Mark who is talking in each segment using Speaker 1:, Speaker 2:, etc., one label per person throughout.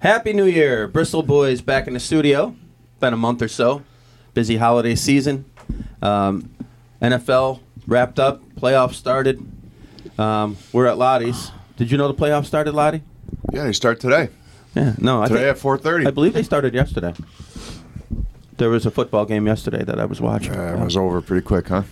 Speaker 1: Happy New Year, Bristol boys! Back in the studio. Been a month or so. Busy holiday season. Um, NFL wrapped up. Playoffs started. Um, we're at Lottie's. Did you know the playoffs started, Lottie?
Speaker 2: Yeah, you start today.
Speaker 1: Yeah. No, I
Speaker 2: Today
Speaker 1: think-
Speaker 2: at four thirty.
Speaker 1: I believe they started yesterday. There was a football game yesterday that I was watching.
Speaker 2: Uh, it was over pretty quick, huh?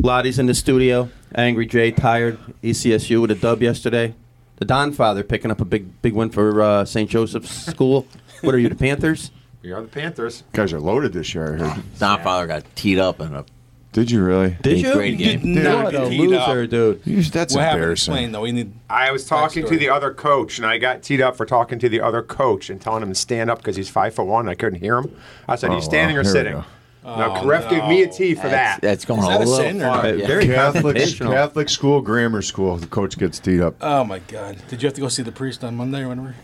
Speaker 1: Lottie's in the studio. Angry Jay tired. E ECSU with a dub yesterday. The Don Father picking up a big big win for uh, St. Joseph's School. What are you, the Panthers?
Speaker 3: We are the Panthers.
Speaker 2: guys are loaded this year. I heard.
Speaker 4: Don Fowler got teed up in a
Speaker 2: Did you really?
Speaker 1: Did
Speaker 4: Eighth
Speaker 1: you?
Speaker 4: grade
Speaker 1: You
Speaker 4: game.
Speaker 1: did not
Speaker 5: Did
Speaker 1: a
Speaker 5: not get teed up.
Speaker 1: loser, dude.
Speaker 2: You just- that's
Speaker 5: What happened? Explain
Speaker 2: embarrassing.
Speaker 5: though. We need.
Speaker 3: I was talking to
Speaker 5: Backstory.
Speaker 3: the other coach, and I got teed up for talking to the other coach and telling him to stand up because he's five foot one. I couldn't hear him. I said,
Speaker 2: Oh,
Speaker 3: "You standing
Speaker 2: wow.
Speaker 3: or
Speaker 2: Here we
Speaker 3: sitting?"
Speaker 2: go.
Speaker 3: Now,
Speaker 5: Oh,
Speaker 3: ref gave me a tee for
Speaker 4: that's,
Speaker 3: that.
Speaker 4: That's going
Speaker 5: Is that
Speaker 4: a
Speaker 5: a
Speaker 4: little
Speaker 5: sin or
Speaker 4: far.
Speaker 5: not?
Speaker 1: Uh,
Speaker 4: Yeah.
Speaker 1: Very
Speaker 2: Catholic
Speaker 1: confrontational.
Speaker 2: Catholic school, grammar school. The coach gets teed up.
Speaker 5: Oh my God! Did you have to go see the priest on Monday or whatever?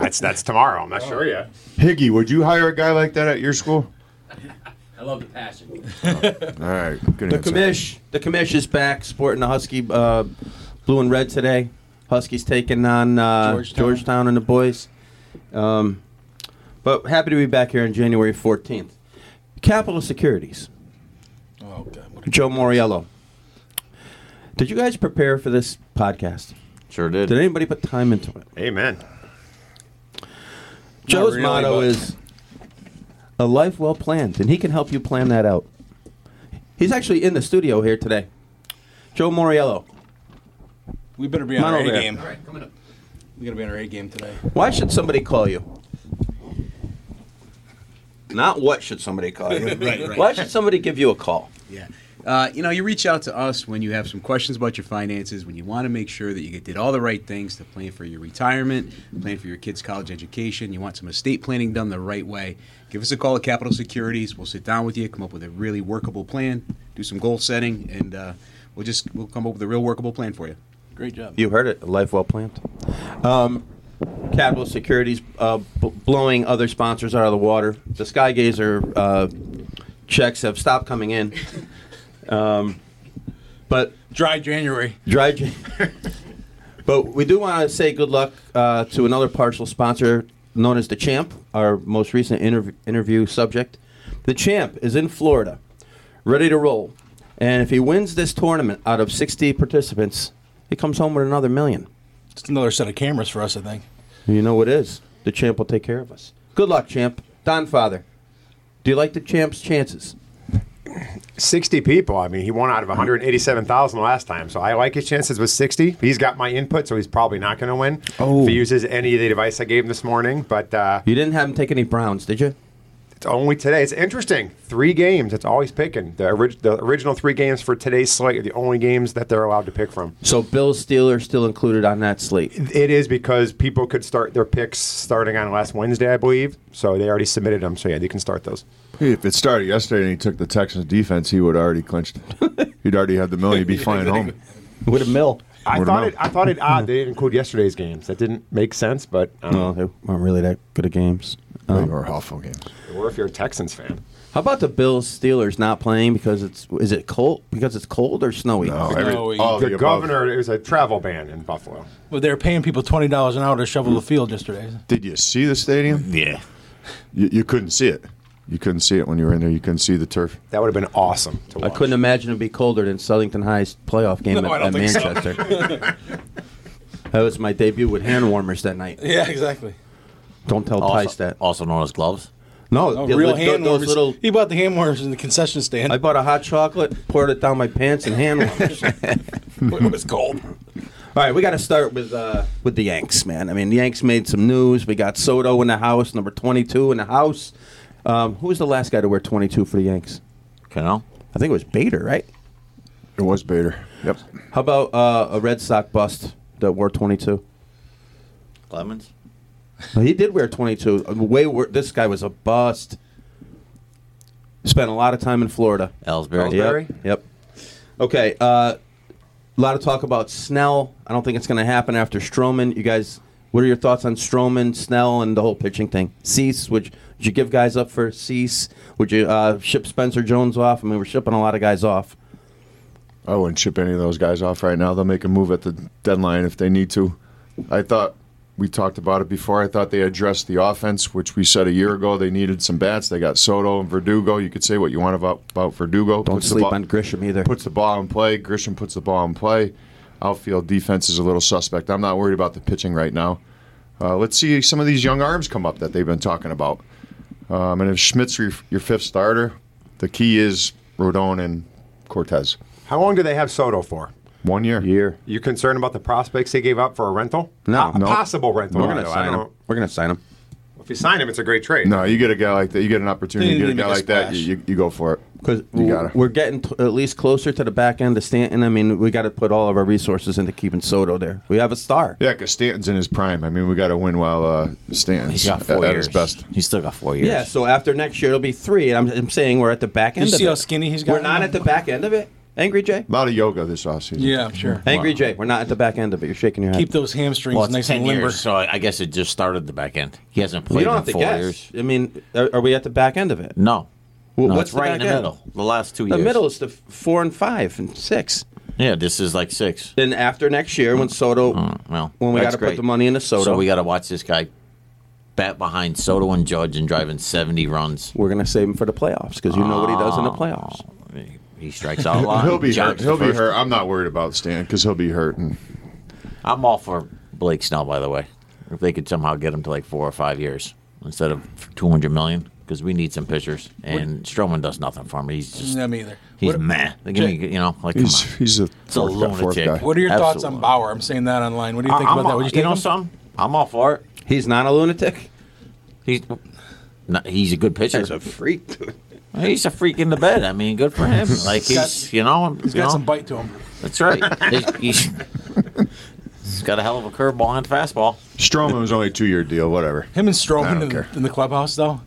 Speaker 3: that's that's tomorrow. I'm not sure yet.
Speaker 2: Higgy, would you hire a guy like that at your school? Oh,
Speaker 6: I love the passion.
Speaker 2: All right, good
Speaker 1: The
Speaker 2: answer.
Speaker 1: commish, the commish is back, sporting the Husky uh, blue and red today. Huskies taking on uh, Georgetown.
Speaker 5: Georgetown.
Speaker 1: and the boys. Um, but happy to be back here on January 14th. Capital Securities,
Speaker 5: Oh God! What
Speaker 1: Joe Moriello. Did you guys prepare for this podcast?
Speaker 4: Sure did.
Speaker 1: Did anybody put time into it?
Speaker 3: Amen.
Speaker 1: Joe's
Speaker 5: really,
Speaker 1: motto
Speaker 5: but-
Speaker 1: is a life well planned, and he can help you plan that out. He's actually in the studio here today. Joe Moriello.
Speaker 5: a- we better be on
Speaker 1: Not
Speaker 5: our A
Speaker 1: over there.
Speaker 5: game.
Speaker 6: All right, coming up.
Speaker 5: We gotta be on our A game today.
Speaker 1: Why should somebody call you? Not what should somebody call you.
Speaker 6: right, right.
Speaker 1: Why should somebody give you a call?
Speaker 6: Yeah. Uh, you know, you reach out to us when you have some questions about your finances, when you want to make sure that you did all the right things to plan for your retirement, plan for your kids' college education, you want some estate planning done the right way. Give us a call at Capital Securities. We'll sit down with you, come up with a really workable plan, do some goal setting, and uh, we'll just we'll come up with a real workable plan for you.
Speaker 5: Great job.
Speaker 1: You heard it. A life well planned. Um, Capital Securities uh, b- blowing other sponsors out of the water. The Skygazer uh, checks have stopped coming in. Um, but
Speaker 5: Dry January.
Speaker 1: Dry Jan- but we do want to say good luck uh, to another partial sponsor known as The Champ, our most recent interv- interview subject. The Champ is in Florida, ready to roll. And if he wins this tournament out of 60 participants, he comes home with another million.
Speaker 5: Just another set of cameras for us, I think.
Speaker 1: You know what it is. The Champ will take care of us. Good luck, Champ. Don Father, do you like the Champ's chances?
Speaker 3: Sixty people. I mean, he won out of 187,000 last time, so I like his chances with 60. He's got my input, so he's probably not going to win.
Speaker 1: Oh.
Speaker 3: If he uses any of the advice I gave him this morning, but uh,
Speaker 1: You didn't have him take any Browns, did you?
Speaker 3: It's only today. It's interesting. Three games. That's all he's picking. The, orig- the original three games for today's slate are the only games that they're allowed to pick from.
Speaker 1: So Bills, Steelers still included on that slate.
Speaker 3: It is because people could start their picks starting on last Wednesday, I believe. So they already submitted them. So yeah, they can start those.
Speaker 2: Hey, if it started yesterday and he took the Texans defense, he would already clinched. He'd already had the million. He'd be flying home.
Speaker 1: With a mill.
Speaker 3: I
Speaker 2: Word of
Speaker 3: thought
Speaker 2: mouth.
Speaker 3: it. I thought it odd they didn't include yesterday's games. That didn't make sense, but um, I don't
Speaker 1: No,
Speaker 3: know.
Speaker 1: they weren't really that good at games.
Speaker 2: They were awful games.
Speaker 3: Or if you're a Texans fan,
Speaker 1: How about the Bills Steelers not playing because it's is it cold because it's cold or snowy?
Speaker 2: No,
Speaker 5: we-
Speaker 2: all of
Speaker 3: the
Speaker 2: oh, above.
Speaker 3: governor it was a travel ban in Buffalo.
Speaker 5: Well, they were paying people twenty dollars an hour to shovel the field yesterday.
Speaker 2: Did you see the stadium?
Speaker 4: yeah.
Speaker 2: You, you couldn't see it. You couldn't see it when you were in there. You couldn't see the turf.
Speaker 3: That would have been awesome. To
Speaker 1: I
Speaker 3: watch.
Speaker 1: couldn't imagine it'd be colder than Southington High's playoff game
Speaker 5: No, I
Speaker 1: at,
Speaker 5: don't
Speaker 1: at
Speaker 5: think so.
Speaker 1: Manchester. that was my debut with hand warmers that night.
Speaker 5: Yeah, exactly.
Speaker 1: Don't tell
Speaker 4: Also,
Speaker 1: Tice that.
Speaker 4: also known as gloves.
Speaker 1: No,
Speaker 5: Oh,
Speaker 1: the-
Speaker 5: real
Speaker 1: the-
Speaker 5: hand
Speaker 1: those
Speaker 5: warmers.
Speaker 1: little.
Speaker 5: he bought the hand warmers in the concession stand.
Speaker 1: I bought a hot chocolate, poured it down my pants, and hand warmers.
Speaker 5: it was cold.
Speaker 1: All right, we got to start with uh, with the Yanks, man. I mean, the Yanks made some news. We got Soto in the house, number twenty two in the house. Um, who was the last guy to wear twenty two for the Yanks?
Speaker 4: Canal.
Speaker 1: I think it was Bader, right?
Speaker 2: It was Bader. Yep.
Speaker 1: How about uh, a Red Sox bust that wore 22?
Speaker 4: Clemens.
Speaker 1: Well, he did wear 22. Uh, Way wor- this guy was a bust. Spent a lot of time in Florida.
Speaker 4: Ellsbury.
Speaker 3: Ellsbury.
Speaker 1: Yep. Yep. Okay. A uh, lot of talk about Snell. I don't think it's going to happen after Stroman. You guys, what are your thoughts on Stroman, Snell, and the whole pitching thing? Cease. Would you, would you give guys up for Cease? Would you uh, ship Spencer Jones off? I mean, we're shipping a lot of guys off.
Speaker 2: I wouldn't ship any of those guys off right now. They'll make a move at the deadline if they need to. I thought We talked about it before. I thought they addressed the offense, which we said a year ago they needed some bats. They got Soto and Verdugo. You could say what you want about, about Verdugo.
Speaker 1: Don't
Speaker 2: Puts the
Speaker 1: sleep
Speaker 2: ball-
Speaker 1: on Grisham either.
Speaker 2: puts the ball in play. Grisham puts the ball in play. Outfield defense is a little suspect. I'm not worried about the pitching right now. Uh, let's see some of these young arms come up that they've been talking about. Um, and if Schmidt's your, your fifth starter, the key is Rodon and Cortez.
Speaker 3: How long do they have Soto for?
Speaker 2: One year.
Speaker 1: year.
Speaker 3: You concerned about the prospects they gave up for a rental?
Speaker 1: No,
Speaker 3: a, a
Speaker 1: no.
Speaker 3: possible rental.
Speaker 1: We're gonna
Speaker 3: though. I
Speaker 1: sign
Speaker 3: don't
Speaker 1: him.
Speaker 3: know.
Speaker 1: We're gonna sign him.
Speaker 3: If you sign him, it's a great trade.
Speaker 2: No, you get a guy like that. You get an opportunity to
Speaker 5: They
Speaker 2: get a
Speaker 5: need to
Speaker 2: guy
Speaker 5: make a
Speaker 2: like that.
Speaker 5: splash.
Speaker 2: You, you, you go for it.
Speaker 1: Because
Speaker 2: You gotta.
Speaker 1: we're getting t- at least closer to the back end of Stanton. I mean, we got to put all of our resources into keeping Soto there. We have a star.
Speaker 2: Yeah, because Stanton's in his prime. I mean, we got to win while uh, Stanton's
Speaker 4: He's got four
Speaker 2: at, at
Speaker 4: years.
Speaker 2: his best.
Speaker 4: He's still got four years.
Speaker 1: Yeah, so after next year, it'll be three. And I'm, I'm saying we're at the back end
Speaker 5: You
Speaker 1: of
Speaker 5: see
Speaker 1: it.
Speaker 5: how skinny he's
Speaker 1: We're
Speaker 5: gotten?
Speaker 1: not at the back end of it. Angry Jay?
Speaker 2: A lot of yoga this offseason.
Speaker 5: Yeah, sure.
Speaker 1: Angry Jay, we're not at the back end of it. You're shaking your head.
Speaker 5: Keep those hamstrings
Speaker 4: Well, it's
Speaker 5: nice
Speaker 4: ten
Speaker 5: and limber.
Speaker 4: years, so I I guess it just started the back end. He hasn't played
Speaker 1: you don't
Speaker 4: in
Speaker 1: have to
Speaker 4: four
Speaker 1: guess.
Speaker 4: years.
Speaker 1: I mean, are, are we at the back end of it?
Speaker 4: No.
Speaker 1: Well,
Speaker 4: No,
Speaker 1: what's
Speaker 4: it's
Speaker 1: the
Speaker 4: right
Speaker 1: back
Speaker 4: in the
Speaker 1: end?
Speaker 4: middle? The last two
Speaker 1: The
Speaker 4: years.
Speaker 1: middle is the f- four and five and six.
Speaker 4: Yeah, this is like six. Mm,
Speaker 1: Then after next year, when Soto,
Speaker 4: Well,
Speaker 1: when we got
Speaker 4: that's
Speaker 1: to put
Speaker 4: great.
Speaker 1: the money into Soto,
Speaker 4: So we got to watch this guy bat behind Soto and Judge and driving 70 runs.
Speaker 1: we're going to save him for the playoffs because you know what he does in the playoffs.
Speaker 4: He- He strikes out a lot.
Speaker 2: He'll be hurt.
Speaker 4: Judge the
Speaker 2: He'll be
Speaker 4: first-
Speaker 2: hurt. I'm not worried about Stanton because he'll be hurt. And
Speaker 4: I'm all for Blake Snell, by the way. If they could somehow get him to like four or five years instead of 200 million, because we need some pitchers. And Stroman does nothing for me. He's just
Speaker 5: Them either.
Speaker 4: he's
Speaker 5: What-
Speaker 4: meh. They give me, you know, like come
Speaker 2: he's,
Speaker 4: on.
Speaker 2: he's a
Speaker 4: a
Speaker 2: fourth, guy- fourth
Speaker 4: lunatic.
Speaker 2: guy.
Speaker 5: What are your thoughts on
Speaker 4: Absolutely.
Speaker 5: Bauer? I'm saying that online. What do you think
Speaker 4: I'm
Speaker 5: about that?
Speaker 4: all-
Speaker 5: Would you
Speaker 4: you
Speaker 5: take
Speaker 4: know
Speaker 5: him?
Speaker 4: something? I'm all for it.
Speaker 1: He's not a lunatic.
Speaker 4: He's no, he's a good pitcher.
Speaker 1: He's a freak. dude.
Speaker 4: He's a freak in the bed. I mean, good for him. Like he's,
Speaker 5: got-
Speaker 4: you know,
Speaker 5: He's
Speaker 4: you
Speaker 5: got
Speaker 4: know,
Speaker 5: some bite to him.
Speaker 4: That's right. he's, he's- he's got a hell of a curveball and fastball.
Speaker 2: Stroman was only a two year deal, whatever.
Speaker 5: Him and
Speaker 2: I
Speaker 5: Stroman
Speaker 2: don't
Speaker 5: in,
Speaker 2: care.
Speaker 5: in the clubhouse, though.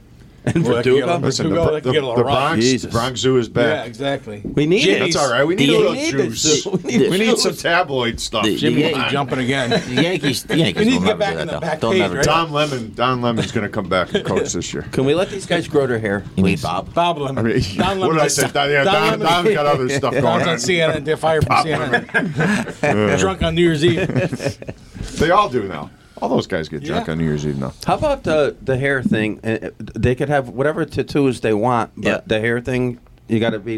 Speaker 1: And
Speaker 5: Well,
Speaker 1: Verdugo?
Speaker 5: yeah, let's-
Speaker 2: Listen, the,
Speaker 5: Verdugo,
Speaker 2: Bro-
Speaker 5: they
Speaker 2: the,
Speaker 5: can get a lot
Speaker 2: the
Speaker 5: of runs.
Speaker 2: Bronx,
Speaker 1: Jesus.
Speaker 2: Bronx Zoo is
Speaker 5: Yeah,
Speaker 2: back.
Speaker 5: exactly.
Speaker 1: we need
Speaker 5: Jeez.
Speaker 1: it.
Speaker 2: That's all right. We need
Speaker 4: The-
Speaker 2: a little
Speaker 1: We need
Speaker 2: juice.
Speaker 1: this. We need,
Speaker 2: We need
Speaker 1: juice.
Speaker 2: some tabloid stuff.
Speaker 4: The-
Speaker 5: Jimmy
Speaker 4: Yeah.
Speaker 5: G jumping again.
Speaker 4: The Yankees, the Yankees
Speaker 5: We need
Speaker 4: will
Speaker 5: to
Speaker 4: never
Speaker 5: get back
Speaker 4: do that.
Speaker 5: in
Speaker 4: though.
Speaker 5: the back
Speaker 4: They'll
Speaker 5: page,
Speaker 4: never.
Speaker 5: right?
Speaker 4: do
Speaker 2: Tom Lemon. Don Lemon's going to come back and coach this yeyear.
Speaker 1: Can we let these guys grow their hair?
Speaker 4: that. We need Bob.
Speaker 5: Bob Lemon.
Speaker 2: I mean,
Speaker 5: Don
Speaker 2: what did I
Speaker 5: Lemon's-
Speaker 2: say? Don, yeah, Don,
Speaker 5: Don Lemon.
Speaker 2: Don's got other stuff going
Speaker 5: Don's on
Speaker 2: on.
Speaker 5: CNN. They're fired from CNN. Drunk on New Year's Eve.
Speaker 2: They all do now. All those guys get drunk
Speaker 5: Yeah.
Speaker 2: on New Year's Eve now.
Speaker 1: How about the the hair thing? Uh, uh, They could have whatever tattoos they want, but
Speaker 4: Yeah.
Speaker 1: the hair thing, you got to be,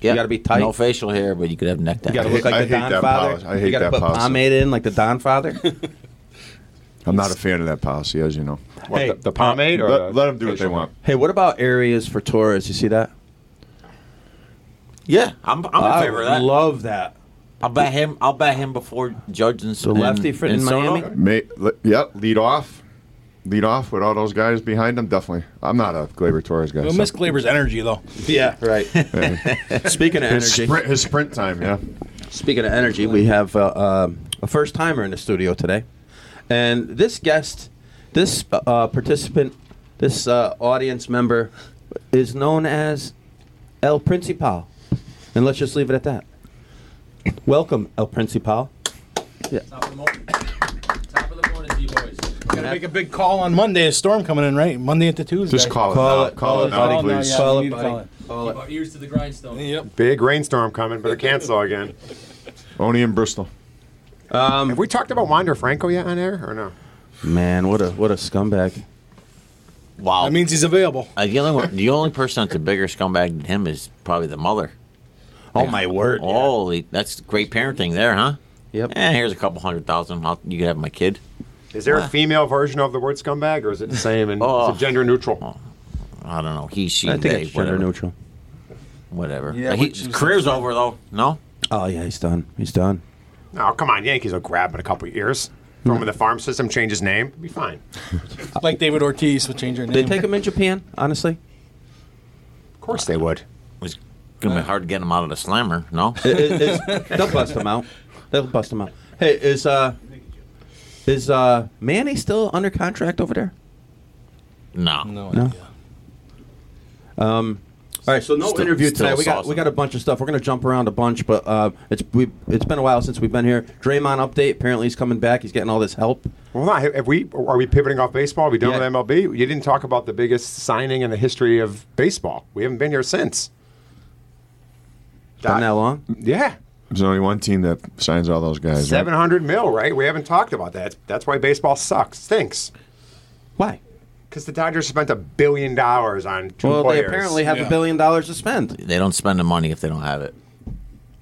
Speaker 4: Yeah.
Speaker 1: you got to be tight.
Speaker 4: No facial hair, but you could have neck
Speaker 1: you got to
Speaker 4: tattoos.
Speaker 1: look like
Speaker 2: I
Speaker 1: the
Speaker 2: hate
Speaker 1: Don
Speaker 2: that
Speaker 1: Father.
Speaker 2: policy. I hate
Speaker 1: you gotta
Speaker 2: that
Speaker 1: put
Speaker 2: policy.
Speaker 1: pomade in like the Don Father.
Speaker 2: I'm not a fan of that policy, as you know.
Speaker 3: What,
Speaker 1: Hey,
Speaker 3: the, the pomade or
Speaker 2: Let,
Speaker 3: the-
Speaker 2: let them do what they want.
Speaker 1: hey, what about areas for Taurus? You see that?
Speaker 4: Yeah, I'm, I'm in favor of that.
Speaker 1: love that.
Speaker 4: I'll bet him. I'll bet him before Judge and
Speaker 1: The lefty for in Miami.
Speaker 2: May, le, yep, lead off. Lead off with all those guys behind them, definitely. I'm not a Glaber Torres guy.
Speaker 5: We'll
Speaker 2: so-
Speaker 5: miss Glaber's energy, though.
Speaker 1: Yeah, right. Speaking of
Speaker 2: his,
Speaker 1: energy,
Speaker 2: sprint, his sprint time, yeah.
Speaker 1: Speaking of energy, we have uh, uh, a first timer in the studio today, and this guest, this uh, participant, this uh, audience member, is known as El Principal, and let's just leave it at that. Welcome, El Principal.
Speaker 5: Top of the morning, Got to make a big call on Monday. A storm coming in, right? Monday into Tuesday.
Speaker 2: Just call it.
Speaker 1: Call
Speaker 2: now.
Speaker 1: it,
Speaker 2: Call it
Speaker 1: call
Speaker 2: now,
Speaker 1: it,
Speaker 2: please.
Speaker 5: yeah.
Speaker 1: Call
Speaker 5: we
Speaker 1: it,
Speaker 5: need to
Speaker 1: buddy.
Speaker 5: call it.
Speaker 1: Call it.
Speaker 7: Ears to the grindstone.
Speaker 5: Yep.
Speaker 3: Big rainstorm coming, better cancel again.
Speaker 2: Only in Bristol.
Speaker 3: Have we talked about Wander Franco yet on air or no?
Speaker 1: Man, what a what a scumbag.
Speaker 4: Wow.
Speaker 5: That means he's available.
Speaker 4: Uh, the only one, the only person that's a bigger scumbag than him is probably the mother.
Speaker 1: Oh my word.
Speaker 4: Holy, that's great parenting there, huh?
Speaker 1: Yep.
Speaker 4: Eh, here's a couple hundred thousand. I'll, you can have my kid.
Speaker 3: Is there a female version of the word scumbag or is it the same and
Speaker 4: Oh.
Speaker 3: is it gender neutral?
Speaker 4: I don't know. He, she,
Speaker 1: I think
Speaker 4: they,
Speaker 1: it's gender
Speaker 4: whatever.
Speaker 1: neutral.
Speaker 4: Whatever. Uh,
Speaker 5: Yeah,
Speaker 4: he,
Speaker 5: which
Speaker 4: his
Speaker 5: is-
Speaker 4: career's over though. No.
Speaker 1: Oh yeah, he's done. He's done.
Speaker 3: Oh, come on. Yankees will grab him in a couple of years. Throw him in the farm system, change his name. Be fine.
Speaker 5: Like David Ortiz would change her name.
Speaker 1: They take him in Japan, honestly.
Speaker 3: Of course they would.
Speaker 4: It's gonna be hard to get him out of the slammer. No.
Speaker 1: Is- is- they'll bust him out. They'll bust him out. Hey, is uh, is uh, Manny still under contract over there?
Speaker 4: no.
Speaker 5: No,
Speaker 1: No.
Speaker 5: idea.
Speaker 1: All right, so no
Speaker 4: Still-
Speaker 1: interview
Speaker 4: still
Speaker 1: today. We got
Speaker 4: saucing.
Speaker 1: we got a bunch of stuff. We're gonna jump around a bunch, but uh, it's we it's been a while since we've been here. Draymond update. Apparently, he's coming back. He's getting all this help.
Speaker 3: Well, not, have we, are we pivoting off baseball? Are we done
Speaker 1: Yeah.
Speaker 3: with MLB? You didn't talk about the biggest signing in the history of baseball. We haven't been here since.
Speaker 1: Been that long?
Speaker 3: Yeah.
Speaker 2: There's only one team that signs all those guys.
Speaker 3: Seven
Speaker 2: Right?
Speaker 3: hundred mil, right? We haven't talked about that. That's why baseball sucks, stinks.
Speaker 1: Why?
Speaker 3: Because the Dodgers spent a billion dollars on two
Speaker 1: Well,
Speaker 3: players.
Speaker 1: they apparently have
Speaker 5: Yeah.
Speaker 1: a billion dollars to spend.
Speaker 4: They don't spend the money if they don't have it.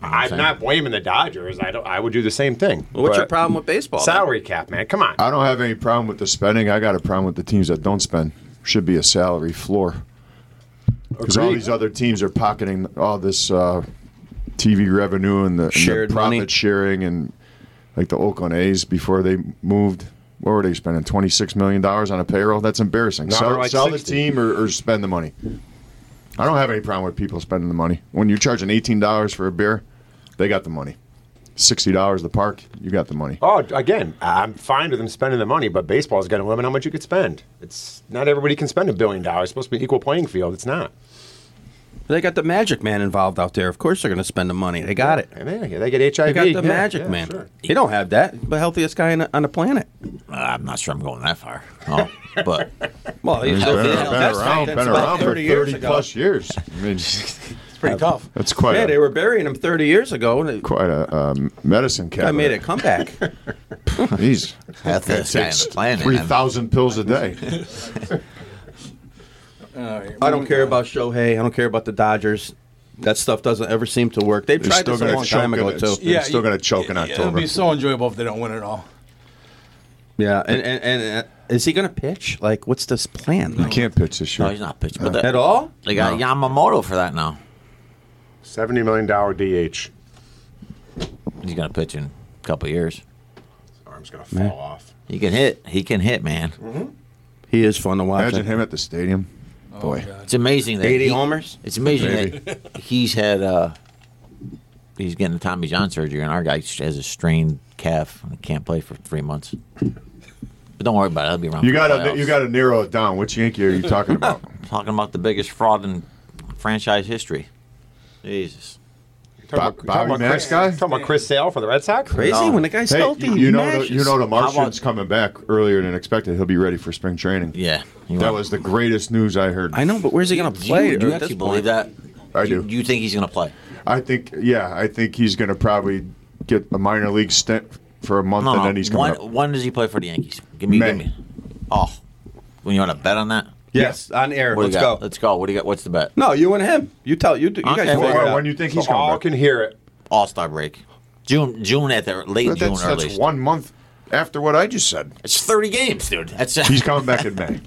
Speaker 3: I'm not blaming the Dodgers. I don't. I would do the same thing.
Speaker 1: What's your
Speaker 3: But
Speaker 1: problem with baseball? then?
Speaker 3: Salary cap, man. Come on.
Speaker 2: I don't have any problem with the spending. I got a problem with the teams that don't spend. Should be a salary floor. Because all
Speaker 3: Agreed.
Speaker 2: these other teams are pocketing all this uh, TV revenue and the, and the
Speaker 1: Shared
Speaker 2: profit
Speaker 1: money.
Speaker 2: sharing and like the Oakland A's before they moved. What were they spending? Twenty six million dollars on a payroll? That's embarrassing.
Speaker 3: Now
Speaker 2: sell
Speaker 3: they're like
Speaker 2: sell the
Speaker 3: 60.
Speaker 2: team or, or spend the money. I don't have any problem with people spending the money. When you're charging eighteen dollars for a beer, they got the money. Sixty dollars the park, you got the money.
Speaker 3: Oh, again, I'm fine with them spending the money, but baseball's got to limit how much you could spend. It's not everybody can spend a billion dollars. It's supposed to be equal playing field. It's not.
Speaker 1: They got the Magic Man involved out there. Of course, they're going to spend the money. They got it.
Speaker 3: And they, they get HIV.
Speaker 1: They got the
Speaker 3: Yeah,
Speaker 1: Magic
Speaker 3: yeah,
Speaker 1: Man.
Speaker 3: sure.
Speaker 1: He don't have that. The healthiest guy on the, on the planet.
Speaker 2: Uh,
Speaker 4: I'm not sure I'm going that far. Oh, but
Speaker 1: Well, he's
Speaker 2: Been,
Speaker 1: healthiest
Speaker 2: been
Speaker 1: guy.
Speaker 2: around,
Speaker 1: That's
Speaker 2: been
Speaker 1: about
Speaker 2: around for 30
Speaker 1: ago.
Speaker 2: plus years. I mean,
Speaker 5: It's pretty tough.
Speaker 2: that's quite
Speaker 1: Yeah,
Speaker 2: a,
Speaker 1: they were burying him 30 years ago, and it,
Speaker 2: quite a um, medicine cabinet.
Speaker 1: I made a comeback.
Speaker 2: Jeez.
Speaker 4: that's the guy on the planet.
Speaker 2: Three thousand pills a day.
Speaker 1: I don't care about Shohei. I don't care about the Dodgers. That stuff doesn't ever seem to work. They
Speaker 2: They're
Speaker 1: tried
Speaker 2: still
Speaker 1: this a
Speaker 2: gonna
Speaker 1: long time
Speaker 2: choke
Speaker 1: ago
Speaker 2: it.
Speaker 1: too.
Speaker 2: They're still gonna choke in
Speaker 5: It'll
Speaker 2: October.
Speaker 5: be so enjoyable if they don't win it all.
Speaker 1: Yeah, and and, and uh, is he going to pitch? Like, what's this plan
Speaker 2: You can't pitch this
Speaker 4: No,
Speaker 2: year.
Speaker 4: he's not pitching.
Speaker 2: Uh,
Speaker 4: But
Speaker 1: at
Speaker 4: the,
Speaker 1: all?
Speaker 4: they got Yamamoto for that now.
Speaker 3: Seventy million dollar DH.
Speaker 4: He's going to pitch in a couple years.
Speaker 3: Arm's gonna fall off.
Speaker 4: He can hit. He can hit, man.
Speaker 2: Mm-hmm.
Speaker 1: He is fun to watch.
Speaker 2: Imagine him at the stadium. Boy,
Speaker 4: It's amazing that
Speaker 1: 80
Speaker 4: he-
Speaker 1: homers.
Speaker 4: It's amazing
Speaker 2: Maybe.
Speaker 4: that he's had uh he's getting Tommy John surgery, and our guy has a strained calf and can't play for three months. But don't worry about it; it'll be around.
Speaker 2: you
Speaker 4: for the
Speaker 2: gotta
Speaker 4: playoffs.
Speaker 2: you gotta narrow it down. Which Yankee are you talking about?
Speaker 4: talking about the biggest fraud in franchise history. Jesus,
Speaker 3: Talking
Speaker 2: Bob-
Speaker 3: about-
Speaker 2: Bobby
Speaker 3: talking about
Speaker 2: Max
Speaker 3: Chris,
Speaker 2: guy?
Speaker 3: Talking about Chris Sale for the Red Sox.
Speaker 1: Crazy
Speaker 4: No.
Speaker 1: when the guy's
Speaker 2: Hey,
Speaker 1: healthy.
Speaker 2: you,
Speaker 1: he
Speaker 2: you know
Speaker 1: mashes.
Speaker 2: the, you know the
Speaker 4: about-
Speaker 2: Martian's coming back earlier than expected. He'll be ready for spring training.
Speaker 4: yeah, you
Speaker 2: That
Speaker 4: want-
Speaker 2: was the greatest news I heard.
Speaker 1: I know, but where's he going to
Speaker 4: Do
Speaker 1: play?
Speaker 4: you, do you
Speaker 1: at this
Speaker 4: actually
Speaker 1: point?
Speaker 4: believe that?
Speaker 2: I
Speaker 4: You-
Speaker 2: do.
Speaker 4: You think he's going to play?
Speaker 2: I think yeah, I think he's gonna probably get a minor league stint for a month,
Speaker 4: No,
Speaker 2: and
Speaker 4: no.
Speaker 2: then he's coming
Speaker 4: When,
Speaker 2: up.
Speaker 4: when does he play for the Yankees? Give me, give
Speaker 2: May.
Speaker 4: me. Oh, when you want to bet on that?
Speaker 1: Yes, on air.
Speaker 4: What do
Speaker 1: Let's
Speaker 4: you got?
Speaker 1: go.
Speaker 4: Let's go. What do you got? What's the bet?
Speaker 1: No, you and him. You tell you. do- You
Speaker 4: Okay.
Speaker 1: guys figure
Speaker 4: Well,
Speaker 1: it
Speaker 2: When,
Speaker 1: out.
Speaker 2: when you think
Speaker 3: So
Speaker 2: he's coming
Speaker 3: all
Speaker 2: back?
Speaker 3: can hear it.
Speaker 4: All Star break, June, June at the late
Speaker 2: That-
Speaker 4: June,
Speaker 2: that's,
Speaker 4: early.
Speaker 2: that's one month after what I just said.
Speaker 4: It's 30 games, dude. That's
Speaker 2: He's coming back in May.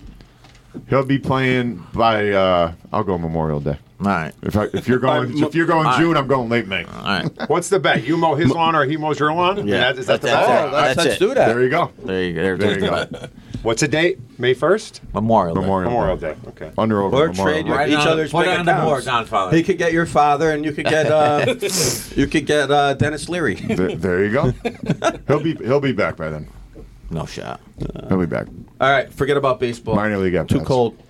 Speaker 2: He'll be playing by. Uh, I'll go Memorial Day.
Speaker 4: All right.
Speaker 2: If, I, if you're going, if you're going June, I'm going late May.
Speaker 4: All right.
Speaker 3: What's the bet? You mow his lawn or he mows your lawn? And that- is that the
Speaker 4: That's
Speaker 3: bet?
Speaker 4: it.
Speaker 1: Oh, let's,
Speaker 4: That's
Speaker 1: let's
Speaker 4: it.
Speaker 1: do that.
Speaker 2: There you go.
Speaker 4: There you go.
Speaker 2: There
Speaker 4: There, there's
Speaker 2: you
Speaker 4: the
Speaker 2: go.
Speaker 4: bet.
Speaker 3: What's the date? May first.
Speaker 4: Memorial. Day.
Speaker 2: Memorial,
Speaker 3: Memorial
Speaker 2: Day.
Speaker 3: Day. Okay.
Speaker 2: Under over.
Speaker 1: Or
Speaker 2: Memorial
Speaker 1: trade
Speaker 2: Day.
Speaker 1: your-
Speaker 4: Right
Speaker 1: Each
Speaker 4: on,
Speaker 1: other's
Speaker 4: put it
Speaker 1: big
Speaker 4: on the
Speaker 1: accounts.
Speaker 4: board, Godfather.
Speaker 1: He could get your father, and you could get uh, you could get uh, Dennis Leary.
Speaker 2: Th- there you go. he'll be he'll be back by then.
Speaker 4: No shot.
Speaker 2: He'll be back.
Speaker 1: All right, forget about baseball.
Speaker 2: Minor league at
Speaker 1: Too
Speaker 2: bats.
Speaker 1: cold.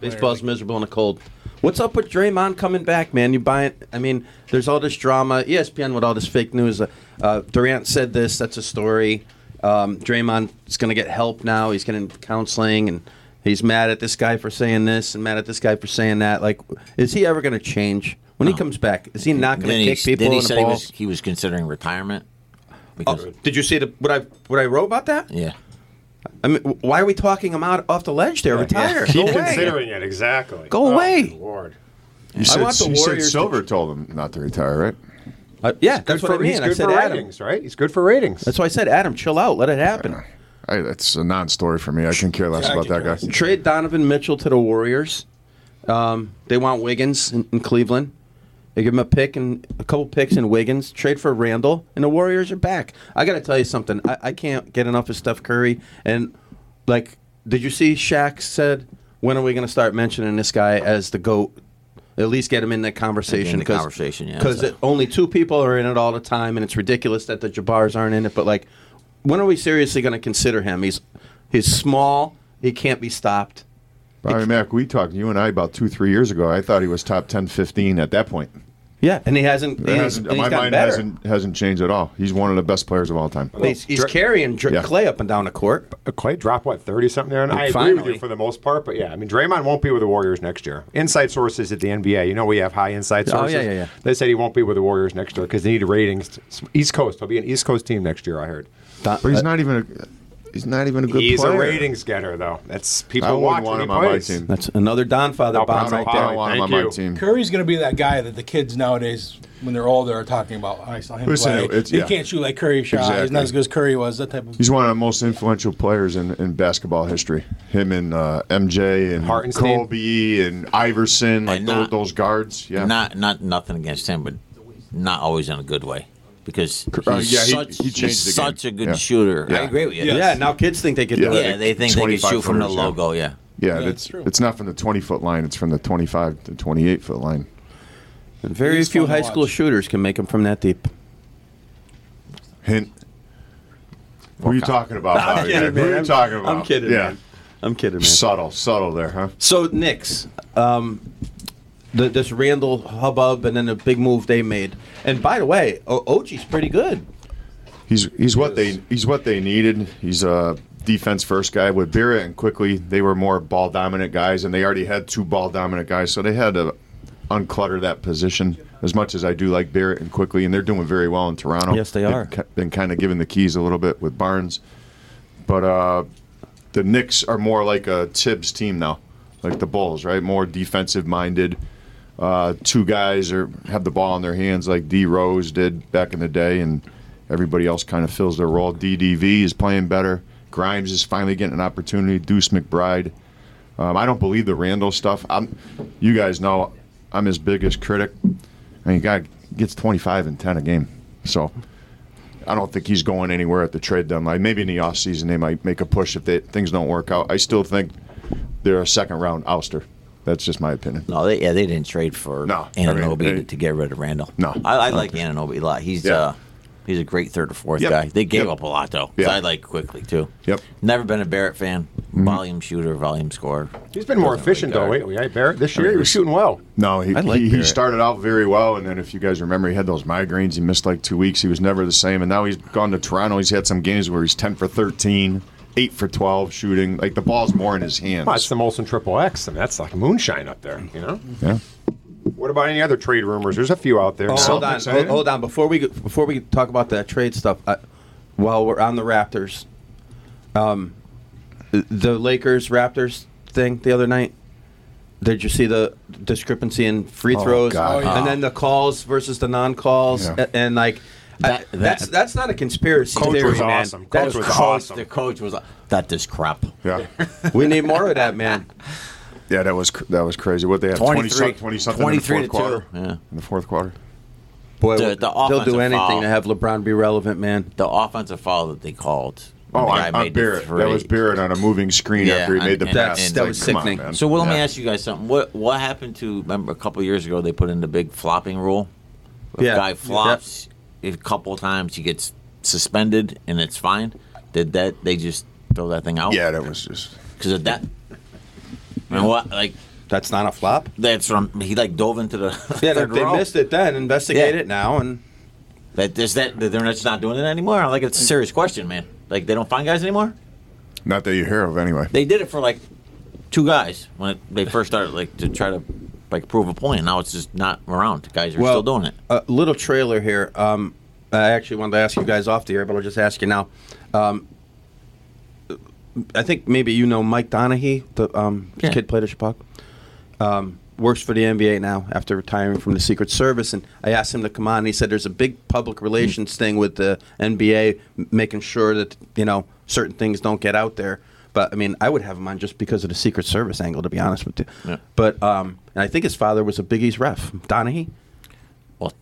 Speaker 1: Baseball's miserable in the cold. What's up with Draymond coming back, man? You buying? I mean, there's all this drama. E ESPN with all this fake news. Uh, uh, Durant said this. That's a story. Um, Draymond is going to get help now. He's getting counseling, and he's mad at this guy for saying this, and mad at this guy for saying that. Like, is he ever going to change when he comes back? Is he not going
Speaker 4: Then
Speaker 1: to
Speaker 4: he,
Speaker 1: kick people
Speaker 4: then he
Speaker 1: in the
Speaker 4: said he was,
Speaker 1: balls?
Speaker 4: he was considering retirement. Because,
Speaker 1: Oh, did you see the, what I what I wrote about that?
Speaker 4: Yeah.
Speaker 1: I mean, w- why are we talking him out off the ledge there? Retire.
Speaker 3: Keep
Speaker 1: Go away.
Speaker 3: considering it exactly.
Speaker 1: Go
Speaker 3: Oh,
Speaker 1: away.
Speaker 3: good Lord.
Speaker 2: You said,
Speaker 1: want the
Speaker 2: you said
Speaker 1: Warriors to-
Speaker 2: Silver told him not to retire, right?
Speaker 1: Uh, yeah, that's
Speaker 3: Good
Speaker 1: what I
Speaker 3: for- He's
Speaker 1: mean. I
Speaker 3: good
Speaker 1: said
Speaker 3: for
Speaker 1: Adam.
Speaker 3: ratings, right? He's good for ratings.
Speaker 1: That's why I said Adam, chill out, let it happen.
Speaker 2: I, that's a non-story for me. I can care less
Speaker 5: Yeah, I
Speaker 2: about
Speaker 5: could
Speaker 2: that guy.
Speaker 5: care less.
Speaker 1: Trade Donovan Mitchell to the Warriors. Um, they want Wiggins in, in Cleveland. They give him a pick and a couple picks in Wiggins. Trade for Randall, and the Warriors are back. I got to tell you something. I, I can't get enough of Steph Curry. And like, did you see Shaq said, "When are we going to start mentioning this guy as the goat? At least get him in that conversation."
Speaker 4: the conversation, yeah,
Speaker 1: Because
Speaker 4: so.
Speaker 1: only two people are in it all the time, and it's ridiculous that the Jabars aren't in it. But like, when are we seriously going to consider him? He's he's small. He can't be stopped.
Speaker 2: Bobby Mack, we talked you and I about two, three years ago. I thought he was top 10, 15 at that point.
Speaker 1: Yeah, and he hasn't. and
Speaker 2: It
Speaker 1: he's- and
Speaker 2: hasn't- my
Speaker 1: he's gotten
Speaker 2: mind
Speaker 1: better.
Speaker 2: hasn't hasn't changed at all. He's one of the best players of all time.
Speaker 1: He's, he's carrying Dr-
Speaker 2: Yeah.
Speaker 1: Clay up and down the court.
Speaker 3: Clay dropped what thirty something there, and I agree with
Speaker 1: Finally.
Speaker 3: you for the most part. But yeah, I mean, Draymond won't be with the Warriors next year. Inside sources at the NBA, you know, we have high inside
Speaker 1: Oh,
Speaker 3: sources.
Speaker 1: yeah, yeah, yeah.
Speaker 3: They said he won't be with the Warriors next year because they need ratings. East Coast, he'll be an East Coast team next year. I heard.
Speaker 1: Don- uh,
Speaker 2: But he's not even a he's not even a good
Speaker 3: He's
Speaker 2: player.
Speaker 3: a ratings getter, though. That's
Speaker 2: I
Speaker 3: people watch
Speaker 2: wouldn't want
Speaker 3: when he
Speaker 2: him on my
Speaker 3: plays.
Speaker 2: team.
Speaker 1: That's another Don father
Speaker 3: No,
Speaker 1: bomb
Speaker 3: Don
Speaker 1: right
Speaker 2: I
Speaker 1: there.
Speaker 2: don't want him on
Speaker 3: Thank
Speaker 2: my
Speaker 3: you.
Speaker 2: team.
Speaker 5: Curry's going to be that guy that the kids nowadays, when they're older, are talking about. "Oh, I saw him
Speaker 2: Listen,
Speaker 5: play.
Speaker 2: it's-
Speaker 5: he
Speaker 2: yeah.
Speaker 5: can't shoot like Curry shot. He's
Speaker 2: Exactly.
Speaker 5: not as good as Curry was. That type of.
Speaker 2: He's one of the most influential players in, in basketball history. Him and uh, MJ and
Speaker 3: Hartenstein.
Speaker 2: Kobe and Iverson, like
Speaker 4: And
Speaker 2: tho-
Speaker 4: not-
Speaker 2: those guards. Yeah,
Speaker 4: Not not nothing against him, but not always in a good way because he's
Speaker 2: Uh, yeah, he-
Speaker 4: such,
Speaker 2: he changed
Speaker 4: he's
Speaker 2: the game.
Speaker 4: such a good
Speaker 2: Yeah.
Speaker 4: shooter.
Speaker 2: Yeah.
Speaker 4: I agree with you.
Speaker 5: Yes.
Speaker 1: Yeah, now kids think they can do
Speaker 2: Yeah.
Speaker 1: it.
Speaker 4: Yeah, they think they can
Speaker 2: 25
Speaker 4: shoot from the
Speaker 2: footers, yeah.
Speaker 4: logo. Yeah.
Speaker 2: yeah,
Speaker 5: Yeah,
Speaker 2: that's
Speaker 5: it's true.
Speaker 2: it's not from the twenty foot line; it's from the twenty five to twenty eight foot line.
Speaker 1: Very
Speaker 5: He's
Speaker 1: few
Speaker 5: fun to
Speaker 1: high
Speaker 5: watch.
Speaker 1: school shooters can make them from that deep.
Speaker 2: Oh, Hint. What are you talking about? Bobby? What are you talking about?
Speaker 1: I'm kidding.
Speaker 2: Yeah,
Speaker 1: man. I'm kidding, man.
Speaker 2: subtle, subtle there, huh?
Speaker 1: So Knicks, um, the, this Randall hubbub, and then the big move they made. And by the way, o- Oji's pretty good.
Speaker 2: He's he's what they he's what they needed. He's a defense first guy with Bira and quickly. They were more ball dominant guys, and they already had two ball dominant guys, so they had to unclutter that position. As much as I do like Barrett and quickly, and they're doing very well in Toronto.
Speaker 1: Yes, they
Speaker 2: They've
Speaker 1: are.
Speaker 2: ki- been kind of given the keys a little bit with Barnes, but uh, the Knicks are more like a Tibbs team now, like the Bulls, right? More defensive minded. Uh, two guys are have the ball in their hands like D Rose did back in the day, and everybody else kind of fills their role. DDV is playing better. Grimes is finally getting an opportunity. Deuce McBride. Um, I don't believe the Randall stuff. I'm, you guys know, I'm his biggest critic. I mean, guy gets 25 and 10 a game, so I don't think he's going anywhere at the trade deadline. Maybe in the offseason they might make a push if they, things don't work out. I still think they're a second round ouster. That's just my opinion.
Speaker 4: No, they, yeah, they didn't trade for
Speaker 2: No, I mean,
Speaker 4: Ananobi
Speaker 2: they-
Speaker 4: to, to get rid of Randall.
Speaker 2: No.
Speaker 4: I, I like Ananobi a lot. He's
Speaker 2: Yeah.
Speaker 4: uh, he's a great third or fourth
Speaker 2: Yep.
Speaker 4: guy. They gave
Speaker 2: Yep.
Speaker 4: up a lot though.
Speaker 2: Yeah.
Speaker 4: I like quickly too.
Speaker 2: Yep. Mm-hmm.
Speaker 4: Never been a Barrett fan. Volume shooter, volume scorer.
Speaker 3: He's been
Speaker 2: Oh
Speaker 3: more
Speaker 4: Doesn't really
Speaker 3: efficient though
Speaker 4: guard.
Speaker 3: lately. Right, Barrett. This year he was shooting well.
Speaker 2: No, he,
Speaker 1: I like
Speaker 2: he, he
Speaker 1: Barrett.
Speaker 2: started out very well, and then if you guys remember, he had those migraines. He missed like two weeks. He was never the same, and now he's gone to Toronto. He's had some games where he's ten for 13, 8 for twelve shooting. Like the ball's more in his hands.
Speaker 3: Well, that's the Molson Triple X, and that's like moonshine up there. You know.
Speaker 2: yeah.
Speaker 3: What about any other trade rumors? There's a few out there.
Speaker 1: Oh,
Speaker 2: So
Speaker 1: hold on,
Speaker 2: excited.
Speaker 1: hold, hold on. Before we go- before we talk about that trade stuff, I, while we're on the Raptors, um, the Lakers Raptors thing the other night. Did you see the discrepancy in free throws,
Speaker 2: God.
Speaker 5: Oh, yeah.
Speaker 1: and then the calls versus the non-calls,
Speaker 2: Yeah.
Speaker 1: a- and like I-
Speaker 4: That- that-
Speaker 1: that's that's not a conspiracy
Speaker 3: Coach
Speaker 1: theory,
Speaker 3: was
Speaker 1: man.
Speaker 3: awesome.
Speaker 1: That
Speaker 3: Coach
Speaker 1: is-
Speaker 3: was
Speaker 4: Coach-
Speaker 3: awesome.
Speaker 4: The coach was like, that is crap.
Speaker 2: Yeah,
Speaker 1: we need more of that, man.
Speaker 2: yeah, that was cr- that was crazy. What they had 20
Speaker 4: 23
Speaker 2: something, 20 something in the
Speaker 4: 23
Speaker 2: fourth
Speaker 4: to
Speaker 2: quarter.
Speaker 4: two. Yeah.
Speaker 2: In the fourth quarter.
Speaker 1: Boy,
Speaker 4: The- the
Speaker 1: they'll
Speaker 4: offensive
Speaker 1: do anything
Speaker 4: foul.
Speaker 1: to have LeBron be relevant, man.
Speaker 4: The offensive foul that they called.
Speaker 2: Oh,
Speaker 4: The guy
Speaker 2: on, on
Speaker 4: made the
Speaker 2: Barrett.
Speaker 4: three.
Speaker 2: That was Barrett on a moving screen
Speaker 4: Yeah,
Speaker 2: after he
Speaker 4: on-
Speaker 2: made the
Speaker 4: and-
Speaker 2: pass.
Speaker 4: and-
Speaker 2: It's
Speaker 1: that was
Speaker 2: come on,
Speaker 1: sickening.
Speaker 2: man.
Speaker 4: So, well, let me
Speaker 2: Yeah.
Speaker 4: ask you guys something. What what happened to remember a couple years ago they put in the big flopping rule? If
Speaker 1: Yeah.
Speaker 4: a guy flops a couple times, he gets suspended and it's fine. Did that? They just throw that thing out?
Speaker 2: Yeah, that was just.
Speaker 4: because of that. And what like
Speaker 1: That's not a flop.
Speaker 4: that's from he like dove into the
Speaker 1: Yeah, and
Speaker 4: third
Speaker 1: if they
Speaker 4: row.
Speaker 1: missed it then. Investigate
Speaker 4: Yeah.
Speaker 1: it now, and
Speaker 4: That is that that they're just not doing it anymore. Like it's a serious question, man. Like they don't find guys anymore.
Speaker 2: Not that you hear of anyway.
Speaker 4: They did it for like two guys when it, they first started, like to try to like prove a point. Now it's just not around. Guys are still doing it.
Speaker 1: A little trailer here. Um, I actually wanted to ask you guys off the air, but I'll just ask you now. Um, I think maybe you know Mike Donahue, the um,
Speaker 4: Yeah.
Speaker 1: kid played at Chicago. Um, works for the NBA now after retiring from the Secret Service, and I asked him to come on. And he said there's a big
Speaker 4: Mm.
Speaker 1: public relations thing with the NBA, m- making sure that you know certain things don't get out there. But I mean, I would have him on just because of the Secret Service angle, to be honest with you.
Speaker 4: Yeah.
Speaker 1: But um, and I think his father was a Big East ref, Donahue.
Speaker 4: Well,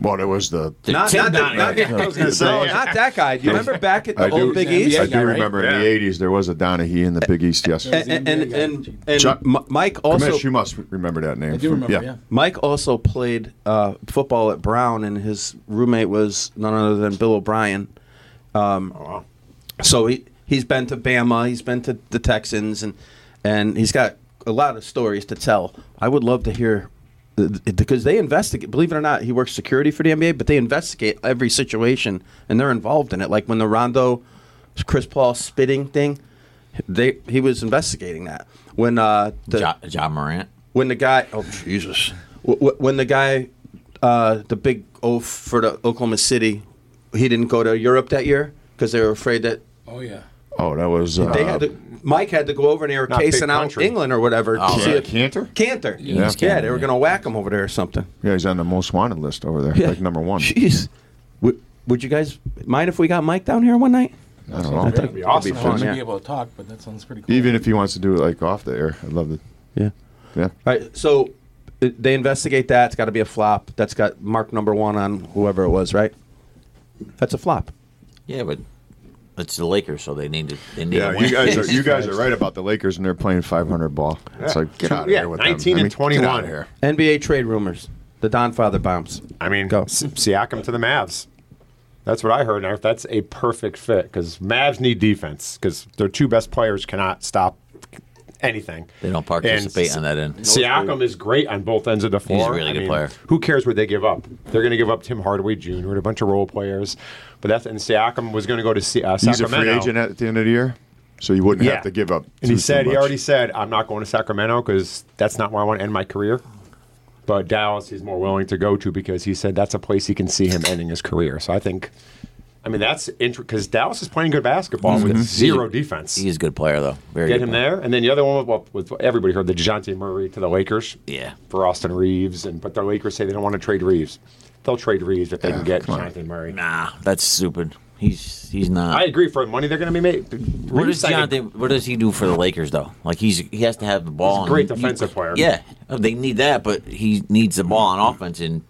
Speaker 2: Well, it was the.
Speaker 4: Tim
Speaker 1: Not, not, that,
Speaker 4: Donahue.
Speaker 1: not,
Speaker 3: I was gonna
Speaker 1: no,
Speaker 3: say.
Speaker 1: not that guy. Do you remember back at the
Speaker 2: I do-
Speaker 1: old Big
Speaker 5: He's
Speaker 1: East?
Speaker 5: an
Speaker 2: I
Speaker 5: NBA guy,
Speaker 2: do
Speaker 5: right?
Speaker 2: remember in the '80s there was a Donahue in the Big East. Yes,
Speaker 5: And-
Speaker 1: And, and, and, and
Speaker 2: Chuck-
Speaker 1: M- Mike also
Speaker 2: Kamish, you must remember that name.
Speaker 5: I do
Speaker 2: from-
Speaker 5: remember. Yeah.
Speaker 1: Mike also played uh, football at Brown, and his roommate was none other than Bill O'Brien. Um,
Speaker 3: Oh, wow.
Speaker 1: So he he's been to Bama, he's been to the Texans, and and he's got a lot of stories to tell. I would love to hear uh, because they investigate. Believe it or not, he works security for the NBA, but they investigate every situation and they're involved in it. Like when the Rondo, Chris Paul spitting thing, they he was investigating that. When uh, the
Speaker 4: John, John Morant.
Speaker 1: when the guy oh Jesus Wh- wh- when the guy uh, the big oaf for the Oklahoma City he didn't go to Europe that year because they were afraid that
Speaker 5: Oh yeah.
Speaker 2: Oh, that was uh,
Speaker 1: they had to Mike had to go over and they were
Speaker 3: Not big
Speaker 1: casing out
Speaker 3: country.
Speaker 1: England or whatever
Speaker 4: Oh,
Speaker 1: to see
Speaker 4: yeah.
Speaker 1: if
Speaker 2: Cantor.
Speaker 1: Cantor yeah,
Speaker 4: Yeah.
Speaker 1: they were gonna whack him over there or something
Speaker 2: Yeah, he's on the most wanted list over there, like number one.
Speaker 1: jeez would, would you guys mind if we got Mike down here one night
Speaker 2: I don't know.
Speaker 3: That'd be
Speaker 1: It'd
Speaker 3: awesome.
Speaker 1: be
Speaker 5: I
Speaker 1: fun,
Speaker 5: wouldn't
Speaker 1: yeah.
Speaker 5: be able to talk, but that sounds pretty cool.
Speaker 2: Even if he wants to do it like off the air, I'd love to.
Speaker 1: yeah
Speaker 2: Yeah.
Speaker 1: all right so uh, they investigate that it's got to be a flop that's got mark number one on whoever it was right that's a flop
Speaker 4: Yeah, but it's the Lakers, so they need to. They need to
Speaker 2: Yeah,
Speaker 4: win.
Speaker 2: you guys are you guys are right about the Lakers, and they're playing 500 ball. It's like get
Speaker 3: Two-
Speaker 2: out of
Speaker 3: yeah,
Speaker 2: here with
Speaker 3: 19
Speaker 2: them.
Speaker 3: and 21.
Speaker 2: get outta
Speaker 1: NBA trade rumors. The Don Father bombs.
Speaker 3: I mean,
Speaker 1: Go.
Speaker 3: S- Siakam to the Mavs. That's what I heard. And that's a perfect fit because Mavs need defense because their two best players cannot stop anything.
Speaker 4: They don't participate
Speaker 3: And
Speaker 4: on that end.
Speaker 3: Siakam is great on both ends of the floor.
Speaker 4: He's a really good player.
Speaker 3: Who cares what they give up? They're going to give up Tim Hardaway Jr. and a bunch of role players. But that's and Siakam was going to go to Si- uh,
Speaker 2: here. He's a
Speaker 3: Sacramento.
Speaker 2: free agent at the end of the year, so you wouldn't have to give up.
Speaker 3: And he
Speaker 2: too- too
Speaker 3: said he
Speaker 2: much.
Speaker 3: already said I'm not going to Sacramento because that's not where I want to end my career. But Dallas he's more willing to go to because he said that's a place he can see him ending his career. So I think, I mean that's because Dallas is playing good basketball
Speaker 2: Mm-hmm.
Speaker 3: with zero defense.
Speaker 4: He's a good player, though. Very
Speaker 3: Get
Speaker 4: good
Speaker 3: him
Speaker 4: player.
Speaker 3: there, and then the other one well, with everybody heard the Dejounte Murray to the Lakers.
Speaker 4: Yeah.
Speaker 3: for Austin Reeves, and but the Lakers say they don't want to trade Reeves. They'll trade Reeves if they can get
Speaker 2: come on.
Speaker 3: Dejounte Murray.
Speaker 4: Nah, that's stupid. He's he's not.
Speaker 3: I agree for the money they're going to be made.
Speaker 4: what
Speaker 3: Reeves,
Speaker 4: does
Speaker 3: I think-
Speaker 4: Jonathan? What does he do for the Lakers though? Like he's he has to have the ball.
Speaker 3: He's a great
Speaker 4: and-
Speaker 3: defensive player.
Speaker 4: Yeah, they need that, but he needs the ball on offense, and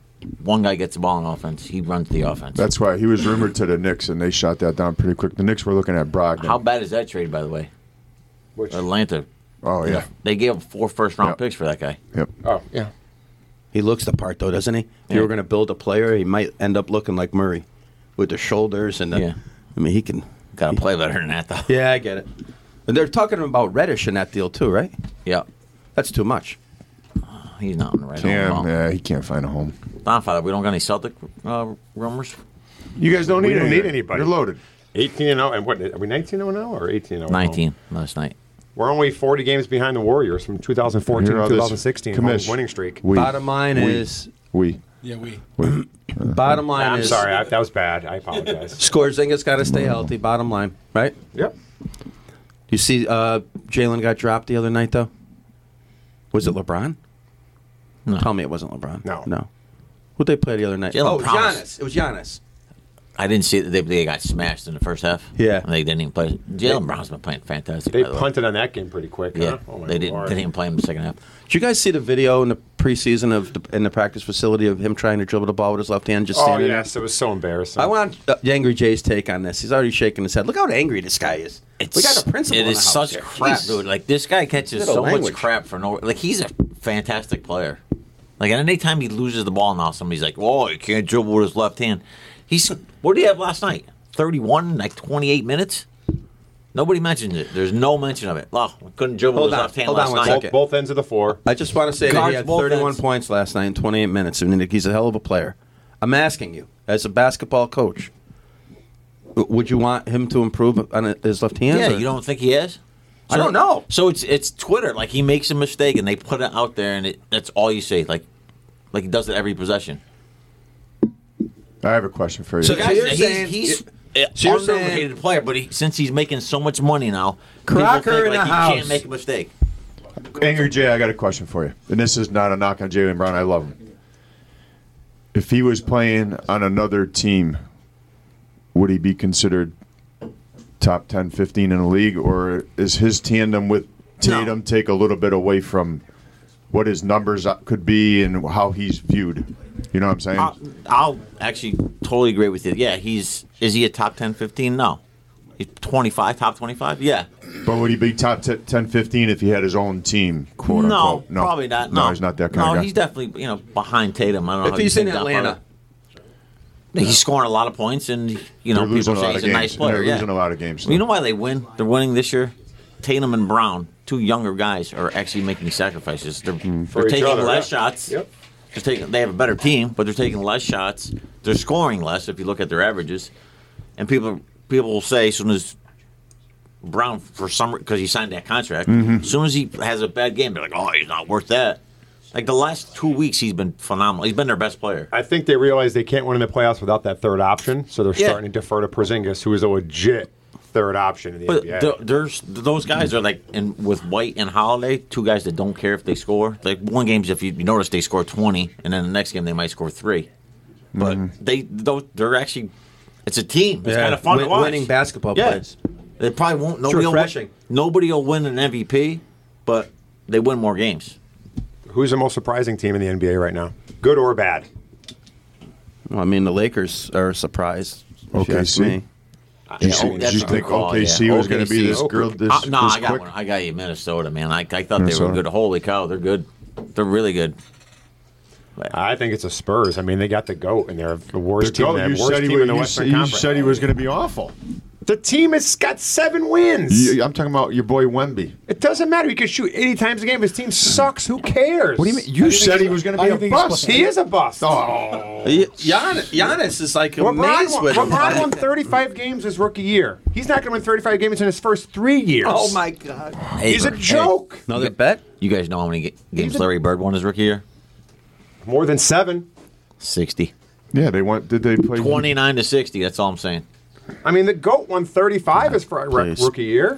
Speaker 4: one guy gets the ball on offense, he runs the offense.
Speaker 2: That's why he was rumored to the Knicks, and they shot that down pretty quick. The Knicks were looking at Brogdon.
Speaker 4: How bad is that trade, by the way?
Speaker 3: Which-
Speaker 4: Atlanta.
Speaker 2: oh yeah,
Speaker 4: They gave up four first round
Speaker 2: Yep.
Speaker 4: picks for that guy.
Speaker 2: yep.
Speaker 3: Oh yeah.
Speaker 1: He looks the part though, doesn't he? If you
Speaker 4: Yeah.
Speaker 1: were going to build a player, he might end up looking like Murray, with the shoulders and the.
Speaker 4: Yeah.
Speaker 1: I mean, he can.
Speaker 4: Got to play better than that, though.
Speaker 1: Yeah, I get it. And they're talking about Reddish in that deal too, right?
Speaker 4: Yeah. That's
Speaker 1: That's too much.
Speaker 4: he's not in the right home
Speaker 2: Damn,
Speaker 4: at all.
Speaker 2: yeah, he can't find a home.
Speaker 4: Don Father, we don't got any Celtic uh, rumors.
Speaker 2: You guys don't
Speaker 3: We
Speaker 2: need
Speaker 3: don't
Speaker 2: anybody.
Speaker 3: need anybody.
Speaker 2: You're loaded.
Speaker 3: 18 and 0 and what are we 19 0 now or 18 0
Speaker 4: Nineteen last night.
Speaker 3: we're only 40 games behind the warriors from 2014
Speaker 2: Here are
Speaker 3: to
Speaker 2: this
Speaker 3: 2016 home
Speaker 2: commish.
Speaker 3: winning streak
Speaker 2: We,
Speaker 1: Bottom line
Speaker 2: we-
Speaker 1: is.
Speaker 2: we.
Speaker 5: Yeah, we.
Speaker 1: Bottom line
Speaker 3: i'm
Speaker 1: is.
Speaker 3: sorry I, that was bad i apologize
Speaker 1: Scorzinga's got to stay healthy. Bottom line, right?
Speaker 3: yep
Speaker 1: You see, uh, Jalen got dropped the other night though. Was it LeBron?
Speaker 4: No.
Speaker 1: Tell me it wasn't LeBron.
Speaker 3: No.
Speaker 1: No. Who'd they play the other night?
Speaker 4: Jalen
Speaker 1: oh, it was
Speaker 4: promised.
Speaker 1: Giannis. It was Giannis.
Speaker 4: I didn't see that they, they got smashed in the first half.
Speaker 1: Yeah.
Speaker 4: and they didn't even play. Jalen Brown's been playing fantastic.
Speaker 3: they
Speaker 4: by the way.
Speaker 3: punted on that game pretty quick
Speaker 4: Yeah,
Speaker 3: huh? Oh, my
Speaker 4: they didn't.
Speaker 3: Lord.
Speaker 4: They didn't play him the second half.
Speaker 1: Did you guys see the video in the preseason of the, in the practice facility of him trying to dribble the ball with his left hand, just
Speaker 3: oh
Speaker 1: standing
Speaker 3: yes it was so embarrassing
Speaker 1: there? I want uh, Angry Jay's take on this. He's already shaking his head. Look how angry this guy is. we got a principal.
Speaker 4: It
Speaker 1: in the
Speaker 4: is
Speaker 1: house
Speaker 4: such
Speaker 1: here.
Speaker 4: crap,
Speaker 1: Jeez.
Speaker 4: dude. Like this guy catches
Speaker 1: Little
Speaker 4: so much
Speaker 1: language.
Speaker 4: crap for no. Like he's a fantastic player. Like at any time he loses the ball now, somebody's like, "Oh, he can't dribble with his left hand." He's what did he have last night? Thirty-one, like twenty-eight minutes. Nobody mentioned it. There's no mention of it. Oh, couldn't dribble
Speaker 1: Hold
Speaker 4: with his
Speaker 1: on,
Speaker 4: left hand
Speaker 1: hold
Speaker 4: last
Speaker 1: on one
Speaker 4: night.
Speaker 3: both,
Speaker 1: second.
Speaker 3: both ends of the floor
Speaker 1: I just want to say that he
Speaker 4: Guards
Speaker 1: had
Speaker 4: both
Speaker 1: 31
Speaker 4: ends.
Speaker 1: points last night in 28 minutes, and he's a hell of a player. I'm asking you, as a basketball coach, w- would you want him to improve on his left hand?
Speaker 4: Yeah,
Speaker 1: or-
Speaker 4: you don't think he is?
Speaker 1: I don't know.
Speaker 4: So it's it's Twitter. Like he makes a mistake and they put it out there, and it, that's all you say. Like like he does it every possession.
Speaker 2: I have a question for you.
Speaker 1: So guys- you're
Speaker 4: he's,
Speaker 1: saying-
Speaker 4: he's an
Speaker 1: so you're saying-
Speaker 4: underrated player, but he, since he's making so much money now,
Speaker 1: Crocker in
Speaker 4: people think, like,
Speaker 1: the
Speaker 4: he
Speaker 1: house.
Speaker 4: can't make a mistake.
Speaker 2: Angry Jay, I got a question for you. And this is not a knock on Jalen Brown. I love him. If he was playing on another team, would he be considered top 10, 15 in the league? Or is his tandem with Tatum take a little bit away from what his numbers could be and how he's viewed? You know what I'm saying?
Speaker 1: Uh,
Speaker 4: I'll, I'll actually totally agree with you. Yeah, he's is he a top 10, 15? No. He's 25, top 25? Yeah.
Speaker 2: but would he be top t- 10, 15 if he had his own team, quote
Speaker 4: no,
Speaker 2: unquote?
Speaker 4: probably not. No,
Speaker 2: No, he's not that kind
Speaker 4: no,
Speaker 2: of guy.
Speaker 4: he's definitely you know behind Tatum. I don't know.
Speaker 1: If
Speaker 4: how you
Speaker 1: he's in
Speaker 4: think that
Speaker 1: Atlanta,
Speaker 4: far. he's scoring a lot of points, and you know
Speaker 2: They're losing
Speaker 4: people
Speaker 2: a
Speaker 4: say
Speaker 2: lot
Speaker 4: he's
Speaker 2: of
Speaker 4: a
Speaker 2: games.
Speaker 4: nice player.
Speaker 2: They're
Speaker 4: yeah.
Speaker 2: losing a lot of games.
Speaker 4: You know why they win? They're winning this year. Tatum and Brown, two younger guys, are actually making sacrifices. They're, they're
Speaker 3: Mm-hmm. each
Speaker 4: taking
Speaker 3: other,
Speaker 4: less
Speaker 3: yeah.
Speaker 4: shots.
Speaker 3: Yep.
Speaker 4: They're taking, they have a better team, but they're taking less shots. They're scoring less if you look at their averages. And people people will say as soon as Brown for some because he signed that contract,
Speaker 3: Mm-hmm.
Speaker 4: as soon as he has a bad game, they're like, oh, he's not worth that. Like the last two weeks, he's been phenomenal. He's been their best player.
Speaker 3: I think they realize they can't win in the playoffs without that third option, so they're
Speaker 4: Yeah.
Speaker 3: starting to defer to Porzingis, who is a legit third option in the
Speaker 4: But
Speaker 3: NBA.
Speaker 4: th- there's those guys are like, and with White and Holiday, two guys that don't care if they score. Like one game's if you, you notice they score twenty, and then the next game they might score three. But
Speaker 2: Mm-hmm.
Speaker 4: they those, they're actually it's a team. It's
Speaker 1: Yeah.
Speaker 4: kind of fun to
Speaker 1: Win-
Speaker 4: watch.
Speaker 1: winning basketball
Speaker 4: yeah.
Speaker 1: players.
Speaker 4: They probably won't. Nobody will, win,
Speaker 1: refreshing.
Speaker 4: nobody will win an MVP, but they win more games.
Speaker 3: Who's the most surprising team in the NBA right now? Good or bad?
Speaker 1: Well, I mean, the Lakers are a surprise. if you
Speaker 2: Okay,
Speaker 1: ask
Speaker 2: see?
Speaker 1: me.
Speaker 2: Did you,
Speaker 4: Yeah,
Speaker 2: see-
Speaker 4: oh,
Speaker 2: did
Speaker 4: that's
Speaker 2: you
Speaker 4: a
Speaker 2: think
Speaker 4: good call,
Speaker 2: OKC
Speaker 4: yeah.
Speaker 2: was going to be
Speaker 4: OKC.
Speaker 2: this girl this,
Speaker 4: Uh, no,
Speaker 2: this
Speaker 4: I got
Speaker 2: quick?
Speaker 4: one. I got you, Minnesota, man. I, I thought they
Speaker 2: Minnesota.
Speaker 4: were good. Holy cow, they're good. They're really good.
Speaker 3: I think it's the Spurs. I mean, they got the goat, and they're the
Speaker 2: The
Speaker 3: worst team.
Speaker 2: goat,
Speaker 3: they're
Speaker 2: you
Speaker 3: the worst
Speaker 2: said, he,
Speaker 3: team in the
Speaker 2: you
Speaker 3: Western
Speaker 2: said- you
Speaker 3: Conference.
Speaker 2: said he was going to be awful.
Speaker 3: the team has got seven wins.
Speaker 2: You- I'm talking about your boy Wemby.
Speaker 3: It doesn't matter. He can shoot 80 times a game. His team sucks. Who cares? What
Speaker 2: do you mean? You said he was going to
Speaker 3: I
Speaker 2: be a
Speaker 3: don't think he's
Speaker 2: bust.
Speaker 3: supposed- He is a bust.
Speaker 2: Oh,
Speaker 1: Y- Gian- Giannis is like
Speaker 3: LeBron,
Speaker 1: amazed
Speaker 3: won,
Speaker 1: with him.
Speaker 3: LeBron won 35 games his rookie year. He's not going to win 35 games in his first three years.
Speaker 1: Oh my god!
Speaker 4: Hey,
Speaker 3: He's a
Speaker 4: hey,
Speaker 3: joke.
Speaker 1: Another bet?
Speaker 4: You guys know how many ga- games
Speaker 3: a-
Speaker 4: Larry Bird won his rookie year?
Speaker 3: More than seven.
Speaker 4: 60.
Speaker 2: yeah. They went. Did they play
Speaker 4: 29 to 60, that's all I'm saying.
Speaker 3: I mean, the GOAT won 35 his fr- roo-
Speaker 1: Please.
Speaker 3: rookie year.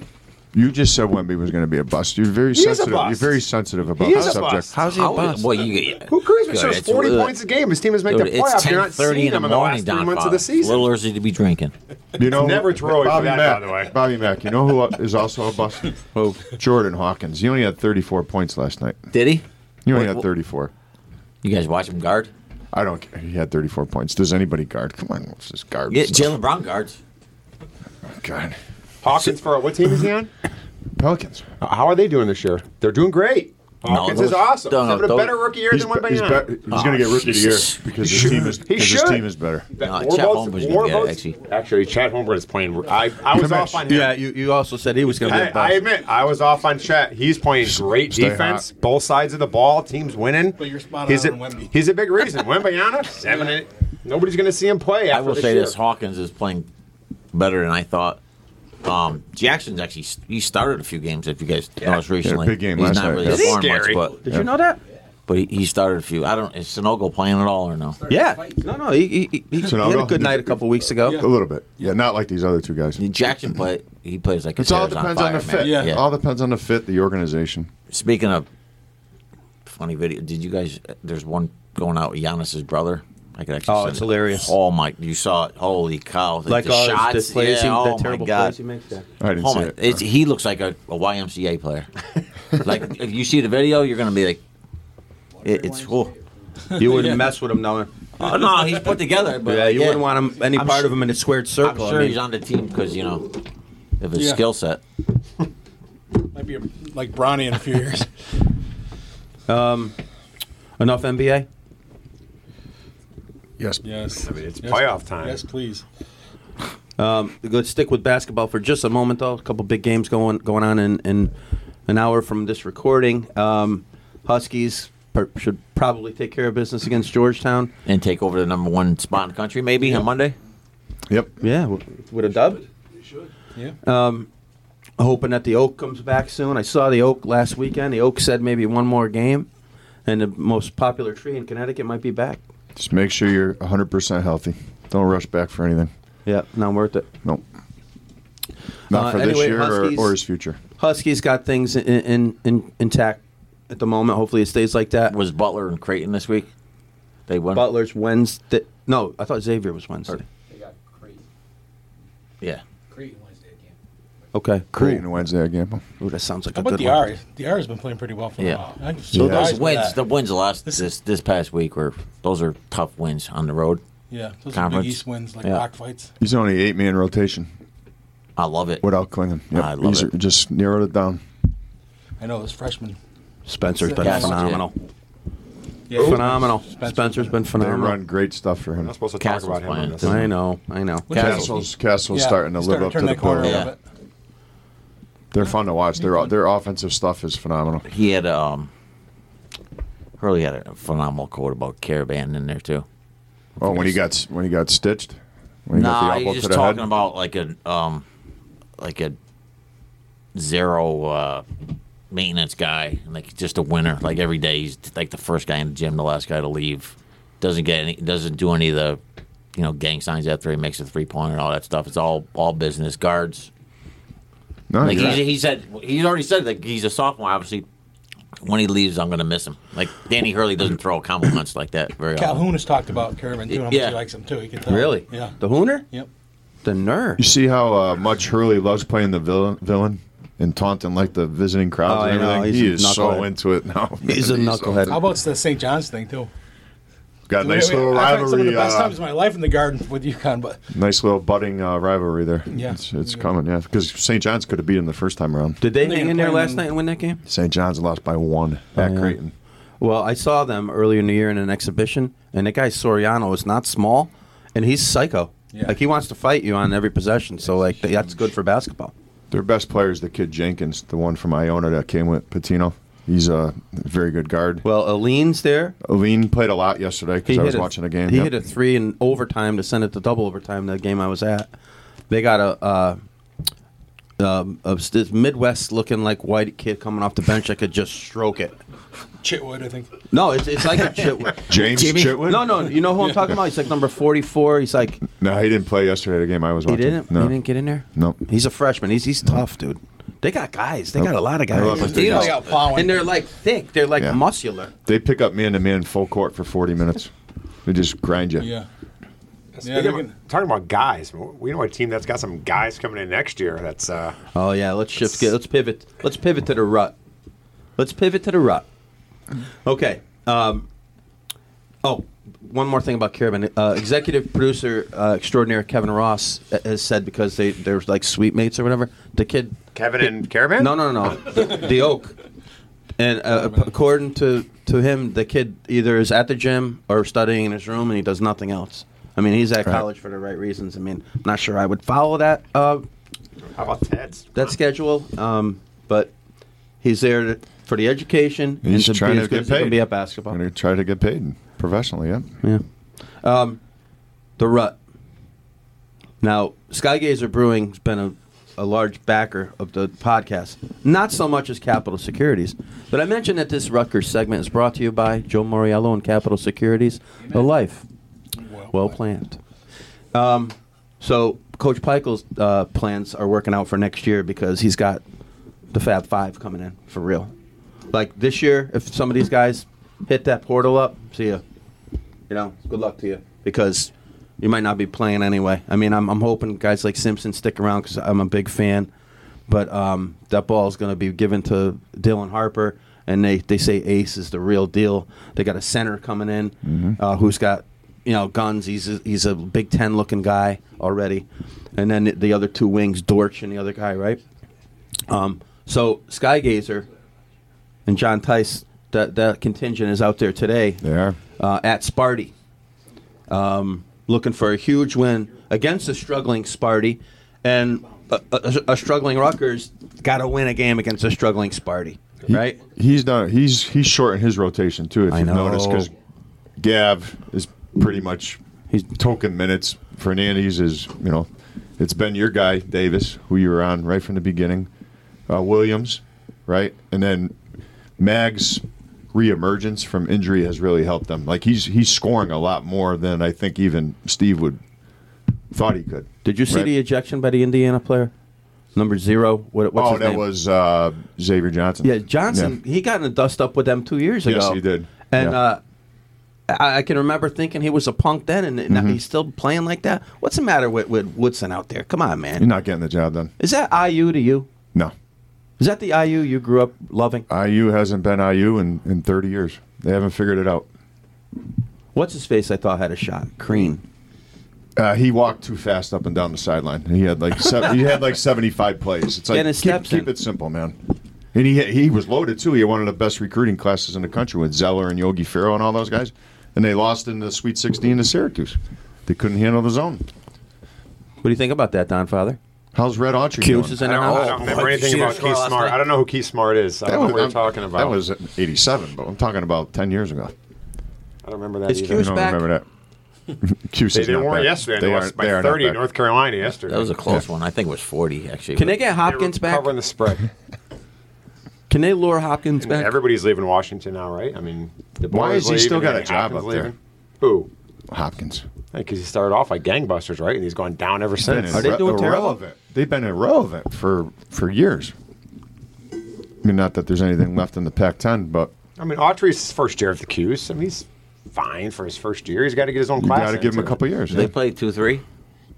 Speaker 2: You just said Wemby was going to be a bust. You're very
Speaker 3: He is a
Speaker 2: sensitive. You're
Speaker 3: bust.
Speaker 2: very sensitive about
Speaker 3: He
Speaker 2: the
Speaker 3: is a
Speaker 2: subject.
Speaker 3: bust.
Speaker 1: How's he a
Speaker 4: How is-
Speaker 1: bust?
Speaker 4: well, you get
Speaker 3: Who cares? He
Speaker 4: Good,
Speaker 3: shoots
Speaker 4: it's
Speaker 3: 40
Speaker 4: really-
Speaker 3: points a game. His team is making
Speaker 4: Dude,
Speaker 3: the playoffs.
Speaker 4: it's
Speaker 3: You're not
Speaker 4: 10:30
Speaker 3: seeing
Speaker 4: in the
Speaker 3: him in the
Speaker 4: morning,
Speaker 3: last three
Speaker 4: Don
Speaker 3: months of
Speaker 4: Fowler.
Speaker 3: the season.
Speaker 4: Little early to be drinking.
Speaker 2: You know,
Speaker 3: Never throw it for
Speaker 2: Bobby
Speaker 3: that,
Speaker 2: Mack,
Speaker 3: by the way.
Speaker 2: Bobby Mack. You know who uh, is also a bust?
Speaker 1: Who?
Speaker 2: Jordan Hawkins. He only had 34 points last night.
Speaker 4: Did he?
Speaker 2: He only
Speaker 4: Wait,
Speaker 2: had
Speaker 4: wh-
Speaker 2: 34.
Speaker 4: You guys watch him guard?
Speaker 2: I don't care. He had 34 points. Does anybody guard? Come on, what's this guard?
Speaker 4: Yeah,
Speaker 2: stuff?
Speaker 4: Jalen Brown guards.
Speaker 2: God.
Speaker 3: Hawkins for what team is he on? Uh,
Speaker 2: Pelicans.
Speaker 3: How are they doing this year? They're doing great. Hawkins
Speaker 4: those-
Speaker 3: is awesome.
Speaker 4: no,
Speaker 3: he's
Speaker 4: no,
Speaker 3: having a
Speaker 4: those-
Speaker 3: better rookie year
Speaker 2: He's,
Speaker 3: than one
Speaker 2: be-
Speaker 3: by
Speaker 2: he's,
Speaker 3: now.
Speaker 2: be- he's going to get rookie of the year
Speaker 4: Oh, Jesus.
Speaker 2: because his team is because his
Speaker 3: should.
Speaker 2: team is better.
Speaker 4: No,
Speaker 3: Warbo's-
Speaker 4: Chet Holmberg's gonna get it,
Speaker 3: Warbo's-
Speaker 4: actually.
Speaker 3: Actually, Chad Holmberg is playing. I, I was
Speaker 2: Come
Speaker 3: off
Speaker 2: here.
Speaker 3: on him.
Speaker 1: Yeah, you, you also said he was going to be
Speaker 3: I,
Speaker 1: a
Speaker 3: I
Speaker 1: bust.
Speaker 3: admit, I was off on Chet. He's playing great
Speaker 2: Stay
Speaker 3: defense,
Speaker 2: hot.
Speaker 3: both sides of the ball, teams winning. But
Speaker 5: you're spot
Speaker 3: he's
Speaker 5: on
Speaker 3: a,
Speaker 5: on Wemby.
Speaker 3: He's a big reason. Wembayana, seven, eight. Nobody's going to see him play.
Speaker 4: I
Speaker 3: After
Speaker 4: will say
Speaker 3: year.
Speaker 4: this Hawkins is playing better than I thought. Um, Jackson's actually he started a few games if you guys noticed recently.
Speaker 2: big game
Speaker 4: He's
Speaker 2: last
Speaker 4: not
Speaker 2: night,
Speaker 4: really
Speaker 2: yeah. Is he
Speaker 4: scoring
Speaker 3: scary?
Speaker 4: much, but
Speaker 1: Did you know that?
Speaker 4: but he, he started a few. I don't is Sunogo playing at all or no?
Speaker 1: Yeah. No, no. He, he, he, he had a
Speaker 2: Sonogo?
Speaker 1: good night a couple weeks ago.
Speaker 2: A little bit. Yeah, not like these other two guys.
Speaker 4: Jackson play he plays like
Speaker 2: It's
Speaker 4: his
Speaker 2: all
Speaker 4: hair's
Speaker 2: depends
Speaker 4: on,
Speaker 2: on
Speaker 4: fire,
Speaker 2: the fit.
Speaker 5: Yeah.
Speaker 4: Man. Yeah.
Speaker 2: All depends on the fit, the organization.
Speaker 4: Speaking of funny video, did you guys? There's one going out with Giannis's brother. I could actually.
Speaker 1: Oh,
Speaker 4: send
Speaker 1: it's
Speaker 4: it.
Speaker 1: hilarious.
Speaker 4: Oh my! You saw it? Holy cow!
Speaker 1: Like
Speaker 4: the
Speaker 1: all
Speaker 4: shots,
Speaker 1: his the plays,
Speaker 4: yeah,
Speaker 1: he,
Speaker 4: oh
Speaker 1: the terrible
Speaker 4: my god!
Speaker 1: plays he makes. Yeah.
Speaker 2: I didn't
Speaker 4: oh
Speaker 2: see
Speaker 4: my!
Speaker 2: it.
Speaker 4: It's, he looks like a, a YMCA player. like if you see the video, you're gonna be like, it, it's cool.
Speaker 1: You wouldn't mess with him, no.
Speaker 4: Oh, no, he's put together. But
Speaker 1: Yeah, you
Speaker 4: yeah,
Speaker 1: wouldn't want him any
Speaker 4: I'm
Speaker 1: part
Speaker 4: su-
Speaker 1: of him in a squared
Speaker 4: I'm
Speaker 1: circle. I
Speaker 4: sure
Speaker 1: mean,
Speaker 4: he's on the team because you know of his
Speaker 5: Yeah.
Speaker 4: skill set.
Speaker 5: Might be like Bronny in a few years.
Speaker 1: enough NBA.
Speaker 2: yes.
Speaker 5: yes. I mean, it's
Speaker 3: playoff time.
Speaker 5: Yes, please.
Speaker 1: Let's stick with basketball for just a moment, though. A couple big games going going on in, in an hour from this recording. Um, Huskies per, should probably take care of business against Georgetown.
Speaker 4: And take over the number one spot in the country, maybe on Monday.
Speaker 2: Yep.
Speaker 1: Yeah, w- with a dub.
Speaker 5: Yeah.
Speaker 2: Uh,
Speaker 1: Hoping that the Oak comes back soon. I saw the Oak last weekend. The Oak said maybe one more game, and the most popular tree in Connecticut might be back.
Speaker 2: Just make sure you're 100% healthy. Don't rush back for anything.
Speaker 1: Yeah, not worth it.
Speaker 2: Nope. Not
Speaker 1: Uh,
Speaker 2: for this
Speaker 1: anyway,
Speaker 2: year or,
Speaker 1: Huskies-
Speaker 2: or his future.
Speaker 1: Huskies got things in, in, in intact at the moment. Hopefully, it stays like that.
Speaker 4: Was Butler and Creighton this week? They won.
Speaker 1: Butler's Wednesday. No, I thought Xavier was Wednesday.
Speaker 7: They got Creighton.
Speaker 4: Yeah.
Speaker 7: Creighton Wednesday again.
Speaker 1: Okay,
Speaker 2: Creighton Wednesday game.
Speaker 1: Ooh, ooh, that sounds like
Speaker 5: How
Speaker 1: a
Speaker 5: about
Speaker 1: good
Speaker 5: the
Speaker 1: one.
Speaker 5: R? The R has been playing pretty well for
Speaker 4: Yeah.
Speaker 5: a while. I'm
Speaker 4: So
Speaker 5: surprised
Speaker 4: those
Speaker 5: with
Speaker 4: wins,
Speaker 5: that.
Speaker 4: the wins the last
Speaker 5: This-
Speaker 4: this this past week were those are tough wins on the road.
Speaker 5: yeah, those are
Speaker 4: conference.
Speaker 5: big East wins, like
Speaker 4: Yeah.
Speaker 5: rock fights.
Speaker 2: He's only eight man rotation
Speaker 4: I love it.
Speaker 2: without Klingon. Yep.
Speaker 4: I love
Speaker 2: He's
Speaker 4: it.
Speaker 2: Just narrowed it down.
Speaker 5: I know those freshmen.
Speaker 1: Spencer's been
Speaker 4: Yes.
Speaker 1: phenomenal.
Speaker 5: Yeah,
Speaker 1: Phenomenal. Spencer's been
Speaker 2: They
Speaker 1: phenomenal.
Speaker 2: run great stuff for him.
Speaker 3: I'm supposed to
Speaker 4: Castle's
Speaker 3: talk about him on
Speaker 4: playing.
Speaker 3: this.
Speaker 1: I know. I know.
Speaker 5: Which-
Speaker 2: Castle's Castle's
Speaker 5: Yeah,
Speaker 2: starting to
Speaker 5: he's
Speaker 2: live up to
Speaker 5: turn
Speaker 2: the
Speaker 5: that corner
Speaker 2: bill.
Speaker 5: a
Speaker 4: Yeah.
Speaker 5: little bit.
Speaker 2: Mm-hmm. They're fun to watch. Their their offensive stuff is phenomenal.
Speaker 4: He had um Hurley had a phenomenal quote about Caravan in there too.
Speaker 2: Oh, when he got when he got stitched, when he
Speaker 4: No,
Speaker 2: got
Speaker 4: nah,
Speaker 2: the elbow
Speaker 4: he's
Speaker 2: to
Speaker 4: just
Speaker 2: the
Speaker 4: talking
Speaker 2: head.
Speaker 4: about like a um, like a zero uh, maintenance guy, like just a winner. Like every day, he's like the first guy in the gym, the last guy to leave. Doesn't get any, doesn't do any of the, you know, gang signs after he makes a three pointer and all that stuff. It's all all business guards.
Speaker 2: no,
Speaker 4: Like
Speaker 2: you're
Speaker 4: he's,
Speaker 2: right.
Speaker 4: he said, he's already said like he's a sophomore. Obviously, when he leaves, I'm going to miss him. Like Danny Hurley doesn't throw compliments like that very often.
Speaker 5: Calhoun has talked about Kerman too. How much
Speaker 4: Yeah.
Speaker 5: he likes him too. He can tell.
Speaker 1: Really?
Speaker 5: Yeah.
Speaker 1: The Hooner?
Speaker 5: Yep.
Speaker 1: The nerve.
Speaker 2: You see how uh, much Hurley loves playing the villain, villain in Taunton, like the visiting crowds
Speaker 1: Oh,
Speaker 2: and
Speaker 1: I know.
Speaker 2: everything.
Speaker 1: He's
Speaker 2: he
Speaker 1: a
Speaker 2: is so
Speaker 1: knucklehead.
Speaker 2: into it now.
Speaker 1: He's a
Speaker 2: man.
Speaker 1: knucklehead.
Speaker 5: How about the St. John's thing too?
Speaker 2: Got a nice little
Speaker 5: I've had Some of the
Speaker 2: rivalry.
Speaker 5: best
Speaker 2: uh,
Speaker 5: times of my life in the garden with UConn, but
Speaker 2: nice little budding uh, rivalry there.
Speaker 5: Yeah.
Speaker 2: it's, it's coming. Yeah, because St. John's could have beat him the first time around.
Speaker 1: Did they
Speaker 5: They're
Speaker 1: hang in
Speaker 5: gonna
Speaker 1: there
Speaker 5: play
Speaker 1: last
Speaker 5: them-
Speaker 1: night and win that game?
Speaker 2: St. John's lost by one at
Speaker 1: yeah.
Speaker 2: Creighton.
Speaker 1: Well, I saw them earlier in the year in an exhibition, and that guy Soriano is not small, and he's psycho.
Speaker 5: Yeah.
Speaker 1: Like he wants to fight you on every possession. So like th- that's good for basketball.
Speaker 2: Their best player is the kid Jenkins, the one from Iona that came with Patino. He's a very good guard.
Speaker 1: Well, Aline's there.
Speaker 2: Aline played a lot yesterday because I was
Speaker 1: a-
Speaker 2: watching a game.
Speaker 1: He
Speaker 2: Yep.
Speaker 1: hit a three in overtime to send it to double overtime. That game I was at, they got a. Uh, um, a s- this Midwest looking like white kid coming off the bench that could just stroke it.
Speaker 5: Chitwood, I think.
Speaker 1: No, it's, it's like a chitwood.
Speaker 2: James Chitwood?
Speaker 1: No, no, you know who I'm talking about? He's like number 44. He's like,
Speaker 2: No, he didn't play yesterday. The game I was
Speaker 1: he
Speaker 2: watching.
Speaker 1: didn't,
Speaker 2: No.
Speaker 1: he didn't get in there?
Speaker 2: Nope.
Speaker 1: He's a freshman. He's he's tough, dude. They got guys. They got a lot of
Speaker 2: I love
Speaker 1: guys.
Speaker 2: it. They
Speaker 5: Really
Speaker 2: got-
Speaker 5: out plowing.
Speaker 1: And they're like thick. They're like
Speaker 2: Yeah.
Speaker 1: muscular.
Speaker 2: They pick up man to man full court for 40 minutes. They just grind you.
Speaker 5: yeah. Yeah,
Speaker 3: Speaking
Speaker 5: they're
Speaker 3: of-
Speaker 5: gonna-
Speaker 3: talking about guys, we know a team that's got some guys coming in next year. That's uh,
Speaker 1: Oh yeah, let's shift. Let's pivot. Let's pivot to the rut. Let's pivot to the rut. Okay. Um, oh, one more thing about Caravan. Uh, executive producer uh, extraordinaire Kevin Ross uh, has said because they they're like sweet mates or whatever. The kid
Speaker 3: Kevin and Caravan.
Speaker 1: No, no, no. the, the oak. And uh, p- according to, to him, the kid either is at the gym or studying in his room, and he does nothing else. I mean, he's at college for the right reasons. I mean, I'm not sure I would follow that uh,
Speaker 3: How about Ted's?
Speaker 1: that schedule, um, but he's there to, for the education
Speaker 2: He's
Speaker 1: and to
Speaker 2: trying
Speaker 1: be
Speaker 2: to
Speaker 1: as good
Speaker 2: get
Speaker 1: as he can
Speaker 2: paid.
Speaker 1: be at basketball.
Speaker 2: And they try to get paid professionally. Yeah.
Speaker 1: Yeah. Um, the Rut. Now, Skygazer Brewing's been a, a large backer of the podcast, not so much as Capital Securities. But I mentioned that this Rutgers segment is brought to you by Joe Moriello and Capital Securities, the life well planned. Um, so, Coach Peichel's uh, plans are working out for next year because he's got the Fab Five coming in for real. Like this year, if some of these guys hit that portal up, see ya you know, good luck to you because you might not be playing anyway. I mean, I'm, I'm hoping guys like Simpson stick around because I'm a big fan. But um, that ball is going to be given to Dylan Harper, and they, they say Ace is the real deal. They got a center coming in uh, who's got you know guns. He's a, he's a Big Ten looking guy already, and then the other two wings, Dortch and the other guy, right? Um, so Skygazer and John Tice, that that contingent is out there today
Speaker 2: They are.
Speaker 1: uh, at Sparty, um, looking for a huge win against a struggling Sparty, and a, a, a struggling Rutgers got to win a game against a struggling Sparty,
Speaker 2: He-
Speaker 1: right?
Speaker 2: He's done. He's he's short in his rotation too. If
Speaker 1: I
Speaker 2: you notice,
Speaker 1: know.
Speaker 2: because Gav is pretty much
Speaker 1: He's-
Speaker 2: token minutes. Fernandes is you know, it's been your guy Davis who you were on right from the beginning. Uh, Williams, right, and then Mag's reemergence from injury has really helped them. Like he's he's scoring a lot more than I think even Steve would thought he could.
Speaker 1: Did you see
Speaker 2: Right.
Speaker 1: the ejection by the Indiana player, number zero? What, what's
Speaker 2: oh,
Speaker 1: his
Speaker 2: that
Speaker 1: name?
Speaker 2: was uh, Xavier Johnson.
Speaker 1: yeah Johnson. He got in a dust up with them two years ago.
Speaker 2: Yes, he did.
Speaker 1: And
Speaker 2: Yeah.
Speaker 1: uh, I, I can remember thinking he was a punk then, and, and
Speaker 2: Mm-hmm.
Speaker 1: he's still playing like that. What's the matter with, with Woodson out there? Come on,
Speaker 2: You're
Speaker 1: man.
Speaker 2: not getting the job done.
Speaker 1: Is that IU to you?
Speaker 2: No.
Speaker 1: Is that the IU you grew up loving?
Speaker 2: IU hasn't been IU in, in 30 years. They haven't figured it out.
Speaker 1: What's his face? I thought had a shot. Crean.
Speaker 2: Uh, he walked too fast up and down the sideline. He had like se- he had like 75 plays. It's like
Speaker 1: Get his
Speaker 2: keep,
Speaker 1: steps
Speaker 2: keep
Speaker 1: in.
Speaker 2: it simple, man. And he he was loaded too. He had one of the best recruiting classes in the country with Zeller and Yogi Ferrell and all those guys. And they lost in the Sweet 16 to Syracuse. They couldn't handle the zone.
Speaker 1: What do you think about that, Don Father?
Speaker 2: How's Red Autry
Speaker 1: Cuse
Speaker 2: doing?
Speaker 1: is
Speaker 3: I
Speaker 1: in
Speaker 3: don't,
Speaker 1: our
Speaker 3: know, I
Speaker 1: hall.
Speaker 3: don't remember anything about
Speaker 4: Score
Speaker 3: Keith
Speaker 4: last
Speaker 3: Smart.
Speaker 4: night.
Speaker 3: I don't know who Keith Smart is. I don't know what we're talking about.
Speaker 2: That was '87, but I'm talking about 10 years ago.
Speaker 3: I don't remember that
Speaker 1: It's
Speaker 3: either.
Speaker 2: I
Speaker 1: Cuse
Speaker 2: don't
Speaker 1: back?
Speaker 2: remember that. Cuse
Speaker 3: They,
Speaker 2: is
Speaker 3: they
Speaker 2: not
Speaker 3: won
Speaker 2: back.
Speaker 3: yesterday.
Speaker 2: They
Speaker 3: They
Speaker 2: are,
Speaker 3: lost
Speaker 2: they
Speaker 3: by
Speaker 2: are not
Speaker 3: 30 in
Speaker 2: back.
Speaker 3: North Carolina yesterday.
Speaker 4: That was a close one. I think it was 40, actually.
Speaker 1: Can they get
Speaker 3: They were
Speaker 1: Hopkins back?
Speaker 3: Covering the spread.
Speaker 1: Can they lure Hopkins back?
Speaker 3: Everybody's leaving Washington now, right? I mean, DeBoer
Speaker 2: Why has
Speaker 3: is
Speaker 2: he
Speaker 3: leaving,
Speaker 2: still got
Speaker 3: and
Speaker 2: a job
Speaker 3: Hopkins
Speaker 2: up there?
Speaker 3: leaving. Who?
Speaker 2: Hopkins.
Speaker 3: Because he started off like gangbusters, right? And he's gone down ever
Speaker 2: Been
Speaker 3: since.
Speaker 1: Are they
Speaker 2: irre-
Speaker 1: doing terrible?
Speaker 2: irrelevant. They've been irrelevant for for years. I mean, not that there's anything left in the Pac-10, but
Speaker 3: I mean, Autry's his first year at the Qs. I mean, he's fine for his first year. He's got to get his own
Speaker 2: you
Speaker 3: class.
Speaker 2: got to give him a
Speaker 3: into it.
Speaker 2: couple years.
Speaker 4: Do they
Speaker 2: yeah.
Speaker 4: play 2 3?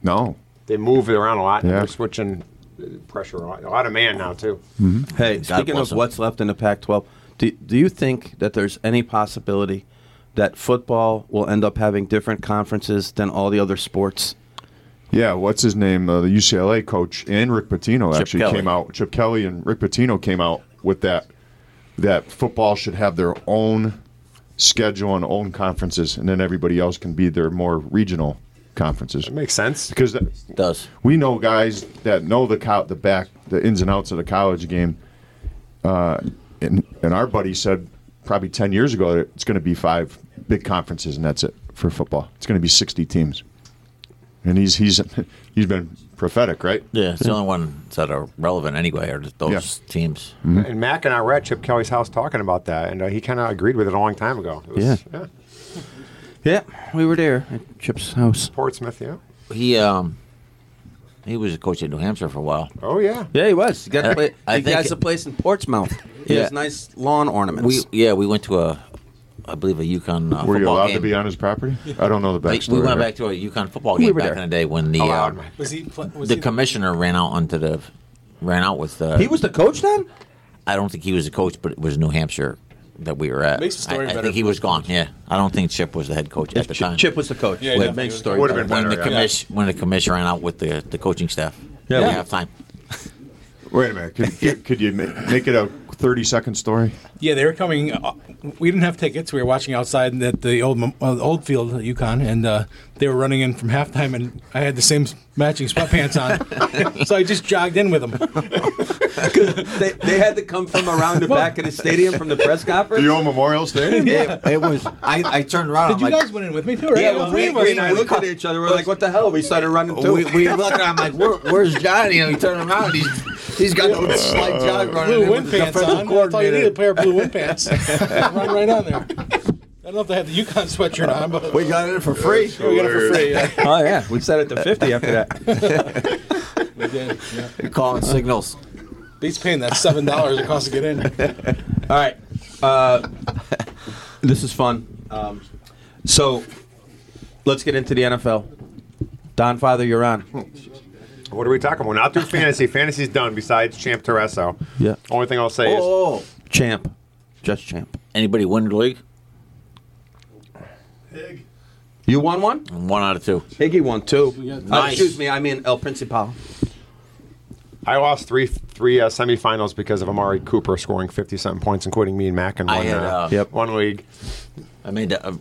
Speaker 2: No,
Speaker 3: They move it around a lot.
Speaker 2: Yeah.
Speaker 3: They're switching uh, pressure a lot. A lot of man now, too.
Speaker 2: Mm-hmm.
Speaker 1: Hey,
Speaker 4: God
Speaker 1: speaking
Speaker 4: bless
Speaker 1: of
Speaker 4: 'em.
Speaker 1: what's left in the Pac-12, do, do you think that there's any possibility that football will end up having different conferences than all the other sports?
Speaker 2: Yeah, what's his name? Uh, the UCLA coach and Rick Pitino
Speaker 4: Chip
Speaker 2: actually
Speaker 4: Kelly.
Speaker 2: came out. Chip Kelly and Rick Pitino came out with that that football should have their own schedule and own conferences, and then everybody else can be their more regional conferences.
Speaker 3: It makes sense.
Speaker 2: Because that,
Speaker 4: Does.
Speaker 2: we know guys that know the co- the back the ins and outs of the college game, uh, and and our buddy said probably ten years ago that it's going to be five big conferences and that's it for football. It's going to be sixty teams, and he's he's he's been prophetic, right?
Speaker 4: Yeah, it's the only ones that are relevant anyway are just those
Speaker 2: Yeah.
Speaker 4: teams.
Speaker 3: And Mac and I were at Chip Kelly's house talking about that, and uh, he kind of agreed with it a long time ago. It was,
Speaker 1: Yeah.
Speaker 3: yeah.
Speaker 1: Yeah, we were there at Chip's house.
Speaker 3: Portsmouth, yeah.
Speaker 4: He um, he was a coach at New Hampshire for a while.
Speaker 3: Oh, yeah.
Speaker 1: Yeah, he was. He, got
Speaker 4: I-
Speaker 1: a pla-
Speaker 4: I
Speaker 1: he
Speaker 4: think-
Speaker 1: has a place in Portsmouth. He
Speaker 4: Yeah.
Speaker 1: has nice lawn ornaments.
Speaker 4: We yeah, we went to a, I believe a Yukon uh,
Speaker 2: Were you
Speaker 4: football
Speaker 2: allowed
Speaker 4: game.
Speaker 2: to be on his property? I don't know the
Speaker 4: Like,
Speaker 2: backstory.
Speaker 4: we went
Speaker 2: there.
Speaker 4: back to a Yukon football
Speaker 1: We
Speaker 4: game
Speaker 1: were
Speaker 4: back
Speaker 1: there.
Speaker 4: in the day when the
Speaker 3: Allowed,
Speaker 4: uh,
Speaker 3: Mike.
Speaker 5: Was he? pla- Was
Speaker 4: the
Speaker 5: he
Speaker 4: commissioner ran out onto the ran out with the.
Speaker 1: he was the coach then?
Speaker 4: I don't think he was the coach, but it was New Hampshire that we were at.
Speaker 5: Makes the story
Speaker 4: I, I
Speaker 5: better
Speaker 4: think he
Speaker 5: for
Speaker 4: was gone. Yeah, I don't think Chip was the head coach at the
Speaker 1: Chip,
Speaker 4: time.
Speaker 1: Chip was the coach.
Speaker 5: Yeah,
Speaker 1: Wait,
Speaker 5: yeah.
Speaker 1: makes
Speaker 5: It
Speaker 1: story
Speaker 3: would've been
Speaker 1: better.
Speaker 4: when the
Speaker 3: better, yeah.
Speaker 4: commish when the commission ran out with the, the coaching staff.
Speaker 1: Yeah.
Speaker 4: we
Speaker 1: Yeah.
Speaker 4: have time.
Speaker 2: Wait a minute. Could, could, could you make, make it a thirty second story?
Speaker 5: Yeah, they were coming. Uh, we didn't have tickets. We were watching outside at the old mem- uh, old field at UConn, and uh, they were running in from halftime, and I had the same matching sweatpants on, so I just jogged in with them.
Speaker 1: they, they had to come from around the back of the stadium from the press conference.
Speaker 2: The old Memorial Stadium.
Speaker 4: It, it was. I, I turned around.
Speaker 5: Did you guys went in with me too? Right?
Speaker 4: Yeah,
Speaker 5: It was
Speaker 4: well,
Speaker 5: three
Speaker 4: we-
Speaker 5: of us.
Speaker 4: we-
Speaker 1: I looked at each other. We're like, "What the hell?" We started running too.
Speaker 4: We, we look at him like, Where, where's Johnny? And we turn around and he's, he's got the slight jog running. in
Speaker 5: blue
Speaker 4: with
Speaker 5: wind
Speaker 4: the
Speaker 5: pants
Speaker 4: defensive
Speaker 5: on. That's all you
Speaker 4: coordinator.
Speaker 5: need, a pair of blue wind pants. Run right on there. I don't know if they had the Yukon sweatshirt on, but
Speaker 4: We got it for free.
Speaker 5: we got it for free. Yeah.
Speaker 1: oh yeah, we set it to fifty after that.
Speaker 5: We did, yeah.
Speaker 4: We're calling signals.
Speaker 5: He's paying that seven dollars it costs to get in.
Speaker 1: All right, uh, this is fun. Um, so, let's get into the NFL. Don Father, you're on.
Speaker 3: What are we talking about? Not through fantasy. Fantasy's done besides Champ Terresso.
Speaker 1: Yeah.
Speaker 3: Only thing I'll say is
Speaker 4: Oh,
Speaker 1: Champ, just champ.
Speaker 4: anybody win the league?
Speaker 1: You won one.
Speaker 4: One out of two.
Speaker 1: Higgy won two. Uh,
Speaker 4: Nice.
Speaker 1: excuse me, I mean El Principal.
Speaker 3: I lost three three uh, semifinals because of Amari Cooper scoring fifty something points, including me and Mac in
Speaker 4: I
Speaker 3: one,
Speaker 4: had,
Speaker 3: uh,
Speaker 4: uh, Yep.
Speaker 3: one league.
Speaker 4: I made a,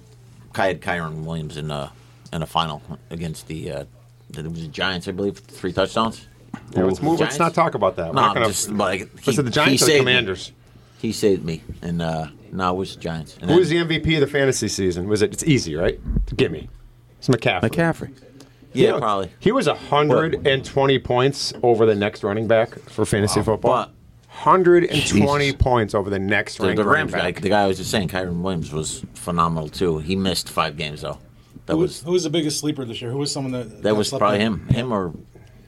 Speaker 4: I had Kyron Williams in a in a final against the uh, the, it was the Giants, I believe, three touchdowns.
Speaker 3: Yeah, let's move. Let's
Speaker 4: Giants?
Speaker 3: not talk about that. We're
Speaker 4: No,
Speaker 3: not
Speaker 4: I'm
Speaker 3: gonna-
Speaker 4: just like
Speaker 3: Let's say the Giants
Speaker 4: he
Speaker 3: or the
Speaker 4: saved me.
Speaker 3: Commanders.
Speaker 4: He saved me, and uh, no, it was the Giants. And
Speaker 3: Who
Speaker 4: then-
Speaker 3: was the MVP of the fantasy season? Was it? It's easy, right? Gimme. It's McCaffrey.
Speaker 1: McCaffrey.
Speaker 4: Yeah, probably.
Speaker 3: He was hundred and twenty points over the next running back for fantasy football.
Speaker 4: But-
Speaker 3: Hundred and twenty
Speaker 1: Jesus.
Speaker 3: points over the next
Speaker 4: The,
Speaker 3: ranked
Speaker 4: the
Speaker 3: running
Speaker 4: Rams guy,
Speaker 3: back.
Speaker 4: the guy I was just saying, Kyron Williams was phenomenal too. He missed five games though. That
Speaker 5: Who was,
Speaker 4: was
Speaker 5: who was the biggest sleeper this year? Who was someone that
Speaker 4: that was
Speaker 5: slept
Speaker 4: probably
Speaker 5: on?
Speaker 4: him, him or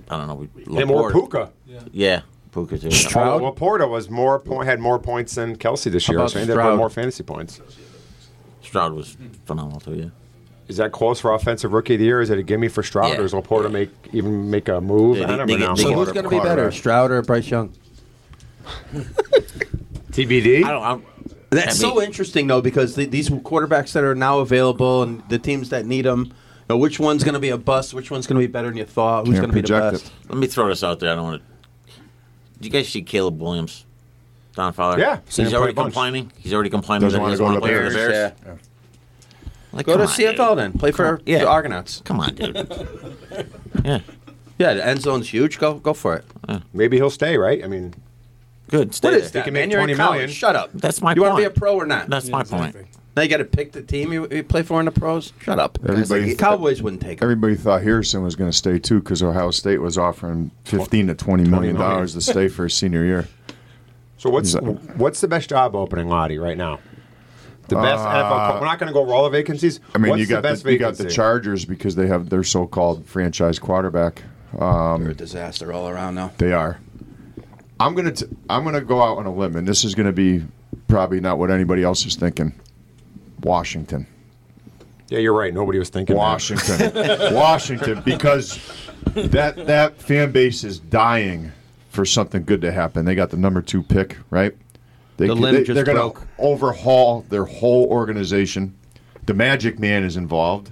Speaker 4: I don't know.
Speaker 3: And more
Speaker 4: Laporte.
Speaker 3: Puka.
Speaker 4: Yeah, Puka too.
Speaker 1: Stroud?
Speaker 3: Although Laporta was more point, had more points than Kelsey this year,
Speaker 1: about
Speaker 3: so he ended up with
Speaker 1: Stroud?
Speaker 3: more fantasy points.
Speaker 4: Stroud was phenomenal too. Yeah.
Speaker 3: Is that close for offensive rookie of the year? Is it a gimme for Stroud,
Speaker 4: Yeah.
Speaker 3: or does Laporta make even make a move?
Speaker 4: Yeah,
Speaker 3: I don't
Speaker 4: they- they
Speaker 3: know.
Speaker 4: get-
Speaker 1: So
Speaker 4: they
Speaker 1: who's
Speaker 4: get-
Speaker 1: going to be better, Stroud or Bryce Young?
Speaker 3: TBD.
Speaker 4: I don't. I'm,
Speaker 1: That's
Speaker 4: I mean-
Speaker 1: so interesting though, because the, these quarterbacks that are now available and the teams that need them, you know, which one's going to be a bust? Which one's going to be better than you thought? Who's
Speaker 2: Yeah,
Speaker 1: going to be the
Speaker 2: project it.
Speaker 1: best?
Speaker 4: let me throw this out there. I don't want to. Did you guys see Caleb Williams, Don Fowler?
Speaker 3: Yeah, seen
Speaker 4: He's
Speaker 3: him play
Speaker 4: already
Speaker 3: a bunch.
Speaker 4: complaining. He's already complaining
Speaker 2: Doesn't
Speaker 4: that he
Speaker 2: want to
Speaker 4: doesn't
Speaker 2: go to the
Speaker 4: want to play for
Speaker 2: Bears.
Speaker 4: the Bears. Like,
Speaker 1: Go
Speaker 4: come
Speaker 1: to
Speaker 4: on,
Speaker 1: CFL
Speaker 4: dude.
Speaker 1: then. Play for
Speaker 4: Yeah.
Speaker 1: the Argonauts.
Speaker 4: Come on, dude. yeah.
Speaker 1: Yeah, the end zone's huge. Go go for it.
Speaker 3: Maybe he'll stay, right? I mean,
Speaker 4: Good. Stay
Speaker 1: What is
Speaker 4: there.
Speaker 1: that?
Speaker 3: can
Speaker 1: man?
Speaker 3: make
Speaker 1: You're in
Speaker 3: 20
Speaker 1: college.
Speaker 3: million.
Speaker 1: Shut up.
Speaker 4: That's my
Speaker 1: You want to be a
Speaker 4: point.
Speaker 1: pro or not?
Speaker 4: That's my point.
Speaker 1: Now you got to pick the team you, you play for in the pros. Shut up.
Speaker 2: Everybody-
Speaker 1: the Cowboys wouldn't take him.
Speaker 2: Everybody thought Harrison was going to stay too because Ohio State was offering fifteen to twenty million dollars to stay for his senior year.
Speaker 3: so what's
Speaker 2: Exactly.
Speaker 3: what's the best job opening, Lottie, right now? The best NFL. co- We're not going to go over all the vacancies.
Speaker 2: Uh, I mean,
Speaker 3: what's
Speaker 2: you got
Speaker 3: the
Speaker 2: the,
Speaker 3: best
Speaker 2: you got the
Speaker 3: vacancy?
Speaker 2: Chargers because they have their so-called franchise quarterback.
Speaker 1: They're a disaster all around now.
Speaker 2: They are. I'm gonna t- I'm gonna go out on a limb, and this is gonna be probably not what anybody else is thinking. Washington,
Speaker 3: Yeah, you're right. Nobody was thinking. that.
Speaker 2: Washington, Washington, because that that fan base is dying for something good to happen. They got the number two pick, right? They,
Speaker 1: The
Speaker 2: c-
Speaker 1: limb
Speaker 2: they,
Speaker 1: just
Speaker 2: they're gonna
Speaker 1: broke.
Speaker 2: overhaul their whole organization. The Magic Man is involved,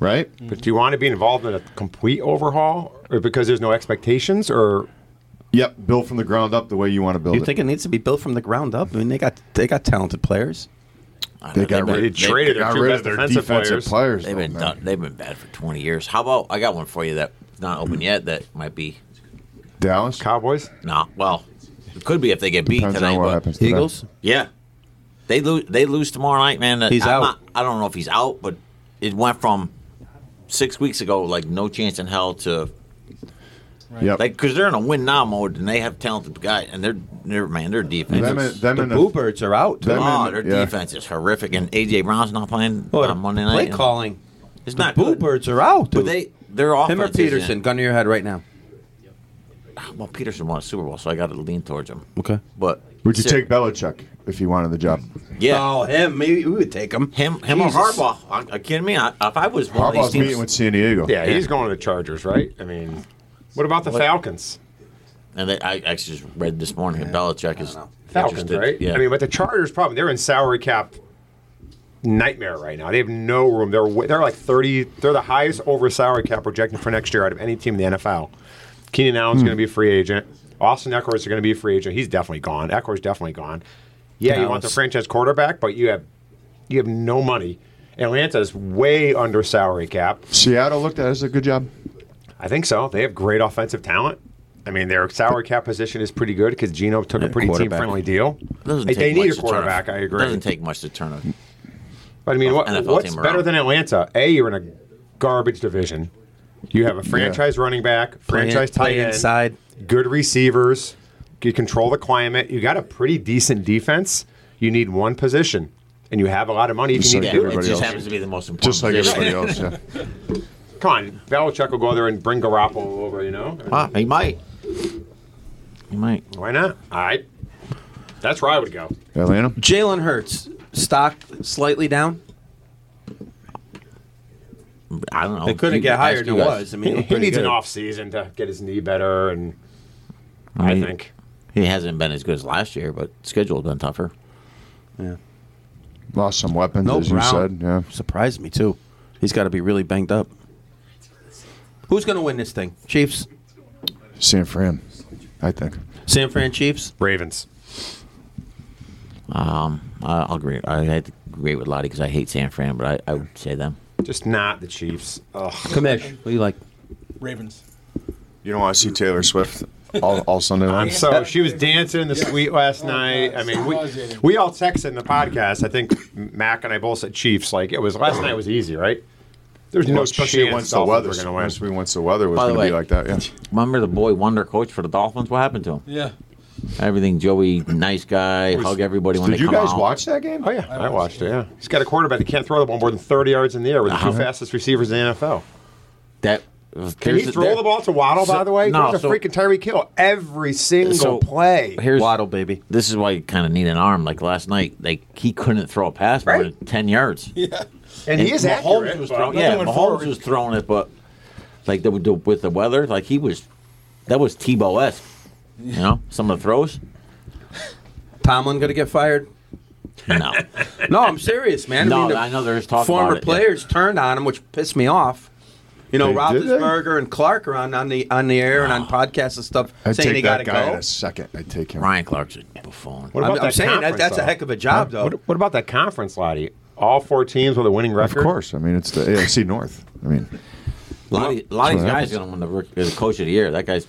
Speaker 2: right?
Speaker 3: But do you want to be involved in a complete overhaul, or because there's no expectations, or
Speaker 2: Yep, built from the ground up the way you want to build
Speaker 1: You
Speaker 2: it.
Speaker 1: think it needs to be built from the ground up? I mean, they got they got talented players.
Speaker 2: they got
Speaker 3: they
Speaker 2: rid,
Speaker 3: traded their
Speaker 2: got
Speaker 3: two
Speaker 2: rid
Speaker 3: best
Speaker 2: of their
Speaker 3: defensive
Speaker 2: defensive
Speaker 3: players?
Speaker 2: players.
Speaker 4: They've
Speaker 2: though,
Speaker 4: been
Speaker 2: man.
Speaker 4: done, they've been bad for 20 years. How about I got one for you that's not open yet that might be
Speaker 2: Dallas.
Speaker 3: Cowboys?
Speaker 4: not well. It could be if they get beat
Speaker 2: Depends
Speaker 4: tonight.
Speaker 2: on what
Speaker 4: but-
Speaker 2: happens. to them.
Speaker 1: Eagles.
Speaker 4: Yeah, they lose. They lose tomorrow night, man.
Speaker 1: He's
Speaker 4: I'm
Speaker 1: out.
Speaker 4: Not, I don't know if he's out, but it went from six weeks ago, like no chance in hell, to
Speaker 2: Yep.
Speaker 4: like because they're in a win now mode and they have talented guys and they're, they're man, their defense.
Speaker 2: them
Speaker 4: is,
Speaker 2: and, them
Speaker 1: The
Speaker 2: and the-
Speaker 1: Boo Birds are out. too.
Speaker 2: Them
Speaker 4: oh,
Speaker 2: and-
Speaker 4: their
Speaker 2: yeah.
Speaker 4: defense is horrific, and AJ Brown's not playing
Speaker 1: Boy,
Speaker 4: on Monday
Speaker 1: Play
Speaker 4: night.
Speaker 1: calling.
Speaker 4: It's
Speaker 1: The
Speaker 4: not
Speaker 1: Boo
Speaker 4: good.
Speaker 1: Birds are out.
Speaker 4: But
Speaker 1: Dude.
Speaker 4: they their offense.
Speaker 1: Him or
Speaker 4: is in-
Speaker 1: Peterson? Gun to your head right now.
Speaker 4: Well, Peterson won a Super Bowl, so I got to lean towards him.
Speaker 1: Okay.
Speaker 4: But
Speaker 2: Would you
Speaker 4: Ser-
Speaker 2: take Belichick if he wanted the job?
Speaker 4: Yeah.
Speaker 1: Oh, him. Maybe we would take him.
Speaker 4: Him, him or
Speaker 1: Jesus.
Speaker 4: Harbaugh? Are, are you kidding me? I, if I was one of
Speaker 2: Harbaugh's
Speaker 4: these teams,
Speaker 2: meeting with San Diego.
Speaker 3: Yeah, he's going to the Chargers, right? I mean, what about the Falcons?
Speaker 4: And they, I actually just read this morning that Belichick is
Speaker 3: Falcons,
Speaker 4: interested.
Speaker 3: right?
Speaker 4: Yeah.
Speaker 3: I mean, but the Chargers problem, they're in salary cap nightmare right now. They have no room. They're wa- they're like 30, they're the highest over salary cap projected for next year out of any team in the NFL. Keenan Allen's
Speaker 4: Hmm.
Speaker 3: going to be a free agent. Austin Eckler is going to be a free agent. He's definitely gone. Eckler's definitely gone. Yeah, you want the
Speaker 4: Dallas.
Speaker 3: franchise quarterback, but you have you have no money. Atlanta's way under salary cap.
Speaker 2: Seattle looked at it as a good job.
Speaker 3: I think so. They have great offensive talent. I mean, their salary cap position is pretty good because Gino took a pretty
Speaker 1: quarterback.
Speaker 3: team friendly deal.
Speaker 4: Doesn't
Speaker 3: They-
Speaker 4: take
Speaker 3: they
Speaker 4: much
Speaker 3: need a
Speaker 4: to
Speaker 3: quarterback.
Speaker 4: Turn
Speaker 3: I
Speaker 4: a-
Speaker 3: agree.
Speaker 4: Doesn't take much to turn a.
Speaker 3: but I mean, what,
Speaker 4: NFL
Speaker 3: what's
Speaker 4: team
Speaker 3: better
Speaker 4: around.
Speaker 3: than Atlanta? A, you're in a garbage division. You have a franchise running back,
Speaker 1: Play in-
Speaker 3: franchise tight
Speaker 1: play
Speaker 3: end,
Speaker 1: inside.
Speaker 3: good receivers. You control the climate. You got a pretty decent defense. You need one position, and you have a lot of money. If
Speaker 2: Just
Speaker 3: you need
Speaker 2: like
Speaker 3: to do
Speaker 4: It
Speaker 3: it.
Speaker 2: everybody
Speaker 4: just
Speaker 2: else.
Speaker 4: happens to be the most important.
Speaker 2: Just like
Speaker 4: position.
Speaker 2: everybody else. Yeah.
Speaker 3: Come on, Belichick will go there and bring Garoppolo over. You know,
Speaker 4: Wow, he might. He might.
Speaker 3: why not? All right, that's where I would go.
Speaker 2: Atlanta.
Speaker 1: Jalen Hurts stock slightly down.
Speaker 4: Oh, I don't know.
Speaker 1: It couldn't
Speaker 4: You-
Speaker 1: get higher
Speaker 4: ask
Speaker 1: than
Speaker 4: you
Speaker 1: it
Speaker 4: guys.
Speaker 1: was. I mean,
Speaker 3: He,
Speaker 1: it looked
Speaker 3: he
Speaker 1: pretty
Speaker 3: needs
Speaker 1: good.
Speaker 3: an off season to get his knee better, and
Speaker 4: I
Speaker 3: I
Speaker 4: mean,
Speaker 3: think
Speaker 4: He hasn't been as good as last year, but schedule's been tougher.
Speaker 2: Lost some weapons,
Speaker 1: No
Speaker 2: as
Speaker 1: Brown
Speaker 2: you said. Yeah.
Speaker 1: surprised me too. He's got to be really banged up. Who's going to win this thing? Chiefs,
Speaker 2: San Fran, I think.
Speaker 1: San Fran Chiefs.
Speaker 3: Ravens.
Speaker 4: Um, I, I'll agree. I had to agree with Lottie because I hate San Fran, but I, I would say them.
Speaker 3: Just not the Chiefs. Ugh.
Speaker 1: Kamish, what do you like?
Speaker 5: Ravens.
Speaker 2: You don't want to see Taylor Swift all, all Sunday
Speaker 3: I'm
Speaker 2: long.
Speaker 3: so she was dancing in the suite last night. I mean, we, we all texted in the podcast. I think Mac and I both said Chiefs. Like it was last night was easy, right? There's no
Speaker 2: especially
Speaker 3: chance
Speaker 2: once the
Speaker 3: Dolphins
Speaker 2: weather,
Speaker 3: were gonna win.
Speaker 2: especially once the weather was
Speaker 4: By the
Speaker 2: going to be
Speaker 4: way-
Speaker 2: like that. Yeah.
Speaker 4: Remember the boy wonder coach for the Dolphins? What happened to him?
Speaker 5: Yeah.
Speaker 4: Everything Joey, nice guy, hug everybody when
Speaker 2: Did
Speaker 4: they
Speaker 2: you
Speaker 4: come
Speaker 2: guys
Speaker 4: out.
Speaker 2: watch that game?
Speaker 3: Oh yeah, I watched it. Yeah, he's got a quarterback that can't throw the ball more than 30 yards in the air. With the two fastest receivers in the NFL.
Speaker 4: that?
Speaker 3: Can he throw the ball to Waddle? by
Speaker 4: So-
Speaker 3: the way,
Speaker 4: no,
Speaker 3: There's a
Speaker 4: so-
Speaker 3: freaking Tyree Kill every single
Speaker 4: So,
Speaker 3: play.
Speaker 4: Here's
Speaker 1: Waddle, baby.
Speaker 4: this is why you kind of need an arm. Like last night, like he couldn't throw a pass more
Speaker 3: Right.
Speaker 4: than ten yards.
Speaker 3: and he is
Speaker 4: Mahomes
Speaker 3: accurate.
Speaker 4: was
Speaker 3: but-
Speaker 4: throwing,
Speaker 5: Another
Speaker 4: yeah,
Speaker 5: one
Speaker 4: Mahomes
Speaker 5: forward.
Speaker 4: was throwing it, but like the, the, with the weather, like he was, that was Tebow esque. You know, some of the throws.
Speaker 1: Tomlin going to get fired?
Speaker 4: No,
Speaker 1: No, I'm serious, man.
Speaker 4: No,
Speaker 1: the
Speaker 4: I know there's talk about
Speaker 1: Former
Speaker 4: it, yeah.
Speaker 1: players turned on him, which pissed me off. You know,
Speaker 2: They did that?
Speaker 1: Roethlisberger and Clark are on, on the on the air and on podcasts and stuff
Speaker 2: I'd
Speaker 1: saying
Speaker 2: take
Speaker 1: they got
Speaker 2: that
Speaker 1: to
Speaker 2: guy
Speaker 1: go.
Speaker 2: in a second. I'd take him.
Speaker 4: Ryan Clark's a buffon.
Speaker 3: What
Speaker 1: I'm,
Speaker 3: about
Speaker 1: I'm
Speaker 3: that
Speaker 1: saying that,
Speaker 3: conference,
Speaker 1: that's a
Speaker 3: though?
Speaker 1: heck of a job, though.
Speaker 3: What, what about that conference, Lottie? All four teams with a winning
Speaker 2: Of
Speaker 3: record.
Speaker 2: course. I mean, it's the AFC North. I mean,
Speaker 4: A lot, of, a lot of
Speaker 2: That's
Speaker 4: these
Speaker 2: what
Speaker 4: guys going to win the, rookie- the coach of the year. That guy's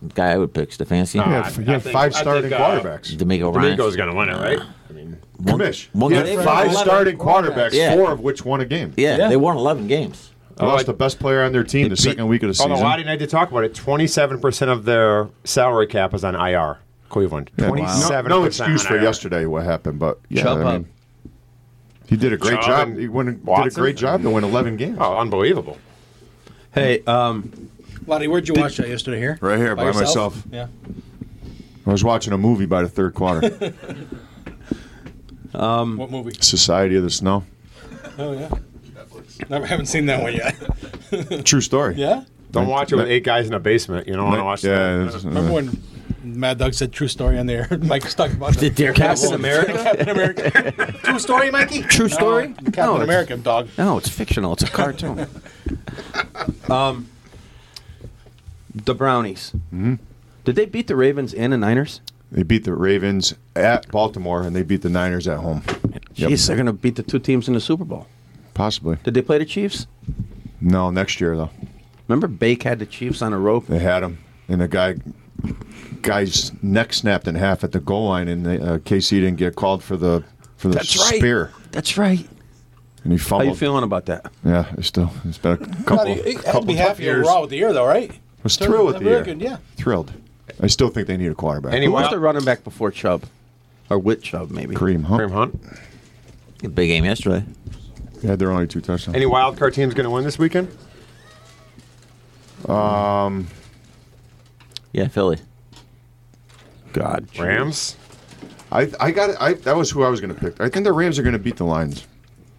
Speaker 4: the guy I would pick, Stefanski.
Speaker 2: You
Speaker 3: Nah.
Speaker 2: have,
Speaker 3: I-
Speaker 2: you
Speaker 3: I
Speaker 2: have
Speaker 3: think-
Speaker 2: five
Speaker 3: I think,
Speaker 2: starting
Speaker 3: uh,
Speaker 2: quarterbacks.
Speaker 4: D'Amico Ryan.
Speaker 3: Domingo's going to win it, right? I mean, oh,
Speaker 2: Commish.
Speaker 4: Well,
Speaker 2: You
Speaker 4: they've
Speaker 2: have
Speaker 4: got
Speaker 2: five
Speaker 4: 11
Speaker 2: starting quarterbacks,
Speaker 4: Yeah.
Speaker 2: four of which won a game.
Speaker 4: yeah,
Speaker 5: Yeah.
Speaker 4: they won 11 games.
Speaker 2: They lost the best player on their team the second week of the
Speaker 3: oh,
Speaker 2: season.
Speaker 3: no, why didn't I talk about it? 27% of their salary cap is on IR, Cleveland.
Speaker 2: Yeah,
Speaker 3: 27
Speaker 2: No, no excuse for yesterday what happened, but yeah,
Speaker 1: Chubb
Speaker 2: I
Speaker 1: up.
Speaker 2: mean, he did a great
Speaker 3: Chubb
Speaker 2: job.
Speaker 3: and
Speaker 2: He went, did a
Speaker 3: Watson.
Speaker 2: great job to win 11 games.
Speaker 3: Oh, unbelievable.
Speaker 1: Hey, um,
Speaker 5: Lottie, where'd you watch that yesterday? Here,
Speaker 2: Right here, by
Speaker 5: yourself?
Speaker 2: myself.
Speaker 5: Yeah.
Speaker 2: I was watching a movie by the third quarter,
Speaker 5: What movie?
Speaker 2: Society of the Snow.
Speaker 5: Oh yeah. Never haven't seen that one yet.
Speaker 2: True story.
Speaker 5: yeah.
Speaker 3: Don't watch it with eight guys in a basement. You don't want to watch
Speaker 2: Yeah,
Speaker 3: that.
Speaker 2: it's, uh,
Speaker 5: Remember when Mad Dog said true story on there? Mike was talking about
Speaker 4: Did Dear Captain America?
Speaker 5: Captain America. true story, Mikey.
Speaker 1: True story?
Speaker 5: No,
Speaker 1: No,
Speaker 5: Captain
Speaker 1: it's-
Speaker 5: America, dog.
Speaker 1: No, it's fictional. It's a cartoon. um, the Brownies. Mm-hmm. Did they beat the Ravens and the Niners?
Speaker 2: uh, They beat the Ravens at Baltimore, and they beat the Niners at home. Yep.
Speaker 1: Jeez, they're going to beat the two teams in the Super Bowl.
Speaker 2: Possibly.
Speaker 1: Did they play the Chiefs?
Speaker 2: No, next year though.
Speaker 1: Remember, Bake had the Chiefs on a rope.
Speaker 2: They had him, and the guy, guy's neck snapped in half at the goal line, and they, uh, KC didn't get called for the for the
Speaker 1: That's right.
Speaker 2: spear,
Speaker 1: That's right.
Speaker 2: and he
Speaker 1: How
Speaker 2: fumbled.
Speaker 1: you feeling about that?
Speaker 2: Yeah, it's still it's been a couple,
Speaker 5: Lottie, it- I'd
Speaker 2: couple
Speaker 5: be
Speaker 2: tough
Speaker 5: happy
Speaker 2: years.
Speaker 5: overall with the year, though, right?
Speaker 2: was thrilled with the
Speaker 5: Very
Speaker 2: year.
Speaker 5: good, yeah.
Speaker 2: Thrilled. I still think they need a quarterback.
Speaker 1: Who
Speaker 3: Anyway,
Speaker 1: was the running back before Chubb? Or with Chubb, maybe.
Speaker 2: Kareem Hunt
Speaker 3: Kareem Hunt.
Speaker 4: Big game yesterday.
Speaker 2: had their only two touchdowns.
Speaker 3: Any wild card teams going to win this weekend?
Speaker 4: Yeah, Philly.
Speaker 1: God. Jeez.
Speaker 3: Rams.
Speaker 2: I I got I that was who I was going to pick. I think the Rams are going to beat the Lions.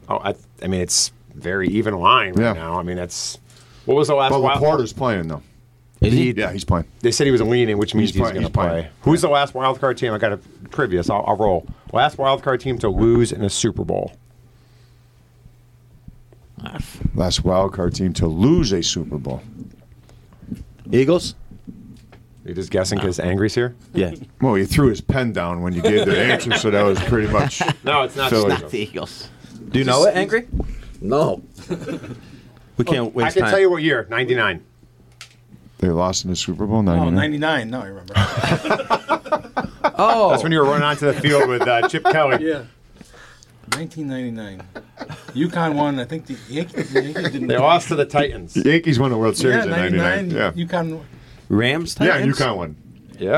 Speaker 3: Oh, I, I mean, it's very even line right
Speaker 2: Yeah.
Speaker 3: now. I mean, that's what was the last
Speaker 2: But
Speaker 3: wild?
Speaker 2: Laporta's playing though.
Speaker 4: Is he?
Speaker 2: Yeah, he's playing.
Speaker 3: They said he was leaning, which means
Speaker 2: He's
Speaker 3: he's,
Speaker 2: playing-
Speaker 3: going to
Speaker 2: he's playing.
Speaker 3: play. Who's the last wild card team? I got a trivia. So I'll, I'll roll. Last wild card team to lose in a Super Bowl.
Speaker 2: Last wild card team to lose a Super Bowl.
Speaker 1: Eagles?
Speaker 3: You're just guessing because Angry's here.
Speaker 1: Yeah.
Speaker 2: Well, he threw his pen down when you gave the answer, so that was pretty much.
Speaker 3: No, it's not.
Speaker 2: Philly.
Speaker 4: Not the Eagles.
Speaker 1: Do you know it, Angry?
Speaker 4: No.
Speaker 1: We can't waste
Speaker 3: Oh, I can
Speaker 1: time.
Speaker 3: tell you what year. '99.
Speaker 2: They lost in the Super Bowl.
Speaker 5: Oh,
Speaker 2: 99.
Speaker 5: 99. Now I remember.
Speaker 1: oh,
Speaker 3: That's when you were running onto the field with uh, Chip Kelly.
Speaker 5: yeah. 1999. UConn won. I think the Yankees, the Yankees didn't.
Speaker 3: They lost to the Titans.
Speaker 2: The Yankees won the World
Speaker 5: Yeah,
Speaker 2: Series in
Speaker 5: 99.
Speaker 2: 99. Yeah.
Speaker 5: UConn.
Speaker 1: Rams
Speaker 2: yeah,
Speaker 1: Titans?
Speaker 2: UConn won.
Speaker 3: Yeah.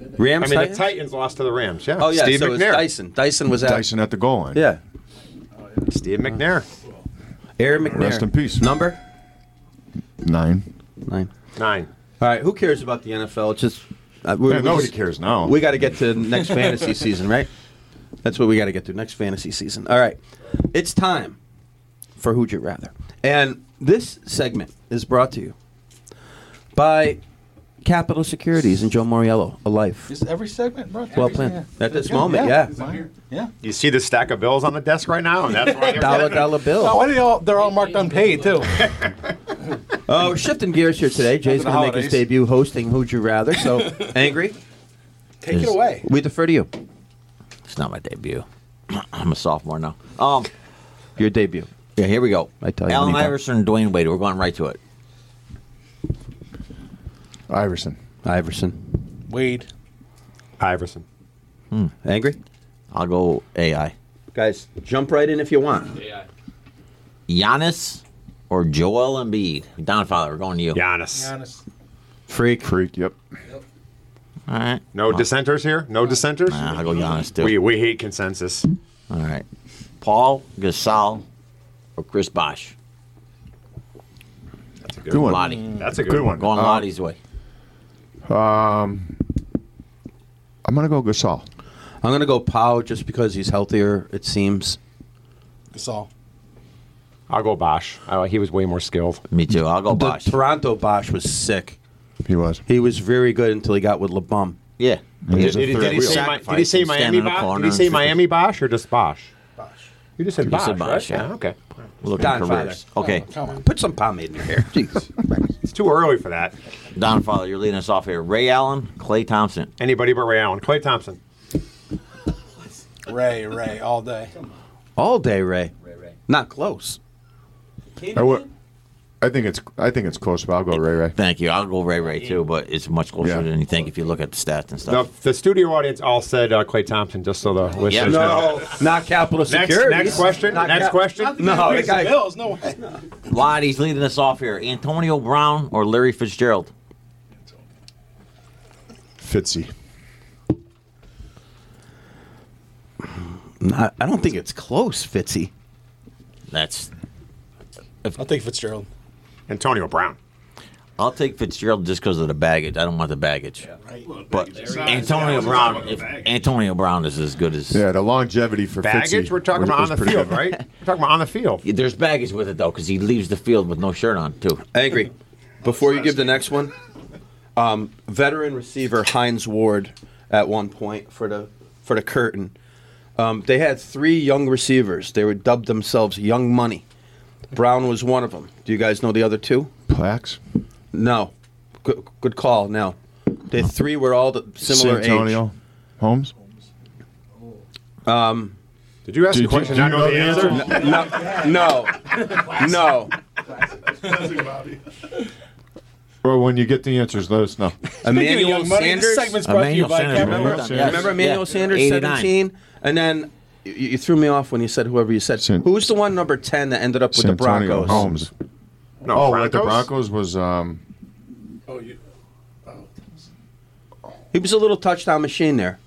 Speaker 3: I
Speaker 1: Rams
Speaker 3: mean, the
Speaker 1: Titans?
Speaker 3: Titans lost to the Rams. Yeah.
Speaker 1: Oh, yeah,
Speaker 3: Steve
Speaker 1: so it was
Speaker 3: McNair.
Speaker 1: Dyson. Dyson was out.
Speaker 2: Dyson at the goal line.
Speaker 1: Yeah.
Speaker 3: Steve
Speaker 1: Uh-huh.
Speaker 3: McNair.
Speaker 1: Aaron McNair.
Speaker 2: Rest in peace.
Speaker 1: Number?
Speaker 2: Nine.
Speaker 1: Nine.
Speaker 3: Nine.
Speaker 1: All right, who cares about the NFL? It's just uh, we,
Speaker 2: Yeah,
Speaker 1: we
Speaker 2: nobody
Speaker 1: just-
Speaker 2: cares now.
Speaker 1: We got to get to next fantasy season, right? That's what we got to get to next fantasy season. All right, it's time for Who'd You Rather, and this segment is brought to you by Capital Securities and Joe Moriello, a life
Speaker 5: Is every segment brought
Speaker 1: well planned at this moment. Yeah,
Speaker 5: Yeah. yeah.
Speaker 3: You see the stack of bills on the desk right now, and that's why they're
Speaker 1: dollar dollar
Speaker 5: Oh,
Speaker 1: bill.
Speaker 5: why are they all, they're all marked unpaid, too.
Speaker 1: Oh, we're shifting gears here today. Jay's
Speaker 5: the
Speaker 1: going to make his
Speaker 5: holidays.
Speaker 1: debut hosting Who'd You Rather. So angry,
Speaker 5: Take it away.
Speaker 1: we defer to you.
Speaker 4: It's not my debut. I'm a sophomore now. Um,
Speaker 1: Your debut.
Speaker 4: yeah, here we go.
Speaker 1: I tell you,
Speaker 4: Allen
Speaker 1: when you go.
Speaker 4: Iverson and Dwayne Wade. We're going right to it.
Speaker 2: Iverson.
Speaker 1: Iverson.
Speaker 5: Wade.
Speaker 3: Iverson.
Speaker 1: Angry?
Speaker 4: I'll go AI.
Speaker 1: Guys, jump right in if you want.
Speaker 7: Yeah.
Speaker 4: Giannis or Joel Embiid. Don Fowler, we're going to you.
Speaker 3: Giannis.
Speaker 5: Giannis.
Speaker 1: Freak.
Speaker 2: Freak. Yep.
Speaker 4: All right.
Speaker 3: No dissenters here. No dissenters.
Speaker 4: Nah, I'll go Giannis too.
Speaker 3: We we hate consensus.
Speaker 4: All right. Paul Gasol or Chris Bosh.
Speaker 3: That's a
Speaker 2: Good one.
Speaker 4: Lottie.
Speaker 3: That's a Mm. good,
Speaker 2: Good one.
Speaker 4: Going
Speaker 2: Uh,
Speaker 4: Lottie's way.
Speaker 2: I'm gonna go Gasol.
Speaker 1: I'm gonna go Pow just because he's healthier. It seems.
Speaker 5: Gasol.
Speaker 3: I'll go Bosch. Uh, he was way more skilled.
Speaker 4: Me too. I'll go
Speaker 1: The
Speaker 4: Bosh.
Speaker 1: Toronto Bosch was sick.
Speaker 2: He was.
Speaker 1: He was very good until he got with LeBum.
Speaker 4: yeah.
Speaker 2: He
Speaker 3: Did,
Speaker 2: was the
Speaker 3: did- did
Speaker 2: third
Speaker 3: he
Speaker 2: wheel.
Speaker 3: say, Mi- did he say
Speaker 4: Stand in
Speaker 3: Miami
Speaker 4: the
Speaker 3: Bosch? Did
Speaker 4: corner
Speaker 3: he
Speaker 4: and
Speaker 3: say
Speaker 4: shoot
Speaker 3: Miami Bosch or just Bosch? You just said
Speaker 4: You
Speaker 3: Bosch.
Speaker 4: said Bosch,
Speaker 3: right?
Speaker 4: yeah.
Speaker 3: Okay.
Speaker 4: Look at
Speaker 1: Don
Speaker 4: careers. Okay.
Speaker 5: Come on.
Speaker 1: Put some pomade in your hair. Jeez.
Speaker 3: It's too early for that.
Speaker 4: Don Fowler, you're leading us off here. Ray Allen, Clay Thompson.
Speaker 3: Anybody but Ray Allen. Clay Thompson.
Speaker 5: Ray, Ray, all day.
Speaker 1: All day, Ray.
Speaker 7: Ray Ray.
Speaker 1: Not close.
Speaker 2: I would. I think it's I think it's close, but I'll go Ray Ray.
Speaker 4: Thank you. I'll go Ray Ray too, but it's much closer
Speaker 2: Yeah.
Speaker 4: than you think if you look at the stats
Speaker 3: The,
Speaker 4: and stuff.
Speaker 3: the studio audience all said uh, Clay Thompson, just so the listeners know.
Speaker 1: not capital
Speaker 3: Next,
Speaker 1: security.
Speaker 3: next question. next question.
Speaker 1: No, that guy-
Speaker 5: Bills, no way.
Speaker 4: Lottie's leading us off here. Antonio Brown or Larry Fitzgerald?
Speaker 2: Fitzy.
Speaker 1: I, I don't think it's close, Fitzy.
Speaker 4: That's.
Speaker 5: I'll take Fitzgerald.
Speaker 3: Antonio Brown.
Speaker 4: I'll take Fitzgerald just because of the baggage. I don't want the baggage. But
Speaker 7: Larry-
Speaker 4: Antonio Brown, if Antonio Brown is as good as.
Speaker 2: Yeah, the longevity for
Speaker 3: Baggage.
Speaker 2: Fitzy
Speaker 3: We're talking
Speaker 2: was-
Speaker 3: about
Speaker 2: was
Speaker 3: on the
Speaker 2: pretty
Speaker 3: field,
Speaker 2: good.
Speaker 3: right? We're talking about on the field.
Speaker 4: There's baggage with it though, because he leaves the field with no shirt on too.
Speaker 1: I agree. Before you give the next one, um, veteran receiver Heinz Ward at one point for the for the curtain. Um, they had three young receivers. They were dubbed themselves Young Money. Brown was one of them. Do you guys know the other two?
Speaker 2: Plax,
Speaker 1: No. Good, good call. No, the three were all the similar
Speaker 2: Santonio,
Speaker 1: age.
Speaker 2: Holmes.
Speaker 3: Did you ask
Speaker 2: Do-
Speaker 3: a question?
Speaker 2: do-
Speaker 3: I
Speaker 2: do
Speaker 3: know the
Speaker 2: you know the
Speaker 3: answer.
Speaker 2: answer?
Speaker 1: No, no.
Speaker 2: Or when you get the answers, let us know.
Speaker 5: Speaking of
Speaker 1: Emmanuel
Speaker 5: Young Money, this
Speaker 1: Sanders.
Speaker 5: segment's brought to you
Speaker 4: Emmanuel
Speaker 5: by
Speaker 4: Sanders,
Speaker 5: Capital
Speaker 4: remember?
Speaker 5: One.
Speaker 2: Sanders.
Speaker 4: Yes.
Speaker 1: Remember Emmanuel
Speaker 4: Yeah.
Speaker 1: Sanders,
Speaker 4: 89.
Speaker 1: 17? And then you, you threw me off when you said whoever you said.
Speaker 2: San-
Speaker 1: Who was the one number 10 that ended up with the
Speaker 2: Santonio,
Speaker 1: Broncos?
Speaker 2: Holmes.
Speaker 3: No,
Speaker 2: Oh,
Speaker 3: Broncos?
Speaker 2: at the Broncos was um,
Speaker 5: Oh, you-
Speaker 1: He was a little touchdown machine there.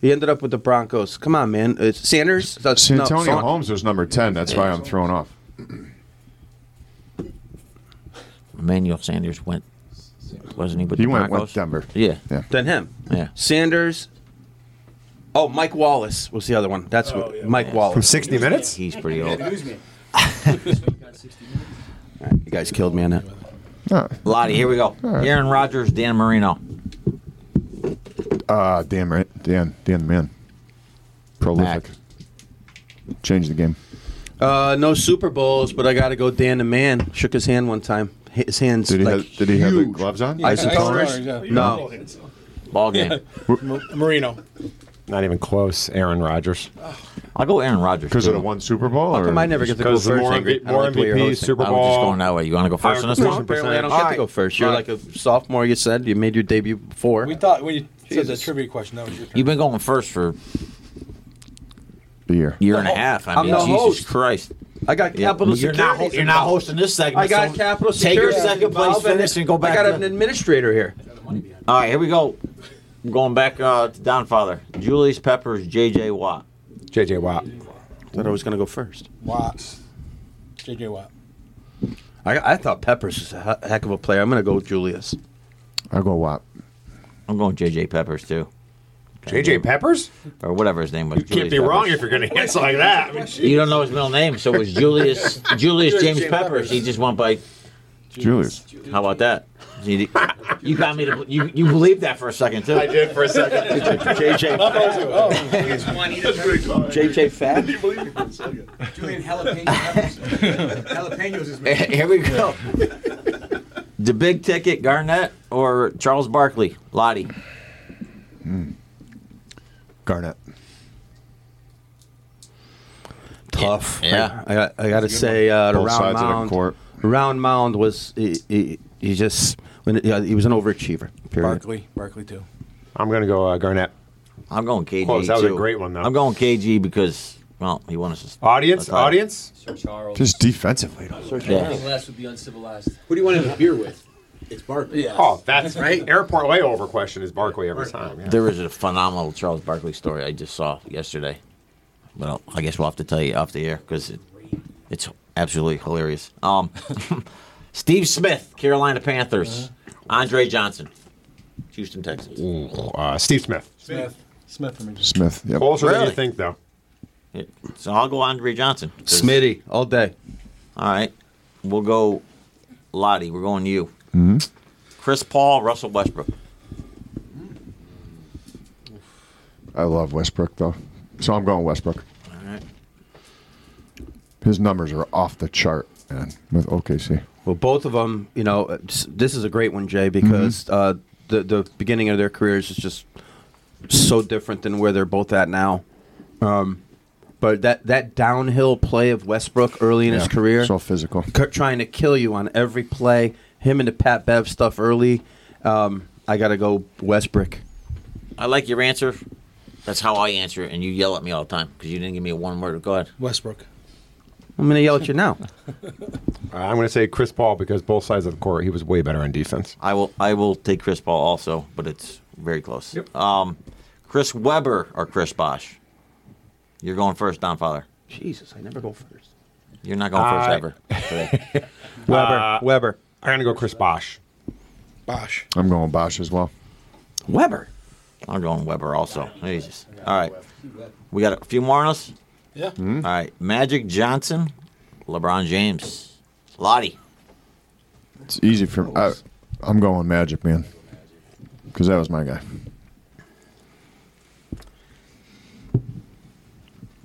Speaker 1: He ended up with the Broncos. Come on, man. It's Sanders? That's, no,
Speaker 2: Santonio
Speaker 1: Son-
Speaker 2: Holmes was number ten. That's why I'm thrown off.
Speaker 4: Emmanuel Sanders went, wasn't he? With
Speaker 2: He
Speaker 4: the
Speaker 2: went
Speaker 4: Broncos?
Speaker 2: with Denver.
Speaker 4: Yeah,
Speaker 2: Yeah.
Speaker 1: Then him.
Speaker 4: yeah.
Speaker 1: Sanders. Oh, Mike Wallace was the other one.
Speaker 4: Oh,
Speaker 1: That's what, Mike
Speaker 3: From
Speaker 1: Wallace.
Speaker 3: 60 minutes?
Speaker 4: He's pretty old.
Speaker 1: You guys killed me on that.
Speaker 2: Ah,
Speaker 4: Lottie, here we go. Aaron Rodgers, Dan Marino.
Speaker 2: uh, damn right, Dan, Dan, the man, prolific. Change the game.
Speaker 1: Uh, no Super Bowls, but I got to go Dan the Man. Shook his hand one time. His hand's
Speaker 2: Did he
Speaker 1: like
Speaker 2: have Did he have the
Speaker 1: huge.
Speaker 2: gloves on?
Speaker 5: Ice and
Speaker 1: Isotoners?
Speaker 5: toners, yeah.
Speaker 1: No.
Speaker 4: Ball game.
Speaker 5: Marino.
Speaker 3: Not even close. Aaron Rodgers.
Speaker 4: I'll go Aaron Rodgers.
Speaker 2: Because of
Speaker 4: too.
Speaker 2: the one Super Bowl?
Speaker 1: How come
Speaker 2: or-
Speaker 1: I never get to go
Speaker 3: Because
Speaker 1: first?
Speaker 3: the more,
Speaker 1: Angry?
Speaker 3: MV-
Speaker 1: I don't
Speaker 3: more
Speaker 1: like the way you're
Speaker 3: MVPs,
Speaker 1: hosting.
Speaker 3: Super
Speaker 4: I was just
Speaker 3: Bowl.
Speaker 4: going that way. You want to go first on this
Speaker 1: No,
Speaker 3: Higher
Speaker 4: one?
Speaker 1: apparently I don't
Speaker 3: All
Speaker 1: get to
Speaker 3: right.
Speaker 1: go first. You're
Speaker 3: All
Speaker 1: like a sophomore. You said you made your debut before.
Speaker 5: We thought when you said the
Speaker 1: Jesus.
Speaker 5: trivia question, that was your turn.
Speaker 4: You've been going first for
Speaker 2: The year.
Speaker 4: a year and a half. I
Speaker 1: I'm
Speaker 4: mean,
Speaker 1: the
Speaker 4: Jesus
Speaker 1: host.
Speaker 4: Christ.
Speaker 1: I got capital
Speaker 4: you're
Speaker 1: security.
Speaker 4: not, ho- you're not hosting this segment.
Speaker 1: I got
Speaker 4: so
Speaker 1: capital
Speaker 4: Take
Speaker 1: security.
Speaker 4: your second place
Speaker 1: involved, and
Speaker 4: finish and go back.
Speaker 1: I got
Speaker 4: to-
Speaker 1: an administrator here.
Speaker 4: All right, here we go. I'm going back uh, to Donfather. Julius Peppers, J.J. Watt.
Speaker 3: J.J. Watt.
Speaker 1: Thought I was gonna go first.
Speaker 5: Watt. J.J. Watt.
Speaker 1: I, I thought Peppers was a he- heck of a player. I'm gonna go with Julius.
Speaker 2: I'll go Wop.
Speaker 4: I'm going J.J. Peppers, too.
Speaker 3: J.J. Peppers?
Speaker 4: Or whatever his name was.
Speaker 3: Can't
Speaker 4: Julius
Speaker 3: be wrong
Speaker 4: Peppers.
Speaker 3: if you're going to answer like that. I mean,
Speaker 4: You don't know his middle name, so it was Julius Julius James,
Speaker 5: James
Speaker 4: Peppers.
Speaker 5: Peppers.
Speaker 4: He just went by.
Speaker 2: Julius.
Speaker 4: How about that? You you got me to. You you believed that for a second too.
Speaker 3: I did for a second.
Speaker 1: JJ. JJ Fat.
Speaker 7: Julian Jalapeno Peppers. Jalapenos is my
Speaker 4: Here we go. the big ticket, Garnett or Charles Barkley, Lottie.
Speaker 2: Garnett.
Speaker 1: Tough.
Speaker 4: Yeah.
Speaker 1: I, I got. I got to say, uh, the
Speaker 2: Both
Speaker 1: round
Speaker 2: sides of the
Speaker 1: mound.
Speaker 2: court.
Speaker 1: Round mound was he. He, he just when yeah, he was an overachiever. Period.
Speaker 5: Barkley. Barkley, too.
Speaker 3: I'm going to go uh, Garnett.
Speaker 4: I'm going KG.
Speaker 3: Close. That was a
Speaker 4: too.
Speaker 3: great one, though.
Speaker 4: I'm going KG because well, he won us. a-
Speaker 3: Audience?
Speaker 4: a title.
Speaker 3: Audience?
Speaker 7: Sir Charles.
Speaker 2: Just defensively.
Speaker 4: Yeah.
Speaker 7: Nothing less would be uncivilized.
Speaker 6: Who do you want to have a beer with? It's Barkley. Yeah.
Speaker 3: Oh, that's
Speaker 6: Right?
Speaker 3: Airport layover question is Barkley every time. yeah.
Speaker 4: There was a phenomenal Charles Barkley story I just saw yesterday. Well, I guess we'll have to tell you off the air because it, it's absolutely hilarious. Um, Steve Smith, Carolina Panthers. Andre Johnson, Houston Texans.
Speaker 3: Uh, Steve Smith.
Speaker 5: Smith. Smith for me.
Speaker 2: Smith. Yep.
Speaker 3: Closer than
Speaker 4: Really?
Speaker 3: you think, though.
Speaker 4: Yeah. So I'll go Andre Johnson. 'cause-
Speaker 1: Smitty all day.
Speaker 4: All right. We'll go Lottie. We're going you. Mm-hmm. Chris Paul, Russell Westbrook.
Speaker 2: I love Westbrook, though. So I'm going Westbrook.
Speaker 4: All right.
Speaker 2: His numbers are off the chart, man, with OKC.
Speaker 1: Well, both of them, you know, it's- this is a great one, Jay, because uh, the the beginning of their careers is just so different than where they're both at now. Um, But that, that downhill play of Westbrook early in his
Speaker 2: Yeah,
Speaker 1: career,
Speaker 2: so physical.
Speaker 1: K- trying to kill you on every play. Him and the Pat Bev stuff early. Um, I got to go Westbrook.
Speaker 4: I like your answer. That's how I answer it, and you yell at me all the time because you didn't give me a one word. Go ahead.
Speaker 5: Westbrook.
Speaker 1: I'm going to yell at you now.
Speaker 3: Uh, I'm going to say Chris Paul because both sides of the court, he was way better on defense.
Speaker 4: I will. I will take Chris Paul also, but it's very close. Um, Chris Weber or Chris Bosch? You're going first, Don Father.
Speaker 1: Jesus, I never go first.
Speaker 4: You're not going first
Speaker 3: I-
Speaker 4: ever. today.
Speaker 1: Weber.
Speaker 3: Uh,
Speaker 1: Weber.
Speaker 3: I'm going to go Chris Bosch.
Speaker 5: Bosh.
Speaker 2: I'm going Bosch as well.
Speaker 1: Weber.
Speaker 4: I'm going Weber also. Jesus. All right. We got a few more on us.
Speaker 5: Yeah.
Speaker 4: All right. Magic Johnson, LeBron James, Lottie.
Speaker 2: It's easy for me. I, I'm going Magic, man, because that was my guy.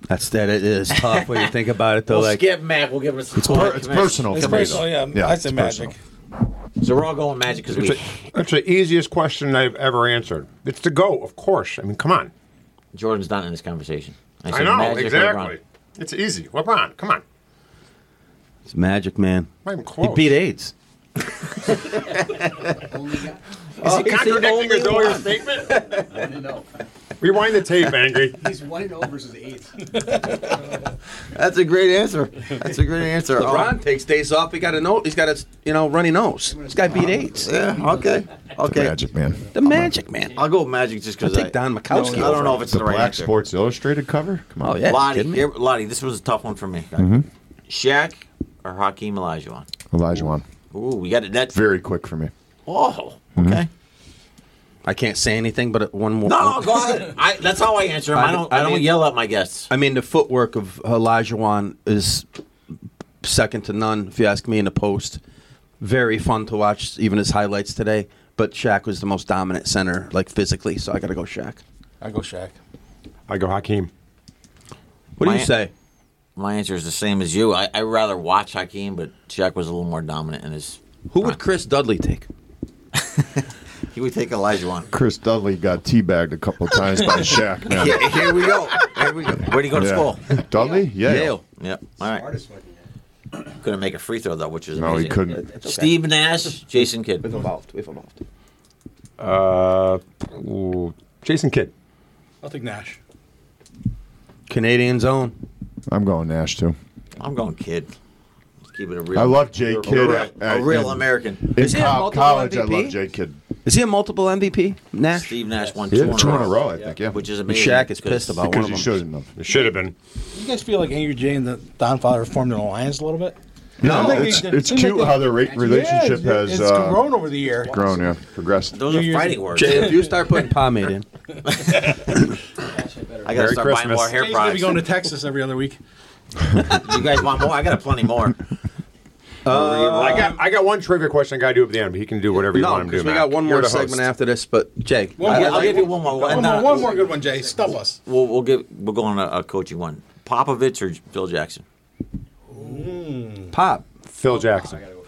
Speaker 1: That's that. It is tough when you think about it, though. like,
Speaker 4: skip Mac. We'll give us. It's,
Speaker 2: per- it's personal
Speaker 5: It's
Speaker 2: for me.
Speaker 5: personal, yeah.
Speaker 2: Yeah,
Speaker 5: I say
Speaker 2: it's
Speaker 5: magic.
Speaker 2: personal.
Speaker 4: So we're all going Magic because we.
Speaker 3: That's the easiest question I've ever answered. It's the GOAT, of course. I mean, come on.
Speaker 4: Jordan's not in this conversation.
Speaker 3: I,
Speaker 4: said
Speaker 3: know,
Speaker 4: Magic or
Speaker 3: exactly.
Speaker 4: LeBron.
Speaker 3: It's easy. LeBron, come on.
Speaker 1: it's magic, man.
Speaker 3: Not
Speaker 1: He
Speaker 3: even close.
Speaker 1: beat AIDS.
Speaker 7: Only guy.
Speaker 3: Is he contradicting his earlier statement?
Speaker 7: One and oh.
Speaker 3: Rewind the tape, Angry.
Speaker 7: He's one and oh versus eight.
Speaker 4: That's a great answer. That's a great answer.
Speaker 1: LeBron takes days off. He got a note. He's got a you know runny nose. This guy beat AIDS.
Speaker 4: Oh. Yeah. Okay. Oh, Okay.
Speaker 2: Magic, man.
Speaker 1: The magic man.
Speaker 4: I'll go with Magic just because
Speaker 1: I'll
Speaker 4: I
Speaker 1: take Don Mikowski
Speaker 4: I don't know
Speaker 1: over.
Speaker 4: if it's
Speaker 2: The
Speaker 4: the,
Speaker 2: Black
Speaker 4: right answer.
Speaker 2: Sports Illustrated cover. Come on.
Speaker 1: Oh yeah.
Speaker 4: Lottie,
Speaker 1: kidding me?
Speaker 4: here- Lottie, this was a tough one for me. Shaq or Hakeem Olajuwon?
Speaker 2: Elijah
Speaker 4: Ooh, we got it. That's
Speaker 2: Very quick for me.
Speaker 4: oh, okay.
Speaker 1: I can't say anything, but one more. Oh,
Speaker 4: No, go ahead. I, that's how I answer 'em. I
Speaker 1: I-
Speaker 4: don't.
Speaker 1: I
Speaker 4: I, don't
Speaker 1: mean-
Speaker 4: yell at my guests.
Speaker 1: I mean, the footwork of Olajuwon is second to none, if you ask me, in the post. Very fun to watch, even his highlights today. But Shaq was the most dominant center, like physically, so I got to go Shaq.
Speaker 5: I go Shaq.
Speaker 3: I go Hakeem.
Speaker 1: What do
Speaker 4: My-
Speaker 1: you say?
Speaker 4: My answer is the same as you. I I rather watch Hakeem, but Shaq was a little more dominant in his.
Speaker 1: Who
Speaker 4: Uh,
Speaker 1: would Chris Dudley take?
Speaker 4: He would take Olajuwon.
Speaker 2: Chris Dudley got teabagged a couple times by Shaq, man.
Speaker 4: Yeah, here we go. Here we go. Where'd he go to
Speaker 2: Yeah.
Speaker 4: school?
Speaker 2: Dudley? Yeah.
Speaker 4: Yep. All right.
Speaker 7: Smartest fucking guy.
Speaker 4: Couldn't make a free throw though, which is
Speaker 2: No, he
Speaker 4: amazing.
Speaker 2: couldn't.
Speaker 4: Steve Nash, Jason Kidd.
Speaker 1: evolved. We've evolved.
Speaker 3: Uh, ooh, Jason Kidd.
Speaker 5: I'll take Nash.
Speaker 1: Canadian zone.
Speaker 2: I'm going Nash, too.
Speaker 4: I'm going Kidd. Let's keep it a real.
Speaker 2: I love J. Kidd.
Speaker 4: a,
Speaker 2: at-
Speaker 4: a real
Speaker 2: in-
Speaker 4: American.
Speaker 2: In
Speaker 1: Is he a
Speaker 2: co-
Speaker 1: multiple
Speaker 2: college, I
Speaker 1: MVP?
Speaker 2: love J. Kidd.
Speaker 1: Is he a multiple MVP? Nash.
Speaker 4: Steve Nash won
Speaker 2: Yeah,
Speaker 4: two,
Speaker 2: two in a row, I think, yeah.
Speaker 4: which is amazing.
Speaker 1: Shaq is
Speaker 4: 'cause-
Speaker 1: pissed about
Speaker 2: Because
Speaker 1: one
Speaker 2: he
Speaker 1: of them.
Speaker 2: shouldn't have.
Speaker 3: It should have been.
Speaker 5: You guys feel like Angry Jay and the Don Father formed an alliance a little bit?
Speaker 2: No,
Speaker 5: think
Speaker 2: it's,
Speaker 5: they-
Speaker 2: it's
Speaker 5: they make
Speaker 2: cute
Speaker 5: a-
Speaker 2: how their re- relationship
Speaker 5: Yeah,
Speaker 2: has
Speaker 5: it's,
Speaker 2: uh,
Speaker 5: grown over the year.
Speaker 2: grown, yeah, progressed.
Speaker 4: Those are
Speaker 5: Years-
Speaker 4: fighting words.
Speaker 1: Jay, if you start putting pomade in,
Speaker 4: I gotta
Speaker 3: Merry
Speaker 4: start buying
Speaker 3: Christmas.
Speaker 4: more hair
Speaker 5: Jay's gonna be
Speaker 4: products.
Speaker 5: going to Texas every other week.
Speaker 4: you guys want more? I got plenty more.
Speaker 3: I got I got one trivia question I got to do at the end, but he can do whatever you
Speaker 1: no,
Speaker 3: want him to do.
Speaker 1: because we
Speaker 3: Mac.
Speaker 1: got one
Speaker 3: You're
Speaker 1: more
Speaker 3: the host.
Speaker 1: segment after this. But Jay,
Speaker 5: One
Speaker 4: I'll
Speaker 5: more.
Speaker 4: give you one more.
Speaker 5: One
Speaker 4: and
Speaker 5: more,
Speaker 4: then
Speaker 5: one more good one, Jay. Stub us.
Speaker 4: We'll, we'll give we'll go on a, a coaching uh, one. Popovich or Phil Jackson?
Speaker 1: Pop.
Speaker 3: Phil Jackson.
Speaker 1: Oh,
Speaker 7: I gotta go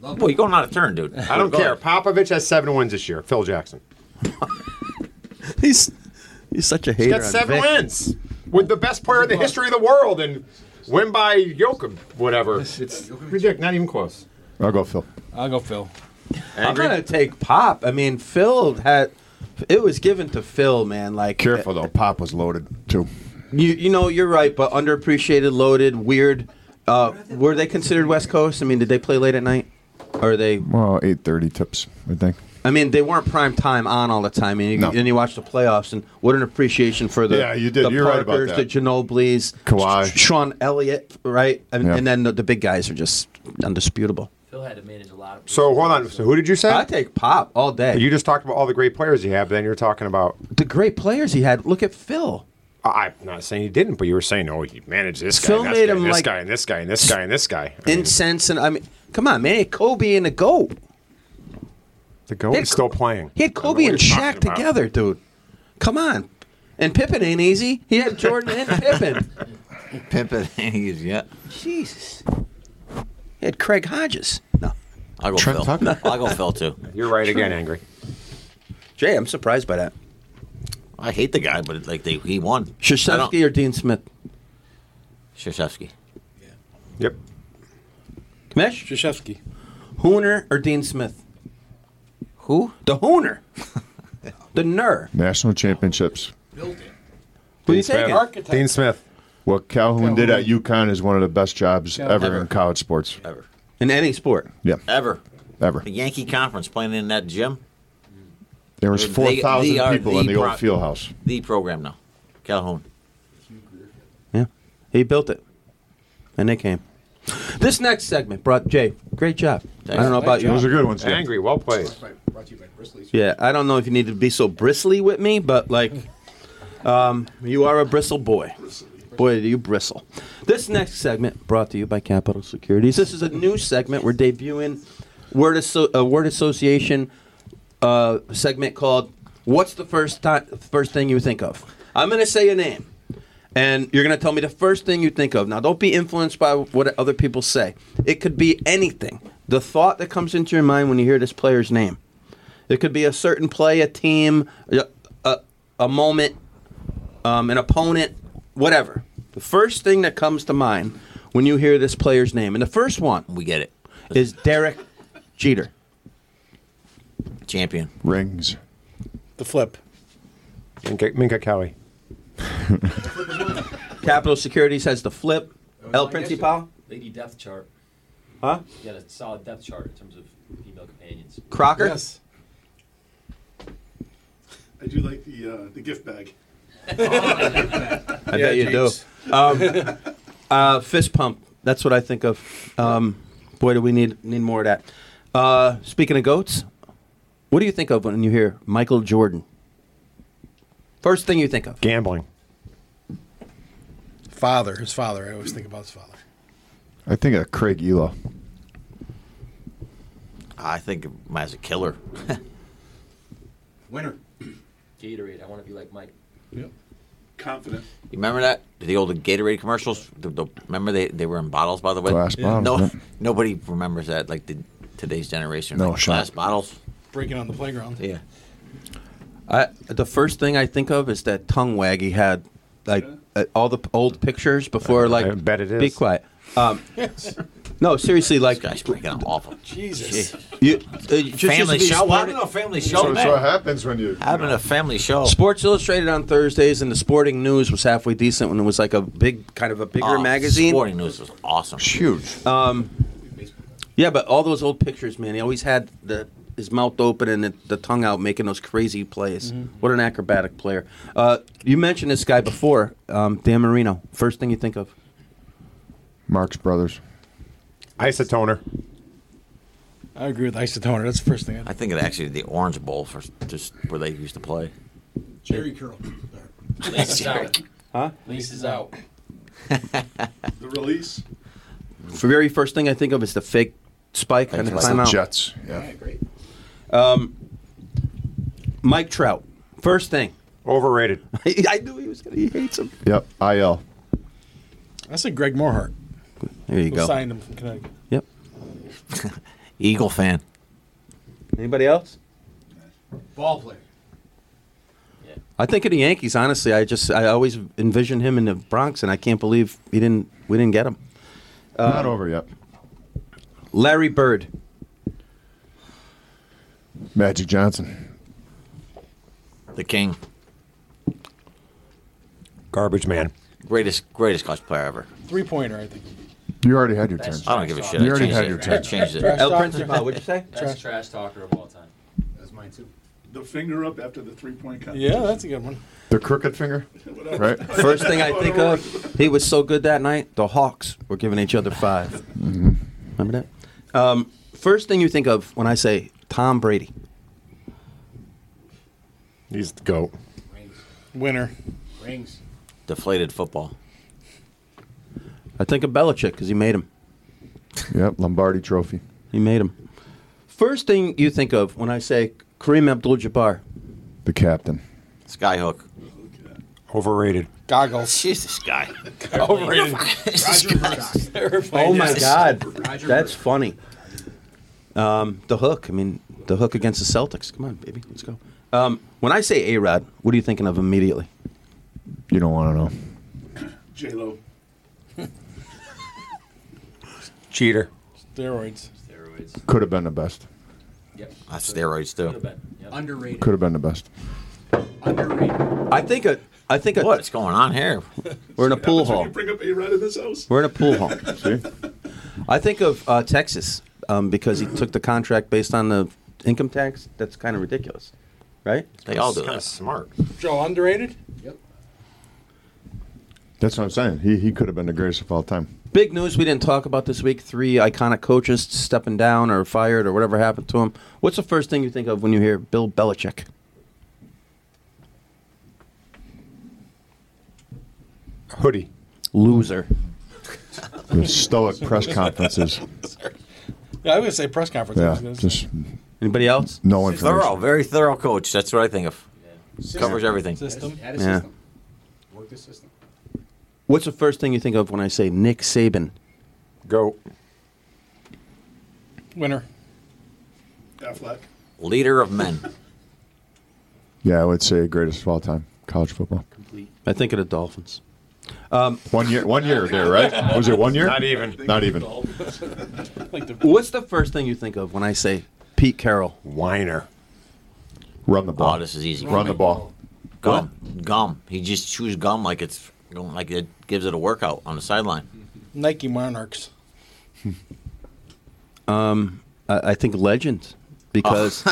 Speaker 7: Phil.
Speaker 4: Well, you're going out of turn, dude.
Speaker 3: I don't care. Popovich has seven wins this year. Phil Jackson.
Speaker 1: He's he's such a hater.
Speaker 3: He got
Speaker 1: on
Speaker 3: seven
Speaker 1: Vic.
Speaker 3: wins with the best player in the history of the world and win by Jokic, whatever. It's ridiculous. Not even close.
Speaker 2: I'll go Phil.
Speaker 5: I'll go Phil.
Speaker 1: I'm gonna take Pop. I mean, Phil had it was given to Phil, man. Like
Speaker 2: Careful, though. Pop was loaded, too.
Speaker 1: You you know you're right, but underappreciated, loaded, weird. Uh, were they considered West Coast? I mean, did they play late at night? Or they?
Speaker 2: Well, 8.30 tips, I think.
Speaker 1: I mean, they weren't prime time on all the time. And you,
Speaker 2: No.
Speaker 1: then you watch the playoffs, and what an appreciation for the
Speaker 2: Yeah, you did.
Speaker 1: the
Speaker 2: You're right about
Speaker 1: Parkers,
Speaker 2: that.
Speaker 1: the Ginoblies,
Speaker 2: Kawhi.
Speaker 1: Sh- Sean Elliott, right? And,
Speaker 2: Yeah.
Speaker 1: and then the, the big guys are just undisputable.
Speaker 7: Phil had to manage a lot of.
Speaker 3: So hold on. So who did you
Speaker 1: I
Speaker 3: say?
Speaker 1: take Pop all day.
Speaker 3: You just talked about all the great players you have. Then you're talking about.
Speaker 1: the great players he had. Look at Phil.
Speaker 3: I- I'm not saying he didn't, but you were saying, oh, he managed this guy,
Speaker 1: Phil
Speaker 3: and that
Speaker 1: made
Speaker 3: guy,
Speaker 1: him
Speaker 3: and this
Speaker 1: like-
Speaker 3: guy, and this guy, and this guy, and this guy. I mean,
Speaker 1: Incense and I mean, come on, man. He had Kobe and the goat.
Speaker 3: the goat is still playing.
Speaker 1: He had
Speaker 3: I don't know
Speaker 1: Kobe
Speaker 3: what
Speaker 1: and
Speaker 3: you're talking
Speaker 1: Shaq
Speaker 3: about.
Speaker 1: together, dude. Come on. And Pippen ain't easy. He had Jordan and Pippen.
Speaker 4: Pimp it. He's- yeah.
Speaker 1: Jesus. He had Craig Hodges. No.
Speaker 4: I'll go
Speaker 2: Trent
Speaker 4: Phil.
Speaker 2: Tucker.
Speaker 4: I'll go Phil too.
Speaker 3: You're right again, angry.
Speaker 1: Jay, I'm surprised by that.
Speaker 4: I hate the guy, but like they, he won. I don't-
Speaker 1: Shashevsky or Dean Smith?
Speaker 4: Krzyzewski.
Speaker 3: Yep.
Speaker 1: Mesh,
Speaker 5: Krzyzewski.
Speaker 1: Hooner, or Dean Smith?
Speaker 4: Who?
Speaker 1: The Hooner. the Ner.
Speaker 2: National championships.
Speaker 1: Who you
Speaker 3: Dean Smith.
Speaker 1: taking?
Speaker 3: Dean Smith.
Speaker 2: What Calhoun did at UConn is one of the best jobs ever,
Speaker 4: Ever.
Speaker 2: in college sports.
Speaker 4: Ever.
Speaker 1: In any sport.
Speaker 2: Yeah,
Speaker 4: Ever.
Speaker 2: ever.
Speaker 4: The Yankee Conference playing in that gym.
Speaker 2: There was
Speaker 4: They-
Speaker 2: four thousand
Speaker 4: they are
Speaker 2: people
Speaker 4: the
Speaker 2: in the
Speaker 4: pro-
Speaker 2: old field house.
Speaker 4: The program now. Calhoun.
Speaker 1: Yeah. He built it. And they came. This next segment brought Jay. Great job. I don't know about you.
Speaker 2: Those are good ones. Dan.
Speaker 3: Angry. Well played.
Speaker 7: Brought to you by Bristol's.
Speaker 1: Yeah, I don't know if you need to be so bristly with me, but like, um, you are a bristle boy. Boy, do you bristle. This next segment brought to you by Capital Securities. This is a new segment. We're debuting word asso- a word association uh, segment called "What's the first ti- first thing you think of?" I'm gonna say a name, and you're gonna tell me the first thing you think of. Now, don't be influenced by what other people say. It could be anything. The thought that comes into your mind when you hear this player's name. It could be a certain play, a team, a, a, a moment, um, an opponent, whatever. The first thing that comes to mind when you hear this player's name, and the first one
Speaker 4: We get it.
Speaker 1: is Derek Jeter.
Speaker 4: Champion.
Speaker 2: Rings.
Speaker 5: The flip.
Speaker 3: Minka, Minka Kelly.
Speaker 1: Capital Securities has the flip.
Speaker 8: Oh,
Speaker 1: El
Speaker 7: I guess
Speaker 1: Principal,
Speaker 7: Lady depth chart.
Speaker 1: huh?
Speaker 7: You got a solid depth chart in terms of female companions.
Speaker 1: Crocker.
Speaker 5: Yes.
Speaker 8: I do like the uh, the gift bag.
Speaker 1: I bet you do. Um, uh, fist pump. That's what I think of. Um, boy, do we need need more of that. Uh, speaking of goats, what do you think of when you hear Michael Jordan? First thing you think of.
Speaker 3: Gambling.
Speaker 5: Father. His father. I always think about his father.
Speaker 2: I think of Craig Elo.
Speaker 4: I think of him as a killer.
Speaker 6: Winner.
Speaker 7: Gatorade. I want to be like Mike.
Speaker 5: Yep.
Speaker 8: Confident.
Speaker 4: You remember that? The old Gatorade commercials? The, the, remember they, they were in bottles, by the way?
Speaker 2: Glass bottles,
Speaker 4: No,
Speaker 2: yeah.
Speaker 4: nobody remembers that, like the, today's generation.
Speaker 2: No
Speaker 4: like,
Speaker 2: shot.
Speaker 4: Glass bottles.
Speaker 5: Breaking on the playground.
Speaker 4: Yeah.
Speaker 1: I, the first thing I think of is that tongue wag he had, like uh, all the p- old pictures before. Like,
Speaker 3: I bet it is.
Speaker 1: Be quiet. Um, no, seriously, like
Speaker 4: This guy's freaking out awful.
Speaker 5: Jesus.
Speaker 1: you, uh, just used to
Speaker 4: family
Speaker 1: be
Speaker 4: show.
Speaker 1: Sport-
Speaker 4: Having a family
Speaker 2: So
Speaker 4: show.
Speaker 2: that's what happens when you.
Speaker 4: Having a family show.
Speaker 1: Sports Illustrated on Thursdays, and the Sporting News was halfway decent when it was like a big, kind of a bigger
Speaker 4: Oh,
Speaker 1: magazine.
Speaker 4: Sporting News was awesome.
Speaker 2: huge.
Speaker 1: Yeah, but all those old pictures, man. He always had the his mouth open and the, the tongue out, making those crazy plays. What an acrobatic player! Uh, you mentioned this guy before, um, Dan Marino. First thing you think of?
Speaker 2: Marx Brothers.
Speaker 3: Isotoner.
Speaker 5: I agree with Isotoner. That's the first thing.
Speaker 4: I think it actually the Orange Bowl for just where they used to play.
Speaker 8: Jerry curl.
Speaker 7: Lace is out.
Speaker 1: Huh?
Speaker 7: Lace is out.
Speaker 8: The release.
Speaker 1: The very first thing I think of is the fake spike and the
Speaker 4: Like the
Speaker 1: timeout.
Speaker 2: Jets. Yeah.
Speaker 7: great.
Speaker 1: Mike Trout. First thing.
Speaker 3: Overrated.
Speaker 1: I knew he was gonna. He hates him.
Speaker 2: Yep. IL.
Speaker 5: I said Greg Morehart.
Speaker 1: There you
Speaker 5: Who
Speaker 1: go.
Speaker 5: signed him from Connecticut.
Speaker 1: Yep.
Speaker 4: Eagle fan.
Speaker 1: Anybody else?
Speaker 8: Ball player.
Speaker 1: I think of the Yankees. Honestly, I just I always envisioned him in the Bronx, and I can't believe he didn't. We didn't get him.
Speaker 4: Uh,
Speaker 2: Not over yet.
Speaker 1: Larry Bird.
Speaker 2: Magic Johnson.
Speaker 4: The King.
Speaker 3: Garbage man.
Speaker 4: Greatest greatest college player ever.
Speaker 5: Three pointer, I think.
Speaker 2: You already had your turn.
Speaker 4: I don't give a shit.
Speaker 2: You
Speaker 4: I
Speaker 2: already
Speaker 4: changed
Speaker 2: had
Speaker 4: it.
Speaker 2: your
Speaker 4: I
Speaker 2: turn.
Speaker 4: changed it.
Speaker 5: Trash
Speaker 1: El
Speaker 5: talker.
Speaker 1: Principal. What'd you say?
Speaker 7: Best trash talker of all time.
Speaker 8: That's mine too. The finger up after the three point contest.
Speaker 5: Yeah, that's a good one.
Speaker 2: The crooked finger. Right.
Speaker 1: First thing I think of. He was so good that night. The Hawks were giving each other 5 Remember that? Um, first thing you think of when I say Tom Brady.
Speaker 3: He's the goat.
Speaker 7: Rings.
Speaker 5: Winner.
Speaker 7: Rings.
Speaker 4: Deflated football.
Speaker 1: I think of Belichick because he made him.
Speaker 2: Yep. Lombardi Trophy.
Speaker 1: He made him. First thing you think of when I say Kareem Abdul-Jabbar.
Speaker 2: The captain.
Speaker 4: Skyhook.
Speaker 3: Overrated.
Speaker 5: Goggles.
Speaker 4: Jeez, this guy.
Speaker 5: Overrated.
Speaker 8: Roger Murdoch.
Speaker 1: Oh my God,
Speaker 8: Roger
Speaker 1: that's
Speaker 8: Bird.
Speaker 1: funny. Um, the hook. I mean, the hook against the Celtics. Come on, baby, let's go. Um, when I say A Rod, what are you thinking of immediately?
Speaker 2: You don't want to know.
Speaker 8: J Lo.
Speaker 3: Cheater.
Speaker 5: Steroids.
Speaker 7: Steroids.
Speaker 2: Could have been the best.
Speaker 7: Yep.
Speaker 4: That's steroids
Speaker 7: Could've
Speaker 4: too.
Speaker 7: been. Yep.
Speaker 6: Underrated.
Speaker 2: Could have been the best.
Speaker 6: Underrated.
Speaker 1: I think a. I think a,
Speaker 4: What's going on here?
Speaker 1: we're in a pool
Speaker 8: When
Speaker 1: hall.
Speaker 8: you bring up A-Rod in this house.
Speaker 1: We're in a pool hall.
Speaker 2: See?
Speaker 1: I think of uh, Texas um, because he took the contract based on the income tax. That's kind of ridiculous, right?
Speaker 4: They all do
Speaker 3: Kind of
Speaker 4: that.
Speaker 3: smart.
Speaker 5: Joe, underrated?
Speaker 7: Yep.
Speaker 2: That's what I'm saying. He, he could have been the greatest of all time.
Speaker 1: Big news we didn't talk about this week: three iconic coaches stepping down or fired or whatever happened to them. What's the first thing you think of when you hear Bill Belichick?
Speaker 3: Hoodie.
Speaker 1: Loser.
Speaker 2: The stoic press conferences.
Speaker 5: Yeah, I was going to say press conference. I
Speaker 2: Yeah,
Speaker 5: was gonna say.
Speaker 2: just
Speaker 1: Anybody else?
Speaker 2: no information.
Speaker 4: Thorough, very thorough coach. That's what I think of. Covers everything.
Speaker 5: System.
Speaker 7: Add a
Speaker 1: Yeah.
Speaker 7: system. Work the system.
Speaker 1: What's the first thing you think of when I say Nick Saban?
Speaker 3: Go.
Speaker 5: Winner.
Speaker 8: Affleck.
Speaker 4: Leader of men.
Speaker 2: Yeah, I would say greatest of all time. College football.
Speaker 1: I think of the Dolphins.
Speaker 2: One year, one year there, right? Was it one year?
Speaker 3: Not even.
Speaker 2: Not even.
Speaker 5: Like the
Speaker 1: What's the first thing you think of when I say Pete Carroll?
Speaker 3: Whiner.
Speaker 2: Run the
Speaker 4: Oh,
Speaker 2: ball.
Speaker 4: this is easy.
Speaker 2: Run the ball.
Speaker 4: Gum. Gum. He just chews gum like it's like it gives it a workout on the sideline.
Speaker 5: Nike Monarchs.
Speaker 1: I, I think legend because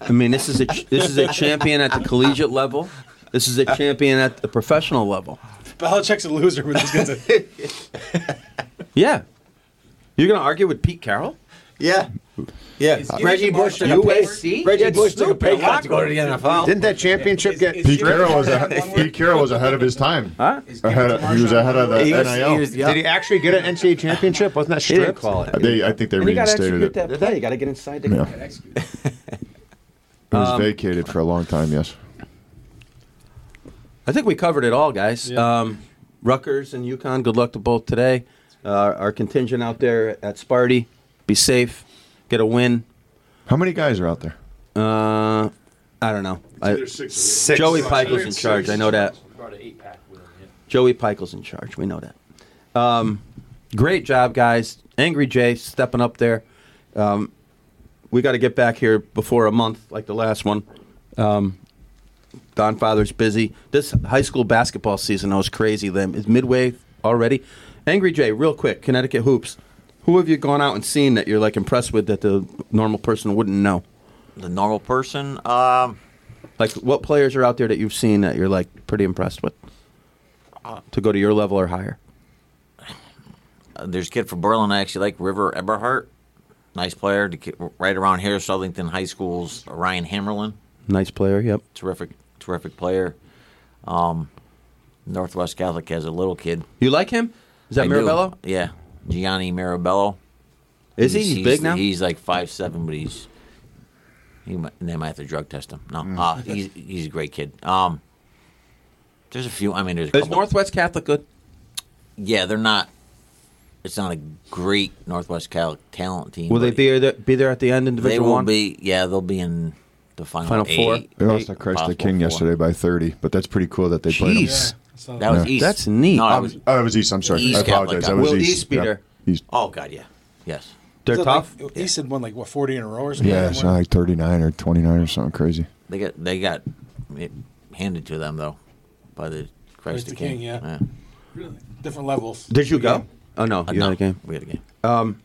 Speaker 1: I mean this is a ch- this is a champion at the collegiate level. This is a champion at the professional level.
Speaker 5: Belichick's a loser, but he's going to.
Speaker 1: Yeah, you're gonna argue with Pete Carroll?
Speaker 4: Yeah. Yeah. Reggie Bush took a pay, Reggie Bush took a pay cut to go to the NFL.
Speaker 9: Didn't that championship get?
Speaker 2: Pete Carroll was ahead, Pete Carroll was ahead of his time.
Speaker 1: Huh?
Speaker 2: Ahead of, he was ahead of the
Speaker 9: He was-
Speaker 2: NIL.
Speaker 9: he was- Did he actually get an NCAA championship? Wasn't that
Speaker 1: He didn't
Speaker 9: strict?
Speaker 1: call it.
Speaker 2: They, I think they
Speaker 1: You gotta execute
Speaker 2: reinstated
Speaker 1: that
Speaker 2: it.
Speaker 1: play. You gotta get inside the.
Speaker 2: Yeah.
Speaker 7: Execute.
Speaker 2: It was vacated for a long time. Yes.
Speaker 1: I think we covered it all, guys. Um, Rutgers and UConn. Good luck to both today. Uh, our contingent out there at Sparty. Be safe. Get a win.
Speaker 2: How many guys are out there?
Speaker 1: Uh, I don't know. I,
Speaker 8: There's six of you.
Speaker 1: Joey
Speaker 8: Six.
Speaker 1: Pykle's in charge. I know that.
Speaker 7: Brought an eight pack with him. Yeah.
Speaker 1: Joey Peichel's in charge. We know that. Um, great job, guys. Angry Jay stepping up there. Um, we got to get back here before a month, like the last one. Um, Don Father's busy. This high school basketball season, I was crazy. Them is midway already. Angry Jay, real quick, Connecticut hoops. Who have you gone out and seen that you're like impressed with that the normal person wouldn't know?
Speaker 4: The normal person. Um,
Speaker 1: Like, what players are out there that you've seen that you're like pretty impressed with to go to your level or higher?
Speaker 4: there's a kid from Berlin I actually like, River Eberhardt. Nice player. The kid right around here, Southington High School's Ryan Hammerlin.
Speaker 1: Nice player. Yep.
Speaker 4: Terrific, terrific player. Um, Northwest Catholic has a little kid.
Speaker 1: You like him? Is that
Speaker 4: I do.
Speaker 1: Mirabello?
Speaker 4: Yeah, Gianni Mirabello.
Speaker 1: Is he? He's, big now.
Speaker 4: He's like five seven, but he's he might, they might have to drug test him. No,
Speaker 1: Mm.
Speaker 4: uh, he's he's a great kid. Um, there's a few. I mean, there's a
Speaker 1: Is
Speaker 4: couple.
Speaker 1: Northwest Catholic good?
Speaker 4: Yeah, they're not. It's not a great Northwest Cal talent team.
Speaker 1: Will they
Speaker 4: but
Speaker 1: be there, be there at the end in
Speaker 4: They
Speaker 1: Division
Speaker 4: will
Speaker 1: One?
Speaker 4: be. Yeah, they'll be in the final,
Speaker 1: Final four?
Speaker 4: eight.
Speaker 2: They lost to Christ the
Speaker 4: possible
Speaker 2: King
Speaker 4: four.
Speaker 2: yesterday by 30, but that's pretty cool that they played him.
Speaker 1: Jeez.
Speaker 5: So-
Speaker 4: That was
Speaker 2: Yeah.
Speaker 4: East.
Speaker 1: That's neat.
Speaker 4: No, that
Speaker 1: Um,
Speaker 4: was,
Speaker 2: Oh, it was East. I'm sorry.
Speaker 4: East
Speaker 2: I
Speaker 4: Catholic.
Speaker 2: apologize. That was
Speaker 1: Will
Speaker 2: East.
Speaker 1: East beat
Speaker 2: Yep.
Speaker 1: her?
Speaker 2: East.
Speaker 4: oh God, yeah, yes.
Speaker 1: They're
Speaker 5: so,
Speaker 1: tough.
Speaker 5: Like, East had won like what forty in a row or something.
Speaker 2: Yeah, it's not like 39 or 29 or something crazy.
Speaker 4: They got they got it handed to them though by the Christ the,
Speaker 5: the
Speaker 4: King.
Speaker 5: King, yeah. different levels.
Speaker 1: Did you go? Oh no,
Speaker 4: Uh,
Speaker 1: you
Speaker 4: no,
Speaker 1: had a game.
Speaker 4: We had a game.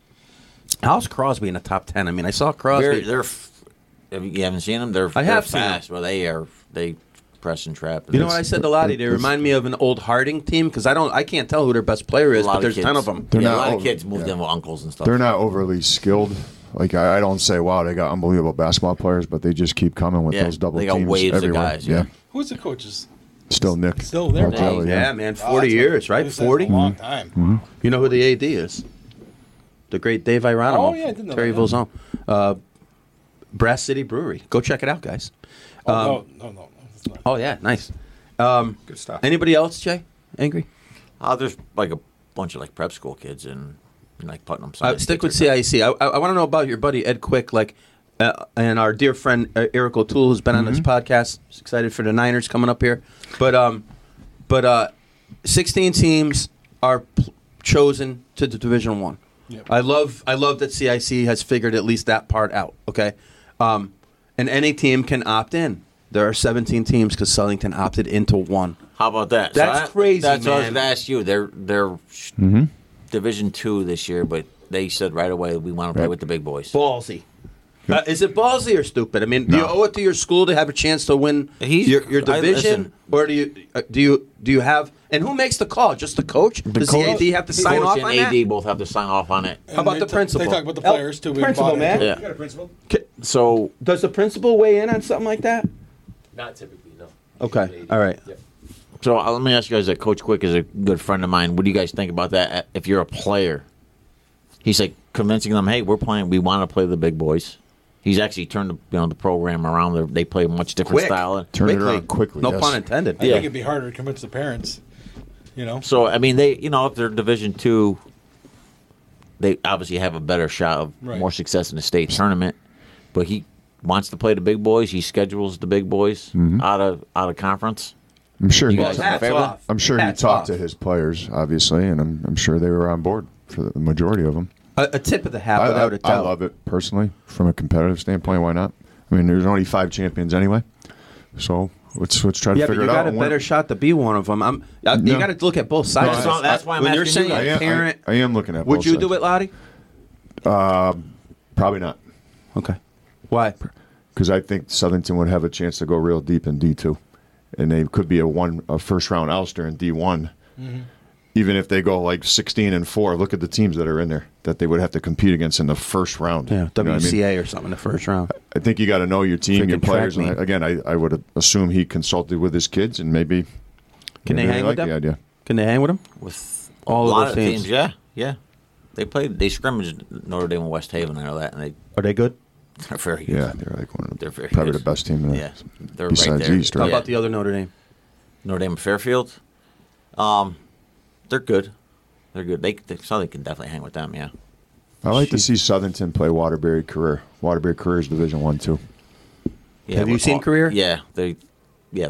Speaker 1: How's Crosby in the top ten? I mean, I saw
Speaker 4: They're,
Speaker 1: Crosby.
Speaker 4: they're f- have you you haven't seen them? They're,
Speaker 1: I
Speaker 4: they're
Speaker 1: have seen
Speaker 4: fast. Well, they are. They press and trap.
Speaker 1: you know what I said to Lottie? They
Speaker 2: it's-
Speaker 1: remind me of an old Harding team because I don't, I can't tell who their best player is, but there's ten of them.
Speaker 2: They're
Speaker 4: yeah, a
Speaker 2: not
Speaker 4: lot
Speaker 2: all-
Speaker 4: of kids moved
Speaker 2: yeah.
Speaker 4: in with uncles and stuff.
Speaker 2: They're not overly skilled. Like, I, I don't say, wow, they got unbelievable basketball players, but they just keep coming with
Speaker 4: Yeah,
Speaker 2: those double
Speaker 4: they got
Speaker 2: teams
Speaker 4: waves of
Speaker 2: everywhere.
Speaker 4: guys,
Speaker 2: yeah.
Speaker 4: yeah.
Speaker 5: Who's the coaches?
Speaker 2: Still Nick.
Speaker 5: Still there,
Speaker 2: Martello,
Speaker 4: Dave.
Speaker 1: Yeah,
Speaker 2: yeah.
Speaker 1: man,
Speaker 5: Oh,
Speaker 1: forty
Speaker 5: that's a-
Speaker 1: years, right?
Speaker 5: that's a
Speaker 1: Forty. Mm-hmm.
Speaker 5: long time.
Speaker 1: You know who the AD is? The great Dave Ironimo.
Speaker 5: Oh, yeah, I didn't know
Speaker 1: Terry
Speaker 5: that, yeah.
Speaker 1: Vilzon. Uh, Brass City Brewery. Go check it out, guys.
Speaker 5: Oh,
Speaker 1: Um,
Speaker 5: no, no, no, no. that's not-
Speaker 1: Oh yeah, nice. Um,
Speaker 3: Good stuff.
Speaker 1: Anybody else, Jay? Angry?
Speaker 4: Uh, there's like a bunch of like prep school kids and like Putnam.
Speaker 1: Uh,
Speaker 4: Science
Speaker 1: stick with
Speaker 4: kids or-
Speaker 1: CIC. I, I, want to know about your buddy Ed Quick, like, uh, and our dear friend uh, Eric O'Toole, who's been on this podcast. Excited for the Niners coming up here, but um, but uh, sixteen teams are pl- chosen to the Division One. I love I love that CIC has figured at least that part out. Okay, um, and any team can opt in. There are 17 teams because Sellington opted into one.
Speaker 4: How about that? So
Speaker 1: That's
Speaker 4: that-
Speaker 1: crazy,
Speaker 4: That's what I was
Speaker 1: man.
Speaker 4: gonna ask you. They're they're
Speaker 2: Mm-hmm.
Speaker 4: Division Two this year, but they said right away we want to play with the big boys.
Speaker 1: Ballsy. Uh, is it ballsy or stupid? I mean, do you
Speaker 2: No.
Speaker 1: owe it to your school to have a chance to win
Speaker 4: He's-
Speaker 1: your, your
Speaker 4: I-
Speaker 1: division,
Speaker 4: listen.
Speaker 1: or do you uh, do you do you have? And who makes the call? Just the coach? Does
Speaker 4: coach-
Speaker 1: the AD have to sign
Speaker 4: Coach
Speaker 1: off
Speaker 4: and
Speaker 1: on
Speaker 4: AD
Speaker 1: that?
Speaker 4: both have to sign off on it.
Speaker 1: How about
Speaker 5: they
Speaker 1: the
Speaker 5: ta-
Speaker 1: principal?
Speaker 5: They talk about the
Speaker 1: El-
Speaker 5: players too. We
Speaker 1: principal,
Speaker 5: bought
Speaker 1: man.
Speaker 5: into it.
Speaker 4: Yeah.
Speaker 7: got a principal?
Speaker 4: So
Speaker 1: Does the principal weigh in on something like that?
Speaker 7: Not typically, no.
Speaker 1: Okay, all right.
Speaker 7: Yep.
Speaker 4: so uh, let me ask you guys that Coach Quick is a good friend of mine. What do you guys think about that? uh, If you're a player, he's like convincing them, hey, we're playing. We want to play the big boys. He's actually turned the, you know the program around. They're- They play a much different
Speaker 1: Quick.
Speaker 4: style.
Speaker 2: Turn it around quickly.
Speaker 1: No
Speaker 2: yes.
Speaker 1: pun intended.
Speaker 5: I
Speaker 4: Yeah.
Speaker 5: think it'd be harder to convince the parents. You know,
Speaker 4: So I mean, they you know if they're Division two, they obviously have a better shot of
Speaker 5: Right.
Speaker 4: more success in the state tournament. But he wants to play the big boys. He schedules the big boys out of out of conference.
Speaker 2: I'm sure.
Speaker 4: You
Speaker 2: he-
Speaker 4: guys-
Speaker 1: Hats
Speaker 4: Favorite?
Speaker 1: off.
Speaker 2: I'm sure he
Speaker 1: Hats
Speaker 2: talked to
Speaker 1: off.
Speaker 2: his players, obviously, and I'm, I'm sure they were on board for the majority of them.
Speaker 1: A, a tip of the hat,
Speaker 2: I,
Speaker 1: without
Speaker 2: I,
Speaker 1: a doubt.
Speaker 2: I love it personally from a competitive standpoint. Why not? I mean, there's only five champions anyway, so let's let's try to
Speaker 1: Yeah, but
Speaker 2: figure
Speaker 1: you
Speaker 2: it out.
Speaker 1: got a
Speaker 2: and win.
Speaker 1: better shot to be one of them. I'm, I, You
Speaker 2: No.
Speaker 1: got to look at both sides.
Speaker 4: That's why- that's why I'm
Speaker 1: when you're
Speaker 4: asking
Speaker 1: saying
Speaker 2: I
Speaker 4: you.
Speaker 1: a
Speaker 2: am,
Speaker 1: parent,
Speaker 2: I, I am looking at.
Speaker 1: would
Speaker 2: both
Speaker 1: you
Speaker 2: sides.
Speaker 1: do it, Lottie?
Speaker 2: Probably not,
Speaker 1: Okay. Why?
Speaker 2: because I think Southington would have a chance to go real deep in D two, and they could be a one a first round ouster in D one. Even if they go like 16 and four, look at the teams that are in there that they would have to compete against in the first round.
Speaker 1: Yeah,
Speaker 2: You know what I mean?
Speaker 1: WCA or something in the first round.
Speaker 2: I think you got to know your team,
Speaker 1: Freaking
Speaker 2: your players.
Speaker 1: track
Speaker 2: And
Speaker 1: meet.
Speaker 2: I, again, I, I would assume he consulted with his kids and maybe.
Speaker 1: Can they
Speaker 2: maybe
Speaker 1: hang
Speaker 2: like
Speaker 1: with them?
Speaker 2: the idea?
Speaker 1: Can they hang with them?
Speaker 4: With
Speaker 1: All
Speaker 4: a
Speaker 1: of
Speaker 4: lot
Speaker 1: those
Speaker 4: of
Speaker 1: teams.
Speaker 4: teams. yeah, yeah. They played. They scrimmaged Notre Dame and West Haven and all that, and they
Speaker 1: Are they good?
Speaker 4: they're very good.
Speaker 2: Yeah, they're like one of
Speaker 4: They're
Speaker 2: the,
Speaker 4: very
Speaker 2: probably
Speaker 4: good.
Speaker 2: the best team. in the-
Speaker 4: Yeah, they're right
Speaker 2: Besides
Speaker 4: there.
Speaker 2: East, right?
Speaker 1: How
Speaker 4: Yeah.
Speaker 1: about the other Notre Dame?
Speaker 4: Notre Dame and Fairfield. Um, they're good. They're good. They, they Southern can definitely hang with them. Yeah.
Speaker 2: I like to see Southington play Waterbury Career. Waterbury Career is Division One too.
Speaker 4: yeah
Speaker 1: Have you
Speaker 4: we're
Speaker 1: seen Career?
Speaker 4: Yeah, they. Yeah,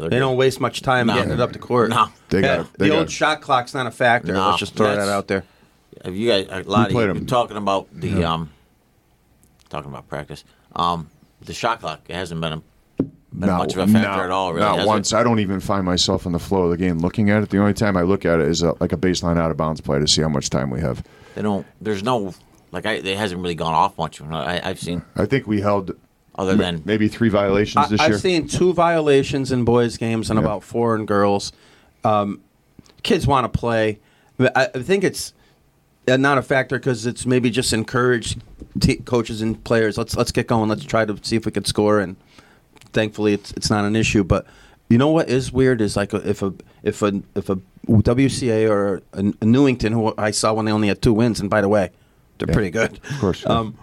Speaker 1: They
Speaker 4: they're good.
Speaker 1: don't waste much time
Speaker 4: No.
Speaker 1: getting it up to court.
Speaker 4: No.
Speaker 2: They
Speaker 1: Yeah,
Speaker 2: got it. They
Speaker 1: Eh, the
Speaker 2: got
Speaker 1: old
Speaker 2: it.
Speaker 1: shot clock's not a factor.
Speaker 4: No,
Speaker 1: Let's just throw that
Speaker 4: that's-
Speaker 1: out there.
Speaker 4: Have you guys uh, a lot
Speaker 2: played
Speaker 4: of you
Speaker 2: them.
Speaker 4: talking about the um talking about practice. Um the shot clock it hasn't been a been much of a factor at all, really.
Speaker 2: Not
Speaker 4: has it?
Speaker 2: once. I don't even find myself in the flow of the game looking at it. The only time I look at it is uh like a baseline out of bounds play to see how much time we have.
Speaker 4: They don't there's no like I it hasn't really gone off much. uh, I I've seen
Speaker 2: I think we held
Speaker 4: other
Speaker 2: ma-
Speaker 4: than
Speaker 2: maybe three violations this
Speaker 1: I,
Speaker 2: year.
Speaker 1: I've seen two violations in boys' games and
Speaker 2: Yeah.
Speaker 1: about four in girls. Um, kids want to play. But I, I think it's uh, not a factor because it's maybe just encouraged t- coaches and players. Let's let's get going. Let's try to see if we could score. And thankfully, it's it's not an issue. But you know what is weird is like if a if a if a WCA or a, a Newington, who I saw when they only had two wins, and by the way, they're pretty good.
Speaker 2: of course.
Speaker 1: Um,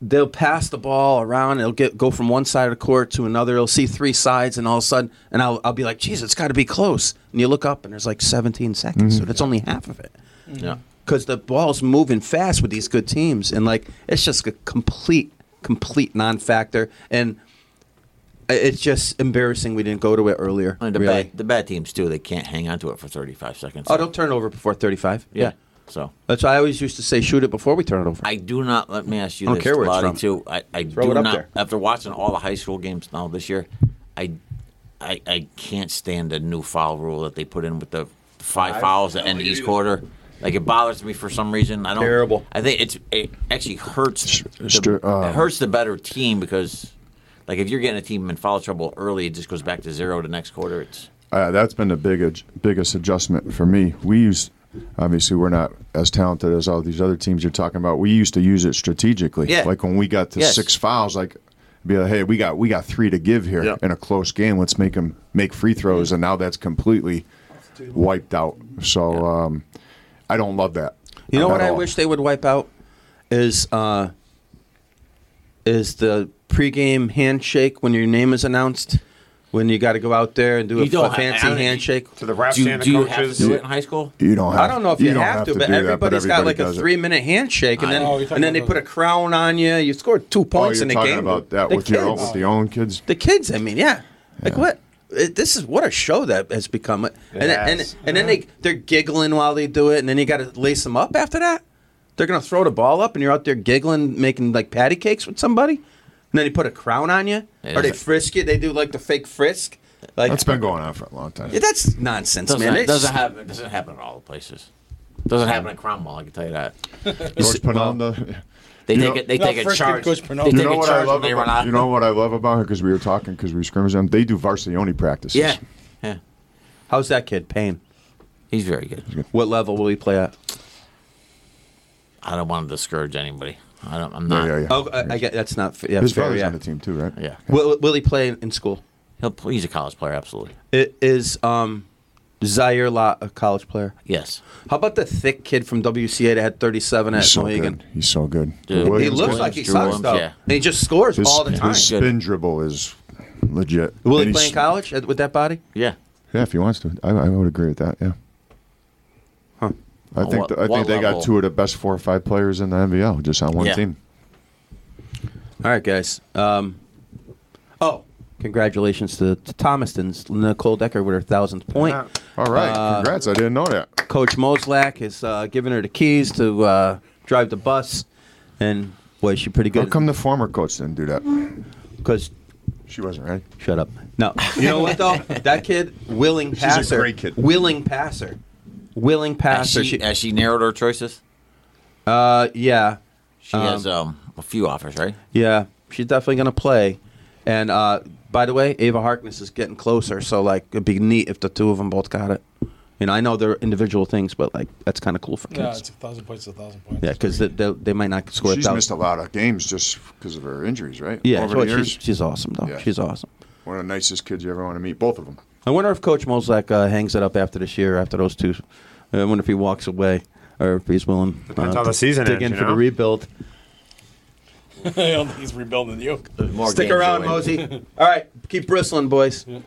Speaker 1: they'll pass the ball around. It'll get go from one side of the court to another. It'll see three sides, and all of a sudden, and I'll, I'll be like, "Geez, it's got to be close." And you look up, and there's like 17 seconds, so that's only half of it
Speaker 4: yeah.
Speaker 1: because the ball's moving fast with these good teams, and like it's just a complete, complete non-factor, and i- it's just embarrassing we didn't go to it earlier.
Speaker 4: I mean, the
Speaker 1: really.
Speaker 4: bad the bad teams too, they can't hang on to it for thirty five seconds.
Speaker 1: Oh, don't turn it over before 35. Yeah.
Speaker 4: So
Speaker 1: that's why I always used to say shoot it before we turn it over.
Speaker 4: I do not. Let me ask you
Speaker 1: I don't
Speaker 4: this,
Speaker 1: care where it's
Speaker 4: Lottie,
Speaker 1: from.
Speaker 4: too. I, I
Speaker 1: Throw
Speaker 4: do
Speaker 1: it up
Speaker 4: not.
Speaker 1: there.
Speaker 4: After watching all the high school games now this year, I, I, I can't stand the new foul rule that they put in with the five fouls at end of each quarter. Like it bothers me for some reason. I don't.
Speaker 1: Terrible.
Speaker 4: I think it's it actually hurts.
Speaker 2: str-
Speaker 4: The,
Speaker 2: uh,
Speaker 4: it hurts the better team because, like, if you're getting a team in foul trouble early, it just goes back to zero the next quarter. It's
Speaker 2: uh, that's been the big, biggest adjustment for me. We used, obviously, we're not as talented as all these other teams you're talking about. We used to use it strategically.
Speaker 4: Yeah.
Speaker 2: Like when we got to
Speaker 4: Yes.
Speaker 2: six fouls, like be like, hey, we got we got three to give here
Speaker 4: Yeah.
Speaker 2: in a close game. Let's make them make free throws, and now that's completely wiped out. So um, I don't love that.
Speaker 1: You know
Speaker 2: at
Speaker 1: what I
Speaker 2: all.
Speaker 1: wish they would wipe out is uh, is the pregame handshake when your name is announced. When you got to go out there and do a,
Speaker 4: You don't-
Speaker 1: f- fancy
Speaker 4: I- I-
Speaker 1: handshake.
Speaker 3: To the refs
Speaker 4: do, you-
Speaker 3: and the
Speaker 4: do you have to
Speaker 3: coaches.
Speaker 4: do it in high school?
Speaker 2: Uh, You don't. Have,
Speaker 1: I don't know if you,
Speaker 2: don't
Speaker 1: have, to, but
Speaker 2: do that,
Speaker 1: everybody's got
Speaker 2: everybody
Speaker 1: like a
Speaker 2: does it.
Speaker 1: three minute handshake, and
Speaker 4: I
Speaker 1: then
Speaker 5: know. Oh, you're
Speaker 1: and then
Speaker 5: talking
Speaker 1: they
Speaker 5: about
Speaker 1: put a
Speaker 5: that.
Speaker 1: crown on you. You scored two
Speaker 2: Oh,
Speaker 1: points
Speaker 2: you're
Speaker 1: in the
Speaker 2: talking
Speaker 1: game.
Speaker 2: about that
Speaker 1: the
Speaker 2: with
Speaker 1: kids,
Speaker 2: your own, with the own kids.
Speaker 1: the kids. I mean, yeah. Like what? it, this is what a show that has become. And then,
Speaker 3: Yes.
Speaker 1: and, and then they they're giggling while they do it, and then you got to lace them up after that. They're gonna throw the ball up, and you're out there giggling, making like patty cakes with somebody, and then they put a crown on you,
Speaker 4: Yeah.
Speaker 1: or they frisk you. They do like the fake frisk. Like
Speaker 2: That's been going on for a long time.
Speaker 1: Yeah, that's nonsense,
Speaker 4: Doesn't,
Speaker 1: man. It's-
Speaker 4: doesn't happen. Doesn't happen in all the places. Doesn't happen in Cromwell. I can tell you that.
Speaker 2: George Pananda.
Speaker 4: They
Speaker 2: You
Speaker 4: take
Speaker 2: know-
Speaker 4: it. They
Speaker 5: No,
Speaker 4: take a
Speaker 5: first
Speaker 4: charge.
Speaker 5: Coach
Speaker 4: they
Speaker 5: Pernell.
Speaker 4: take
Speaker 5: You
Speaker 2: You know
Speaker 4: a
Speaker 2: what I
Speaker 4: charge when
Speaker 2: love?
Speaker 4: they run out.
Speaker 2: About, you know what I love about her because we were talking because we scrimmaged them. They do varsity only practices.
Speaker 4: yeah, yeah.
Speaker 1: How's that kid? Payne.
Speaker 4: He's very good.
Speaker 1: What level will he play at?
Speaker 4: I don't want to discourage anybody. I don't. I'm
Speaker 2: Yeah,
Speaker 4: not.
Speaker 2: yeah, yeah.
Speaker 1: Oh, I, I get that's not fa- yeah,
Speaker 2: His
Speaker 1: fair.
Speaker 2: brother's
Speaker 1: Yeah.
Speaker 2: on the team too, right?
Speaker 4: Yeah.
Speaker 1: Will, will he play in, in school?
Speaker 4: He'll, he's a college player, absolutely.
Speaker 1: It is um, Zaire Lott, a college player.
Speaker 4: Yes.
Speaker 1: How about the thick kid from WCA that had 37 at
Speaker 2: He's so
Speaker 1: Mohegan?
Speaker 2: good. He's so good.
Speaker 4: Dude.
Speaker 2: The
Speaker 1: He
Speaker 2: Williams
Speaker 1: looks
Speaker 2: kid,
Speaker 1: like he
Speaker 4: Drew
Speaker 1: sucks
Speaker 4: Williams,
Speaker 1: though,
Speaker 4: yeah.
Speaker 1: and he just scores
Speaker 2: his,
Speaker 1: all the time.
Speaker 2: His spin dribble is legit.
Speaker 1: Will
Speaker 2: And
Speaker 1: he play
Speaker 2: he's-
Speaker 1: in college at- with that body?
Speaker 4: Yeah.
Speaker 2: Yeah, if he wants to, I, I would agree with that. Yeah.
Speaker 1: Huh.
Speaker 2: I think
Speaker 4: What-
Speaker 2: th- I
Speaker 4: what
Speaker 2: think they
Speaker 4: level?
Speaker 2: got two of the best four or five players in the NBL just on one
Speaker 4: Yeah.
Speaker 2: team.
Speaker 1: All right, guys. Um, oh, congratulations to, to Thomaston's Nicole Decker with her thousandth point.
Speaker 2: All right,
Speaker 1: Uh,
Speaker 2: congrats! I didn't know that.
Speaker 1: Coach Moslak is uh, giving her the keys to uh, drive the bus, and boy, she pretty
Speaker 2: How
Speaker 1: good.
Speaker 2: come the former coach didn't do that?
Speaker 1: Because
Speaker 2: She wasn't ready.
Speaker 1: Shut up. No, you know what though? That kid, willing
Speaker 2: a
Speaker 1: passer,
Speaker 2: great kid.
Speaker 1: willing passer, willing
Speaker 4: As
Speaker 1: passer.
Speaker 4: she,
Speaker 1: Ah, She,
Speaker 4: as she narrowed her choices,
Speaker 1: uh, yeah,
Speaker 4: she has um, a few offers, right?
Speaker 1: yeah. She's definitely gonna play. And uh, by the way, Ava Harkness is getting closer, so like it'd be neat if the two of them both got it. You know, I know they're individual things, but like that's kind of cool for
Speaker 5: Yeah,
Speaker 1: kids.
Speaker 5: it's a thousand points. to A thousand points.
Speaker 1: Yeah, because they, they, they might not score. a
Speaker 2: She's
Speaker 1: thousand.
Speaker 2: missed a lot of games just because of her injuries, right?
Speaker 1: Yeah,
Speaker 2: over
Speaker 1: well,
Speaker 2: the
Speaker 1: she's,
Speaker 2: years.
Speaker 1: she's awesome though.
Speaker 2: Yeah.
Speaker 1: She's awesome.
Speaker 2: One of the nicest kids you ever want to meet. Both of them.
Speaker 1: I wonder if Coach Moslak uh, hangs it up after this year, after those two. I wonder if he walks away or if he's willing
Speaker 3: Depends
Speaker 1: uh,
Speaker 3: how the season
Speaker 1: dig
Speaker 3: ends,
Speaker 1: in
Speaker 3: you
Speaker 1: for the
Speaker 3: know?
Speaker 1: rebuild.
Speaker 5: I don't think he's rebuilding the yoke.
Speaker 4: More
Speaker 1: Stick
Speaker 4: games
Speaker 1: around,
Speaker 4: away.
Speaker 1: Mosey. All right, keep bristling, boys.